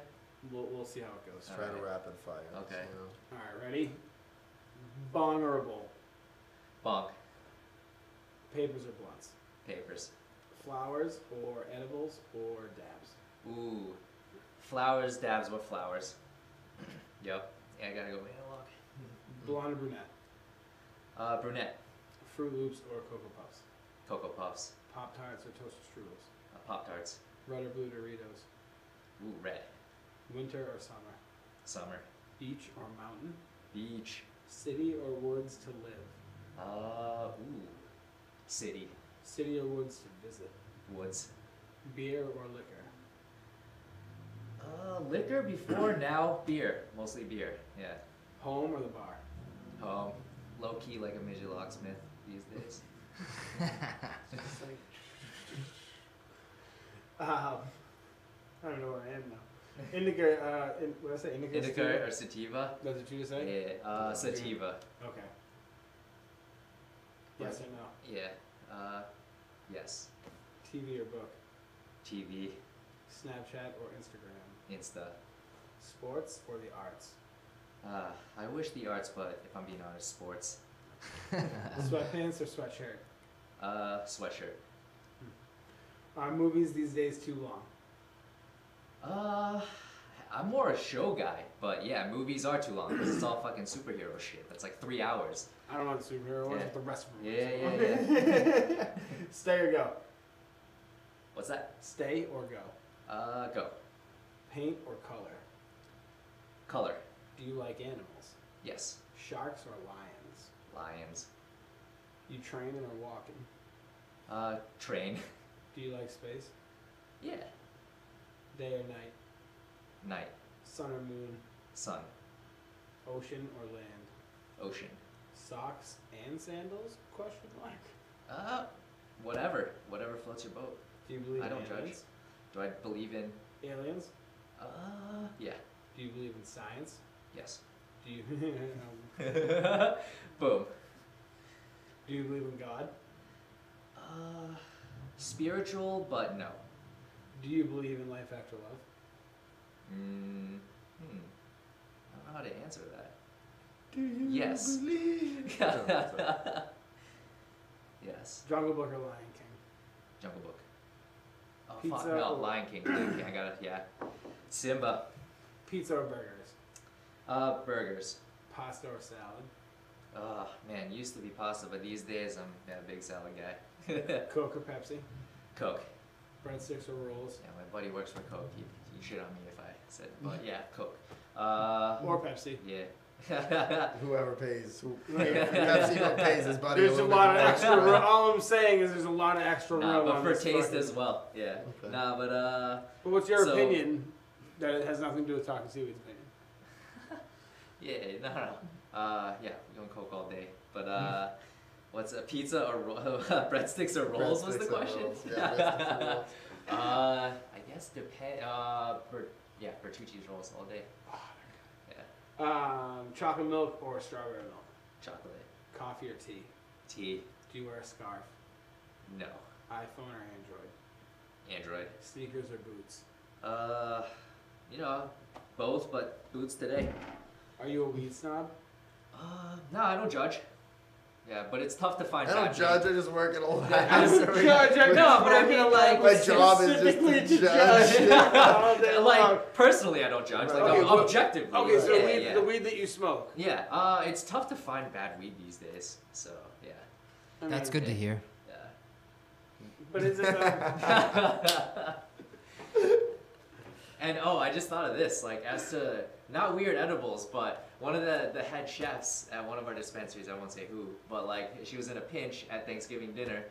D: We'll, we'll see how it goes.
C: Let's try to
E: Alright.
C: rapid fire. this,
E: Okay.
C: you know.
D: All right, ready? Vulnerable.
E: Bonk.
D: Papers or blunts.
E: Papers.
D: Flowers or edibles or dabs.
E: Ooh. Flowers, dabs, what flowers? yep. Yeah, I gotta go analog.
D: Blonde or brunette.
E: Uh, brunette.
D: Fruit Loops or Cocoa Puffs.
E: Cocoa Puffs.
D: Pop Tarts or Toasted Strudels.
E: Uh, Pop Tarts.
D: Red or blue Doritos.
E: Ooh, red.
D: Winter or summer.
E: Summer.
D: Beach or mountain.
E: Beach.
D: City or woods to live.
E: Uh, ooh. City.
D: City or woods to visit.
E: Woods.
D: Beer or liquor.
E: Uh, liquor before, now beer. Mostly beer. Yeah.
D: Home or the bar.
E: Home. Low key like a midget locksmith these days.
D: Um, I don't know where I am now. Indica, uh, in, what did I say? Indica.
E: Indica or sativa?
D: That's what you just said?
E: Yeah. Uh, sativa.
D: Okay. Yes or no?
E: Yeah. Uh, yes.
D: TV or book?
E: TV.
D: Snapchat or Instagram?
E: Insta.
D: Sports or the arts?
E: Uh, I wish the arts, but if I'm being honest, sports.
D: Sweatpants or sweatshirt?
E: Uh, sweatshirt.
D: Are movies these days too long?
E: Uh, I'm more a show guy, but yeah, movies are too long 'cause it's all fucking superhero shit. That's like three hours.
D: I don't know the superhero ones,
E: Yeah.
D: but the rest of them.
E: Yeah, yeah,
D: yeah. Stay or go?
E: What's that?
D: Stay or go?
E: Uh, go.
D: Paint or color?
E: Color.
D: Do you like animals?
E: Yes.
D: Sharks or lions?
E: Lions.
D: You training or walking?
E: Uh, train.
D: Do you like space?
E: yeah.
D: Day or night?
E: Night.
D: Sun or moon?
E: Sun.
D: Ocean or land?
E: Ocean.
D: Socks and sandals? Question mark.
E: Uh, whatever. Whatever floats your boat.
D: Do you believe
E: I
D: in
E: don't judge.
D: aliens?
E: Do I believe in?
D: Aliens?
E: Uh, yeah.
D: Do you believe in science?
E: Yes.
D: Do you um,
E: Boom.
D: do you believe in God?
E: Uh, spiritual, but no.
D: Do you believe in life after love?
E: Mm, hmm. I don't know how to answer that. Do you yes. believe? yes.
D: Jungle Book or Lion King?
E: Jungle Book. Oh fuck
D: Pizza
E: no!
D: or-
E: Lion King. Lion King. I got it. Yeah. Simba.
D: Pizza or burgers?
E: Uh, burgers.
D: Pasta or salad?
E: Oh man, used to be pasta, but these days I'm yeah, a big salad guy.
D: Coke or Pepsi?
E: Coke.
D: Breadsticks or rolls?
E: Yeah, my buddy works for Coke. He, he shit on me if I said, but yeah, Coke. Uh,
D: Or Pepsi?
E: yeah.
C: Whoever pays, who, Pepsi who pays his buddy.
D: There's a
C: little bit
D: lot of
C: more
D: extra. ro- all I'm saying is there's a lot of extra
E: Nah,
D: room
E: but
D: on
E: for
D: this
E: taste
D: fucking-
E: as well. Yeah.
C: Okay.
E: Nah, but uh,
D: But what's your
E: So-
D: opinion that it has nothing to do with talking seaweed's opinion?
E: yeah, no, no. Uh, yeah, we're going Coke all day. But uh, what's a pizza or ro- breadsticks or rolls was the
C: breadsticks and
E: question?
C: rolls. Yeah, breadsticks and rolls.
E: uh, I guess depend. Uh, Bert- yeah, Bertucci's rolls all day. Yeah,
D: Um, chocolate milk or strawberry milk?
E: chocolate,
D: Coffee or tea?
E: tea,
D: Do you wear a scarf?
E: no,
D: iPhone or Android?
E: Android.
D: Sneakers or boots?
E: Uh, you know, both, but boots today.
D: Are you a weed snob?
E: Uh, no, I don't judge. Yeah, but it's tough to find.
C: I don't
E: bad
C: judge.
E: people.
C: I just work at a lot.
E: I don't
D: judge, I-
E: no, but I mean, like,
C: My job is just to
D: Specifically
C: judge.
D: all day long.
E: Like personally, I don't judge. Like
D: Okay, well-
E: objectively.
D: Okay, so
E: yeah,
D: the, weed,
E: yeah.
D: the weed that you smoke.
E: Yeah, uh, it's tough to find bad weed these days. So yeah,
D: I
G: That's
D: mean,
G: good to hear.
E: yeah.
D: But is it uh, a,
E: And oh, I just thought of this, like as to not weird edibles, but one of the, the head chefs at one of our dispensaries, I won't say who, but like she was in a pinch at Thanksgiving dinner,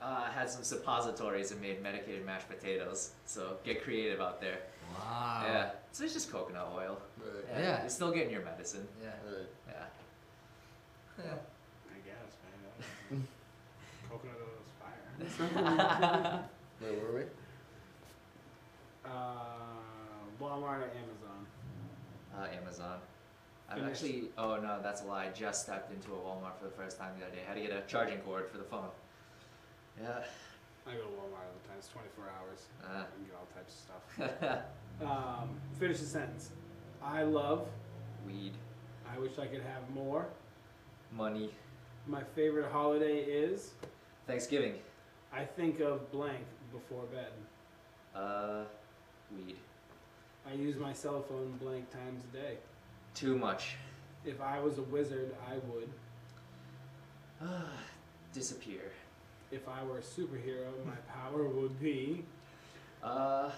E: uh, had some suppositories and made medicated mashed potatoes. So get creative out there.
G: Wow.
E: yeah. So it's just coconut oil.
C: Right,
E: Yeah.
G: Yeah.
E: You're still getting your medicine.
G: Yeah.
C: right.
E: Yeah.
D: I guess, man. Coconut oil is fire.
C: Wait, where were we?
D: Uh, Walmart or Amazon?
E: Uh, Amazon. I've
D: Finished.
E: actually, oh no, that's a lie. I just stepped into a Walmart for the first time the other day. I had to get a charging cord for the phone. Yeah.
D: I go to Walmart all the time. It's 24 hours.
E: Ah.
D: I can get all types of stuff. um, finish the sentence. I love.
E: Weed.
D: I wish I could have more.
E: Money.
D: My favorite holiday is.
E: Thanksgiving.
D: I think of blank before bed.
E: Uh, weed.
D: I use my cell phone blank times a day.
E: Too much.
D: If I was a wizard, I would.
E: Ah, Disappear.
D: If I were a superhero, my power would be.
E: Uh,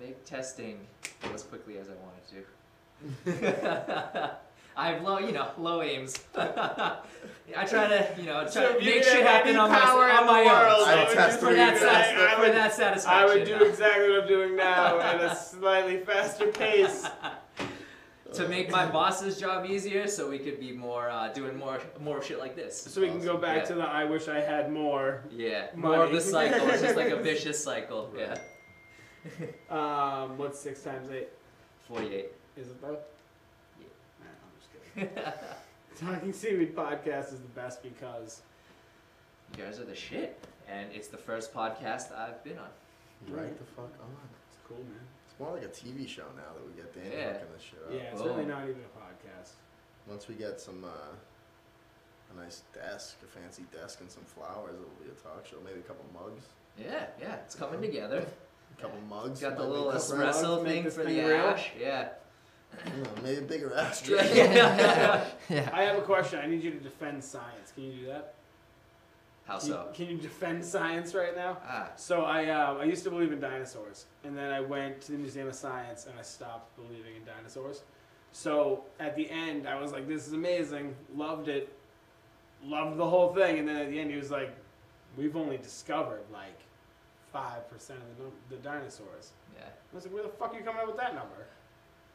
E: make testing go as quickly as I wanted to. I have low, you know, low aims. I try to, you know, try
D: So
E: to
D: if you
E: make
D: had
E: shit happen
D: any
E: on my,
D: power
E: on
D: in
E: my
D: the
E: own.
D: world,
E: so
C: I would
E: just
C: do
E: for
C: that.
E: that, sat-
D: I
E: for
D: would-
E: that satisfaction.
D: I would do
E: no.
D: exactly what I'm doing now at a slightly faster pace.
E: to make my boss's job easier, so we could be more uh, doing more more shit like this.
D: So we can go back
E: Yeah.
D: to the I wish I had more.
E: Yeah,
D: Money.
E: more of the cycle. It's just like a vicious cycle. Yeah,
D: Um, what's six times eight?
E: forty-eight.
D: Is it though?
E: Yeah.
D: Nah, I'm just kidding. Talking Seaweed podcast is the best because.
E: You guys are the shit, and it's the first podcast I've been on.
C: Right the fuck on.
D: It's cool, man.
C: It's more like a TV show now that we get Danny
E: Yeah.
C: hooking this shit up.
D: Yeah, it's
E: Whoa.
D: really not even a podcast.
C: Once we get some, uh, a nice desk, a fancy desk, and some flowers, it'll be a talk show. Maybe a couple mugs.
E: Yeah, yeah, it's coming together.
C: A couple mugs.
E: Got the
C: might be
E: little
C: good.
E: espresso
D: Make
E: thing
D: this
E: for
D: thing
E: the
D: real.
E: ash. Yeah.
C: Yeah, maybe a bigger ashtray.
E: Yeah.
D: I have a question. I need you to defend science. Can you do that?
E: How
D: Can you-
E: so?
D: Can you defend science right now?
E: Ah,
D: So I, um, I used to believe in dinosaurs, and then I went to the Museum of Science and I stopped believing in dinosaurs. So at the end, I was like, "This is amazing," loved it, loved the whole thing, and then at the end, he was like, "We've only discovered like five percent of the, num- the dinosaurs."
E: yeah.
D: I was like, "Where the fuck are you coming up with that number?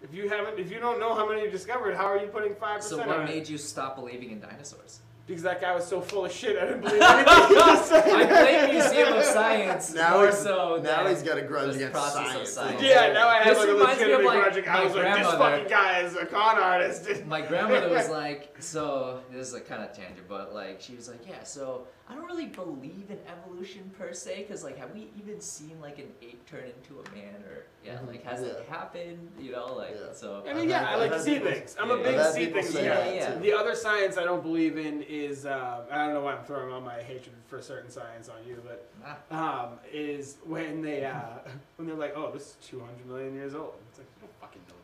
D: If you haven't, if you don't know how many you discovered, how are you putting five
E: So
D: percent?"
E: what
D: on it?
E: made you stop believing in dinosaurs?
D: Because that guy was so full of shit, I didn't believe anything he was saying.
E: I blame Museum of Science
C: Now
E: more
C: he's-
E: so
C: now
E: than
C: he's got a grudge
E: this
C: against
E: process of
C: science.
E: science.
D: Yeah, now I have
E: This
D: like a
E: reminds me of,
D: legitimate
E: like,
D: project. I
E: my
D: was like, this
E: grandmother.
D: fucking guy is a con artist.
E: My grandmother was like, so this is like kind of tangent, but like she was like, yeah, so I don't really believe in evolution per se, because like have we even seen like an ape turn into a man or yeah,
D: Mm-hmm.
E: like has it
C: Yeah.
E: happened? You know, like
C: Yeah.
E: so
D: I mean, yeah, I like to
C: I've had
D: see
C: people-
D: things. I'm a
E: yeah.
D: big
C: I've had
D: see
C: people
D: things
C: say
D: guy.
E: that, too.
D: The other science I don't believe in is uh, I don't know why I'm throwing all my hatred for certain science on you, but
E: ah,
D: um, is when they uh, when they're like, oh, this is 200 million years old. It's like you don't fucking know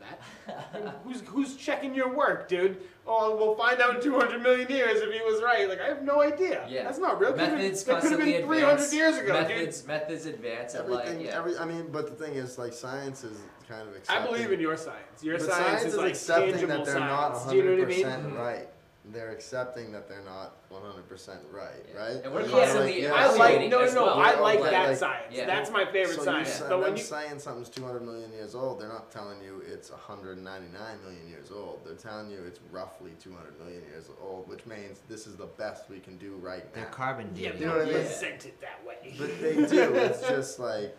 D: that. who's who's checking your work, dude? Oh, we'll find out in 200 million years if he was right. Like I have no idea.
E: Yeah.
D: That's not real. Could've been-
E: Methods
D: that could have
E: constantly
D: been 300
E: advance.
D: years ago, dude.
E: Methods, methods advance. at,
C: Everything,
E: like, yeah.
C: every, I mean, but the thing is, like, science is kind of
D: I
C: accepting.
D: believe in your science. Your
C: but
D: science, is, like
C: accepting
D: tangible
C: that they're not
D: science.
C: 100%
D: Do you know what I mean?
C: right. They're accepting that they're not 100% right, right?
E: And we're
C: I mean,
E: constantly
C: yeah,
D: I
E: That's
D: like
E: waiting
D: no, no,
E: as
D: no.
E: well.
D: I like
C: Like-
D: that
C: like-
D: science.
E: yeah.
D: That's my favorite
C: so
D: science.
C: You,
D: But
C: them
D: when you
C: saying something's 200 million years old, they're not telling you it's 199 million years old. They're telling you it's roughly 200 million years old, which means this is the best we can do right
G: They're
C: now.
G: carbon
D: yeah,
G: dating.
D: they
C: know what I
D: don't
C: mean?
D: present it that way.
C: but they do. It's just like,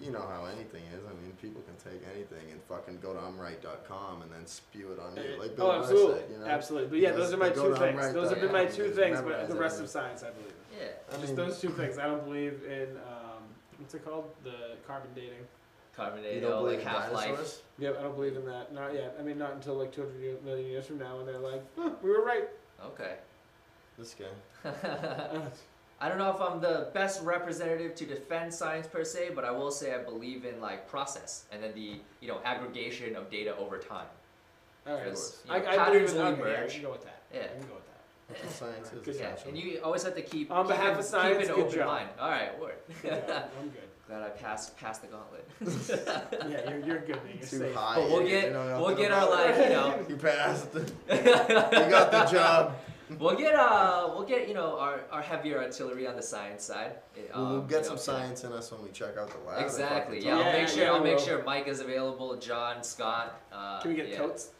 C: you know how anything is. I mean, people can take anything and fucking go to umright.com and then spew it on you. Like Bill
D: oh,
C: Burr
D: absolutely,
C: said, you know?
D: absolutely. But yeah,
C: You
D: those
C: just
D: are my
C: go
D: two
C: to
D: things.
C: umright.com
D: Those have been my two
C: and
D: things.
C: memorize
D: But the rest
C: everything.
D: of science, I believe.
E: yeah.
C: I
D: Just
C: mean,
D: those two things. I don't believe in um, what's it called? The carbon dating.
C: you
E: Carbonado,
C: don't believe
E: like
C: in
E: Half Life.
C: dinosaurs?
D: Yep, I don't believe in that. Not yet. I mean, not until like 200 year- million years from now, when they're like, huh, we were right.
E: Okay.
C: This guy.
E: I don't know if I'm the best representative to defend science per se, but I will say I believe in like process and then the you know aggregation of data over time.
D: All right.
E: Because, you
D: I,
E: know,
D: I believe
E: patterns
D: in
E: will
D: that. Okay, yeah, we
E: emerge.
D: can go with that.
E: Yeah.
D: We can go with that.
C: That's what science is.
D: Good
E: Yeah,
C: essentially.
E: and you always have to keep
D: On behalf
E: keep
D: of
E: an-
D: science,
E: keep an
D: good
E: open
D: job.
E: mind. All right, word.
D: Yeah, I'm good.
E: Glad I passed passed the gauntlet.
D: Yeah, you're, you're good, man. You're
C: Too
D: safe.
C: high.
E: But we'll
C: you
E: get
C: don't know
E: we'll
C: nothing
E: get our
C: about
E: like you know
C: it. You passed. you got the job.
E: We'll get uh, we'll get you know our, our heavier artillery on the science side. It,
C: we'll
E: um,
C: get
E: you
C: some
E: know,
C: science in us when we check out the lab. and
E: Exactly.
C: fucking
E: Yeah,
D: Yeah,
E: I'll make sure
D: yeah,
E: I'll
D: we
E: make
D: will.
E: sure Mike is available. John, Scott. Uh,
D: Can we get
E: yeah.
D: totes?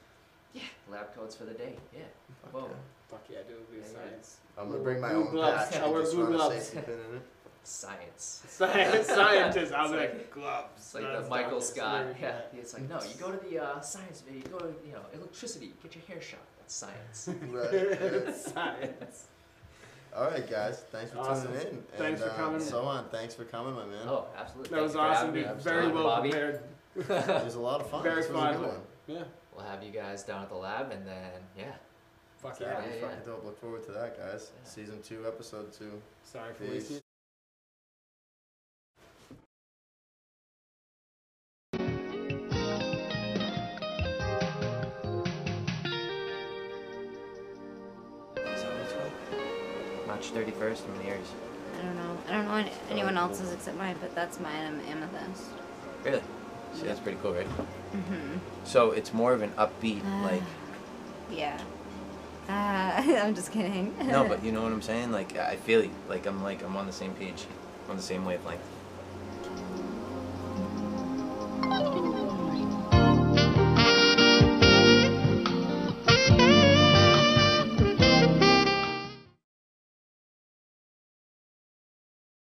E: Lab coats for the day. Yeah.
C: talk.
E: Boom.
D: Fuck yeah, dude. We
E: Yeah,
D: have
E: yeah.
D: science.
C: I'm gonna bring my
D: Blue
C: own
D: gloves.
C: patch.
D: I wear
C: just
D: blue
C: want a
D: gloves.
C: safety pin in it.
E: Science.
D: Science, scientist. I was
E: It's
D: like,
E: like-
D: gloves.
E: It's like
D: That's
E: the Michael
D: doctors.
E: Scott.
D: Weird,
E: Yeah. It's like no, you go to the uh, science. You go to you know electricity. Get your hair shot. That's science.
C: Right.
D: science.
C: All right, guys. Thanks for
D: Awesome.
C: tuning in.
D: Thanks
C: and,
D: for
C: uh,
D: coming.
C: So on. Thanks for coming, my man.
E: oh, absolutely.
D: That
E: Thank
D: was
E: you for having
D: awesome,
E: me.
D: dude. Very
C: Absolutely.
D: well
E: Bobby.
D: prepared.
C: It was a lot of fun.
D: Very
C: this was a
D: fun.
C: good one.
D: Yeah.
M: We'll have you guys down at the lab, and then yeah.
D: Fuck
C: Yeah,
D: yeah.
C: it was
M: yeah.
C: fucking dope. Look forward to that, guys.
M: Yeah.
C: Season two, episode two.
D: Sorry for
C: Peace.
D: wasting
A: March 31st, I'm in Aries.
B: I don't know. I don't know any- anyone else's except mine, but that's mine. I'm amethyst.
A: Really? See, that's pretty cool, right? So it's more of an upbeat, like,
B: Yeah. Ah, I'm just kidding.
A: no, but you know what I'm saying? Like, I feel you. Like, I'm like, I'm on the same page, on the same wavelength.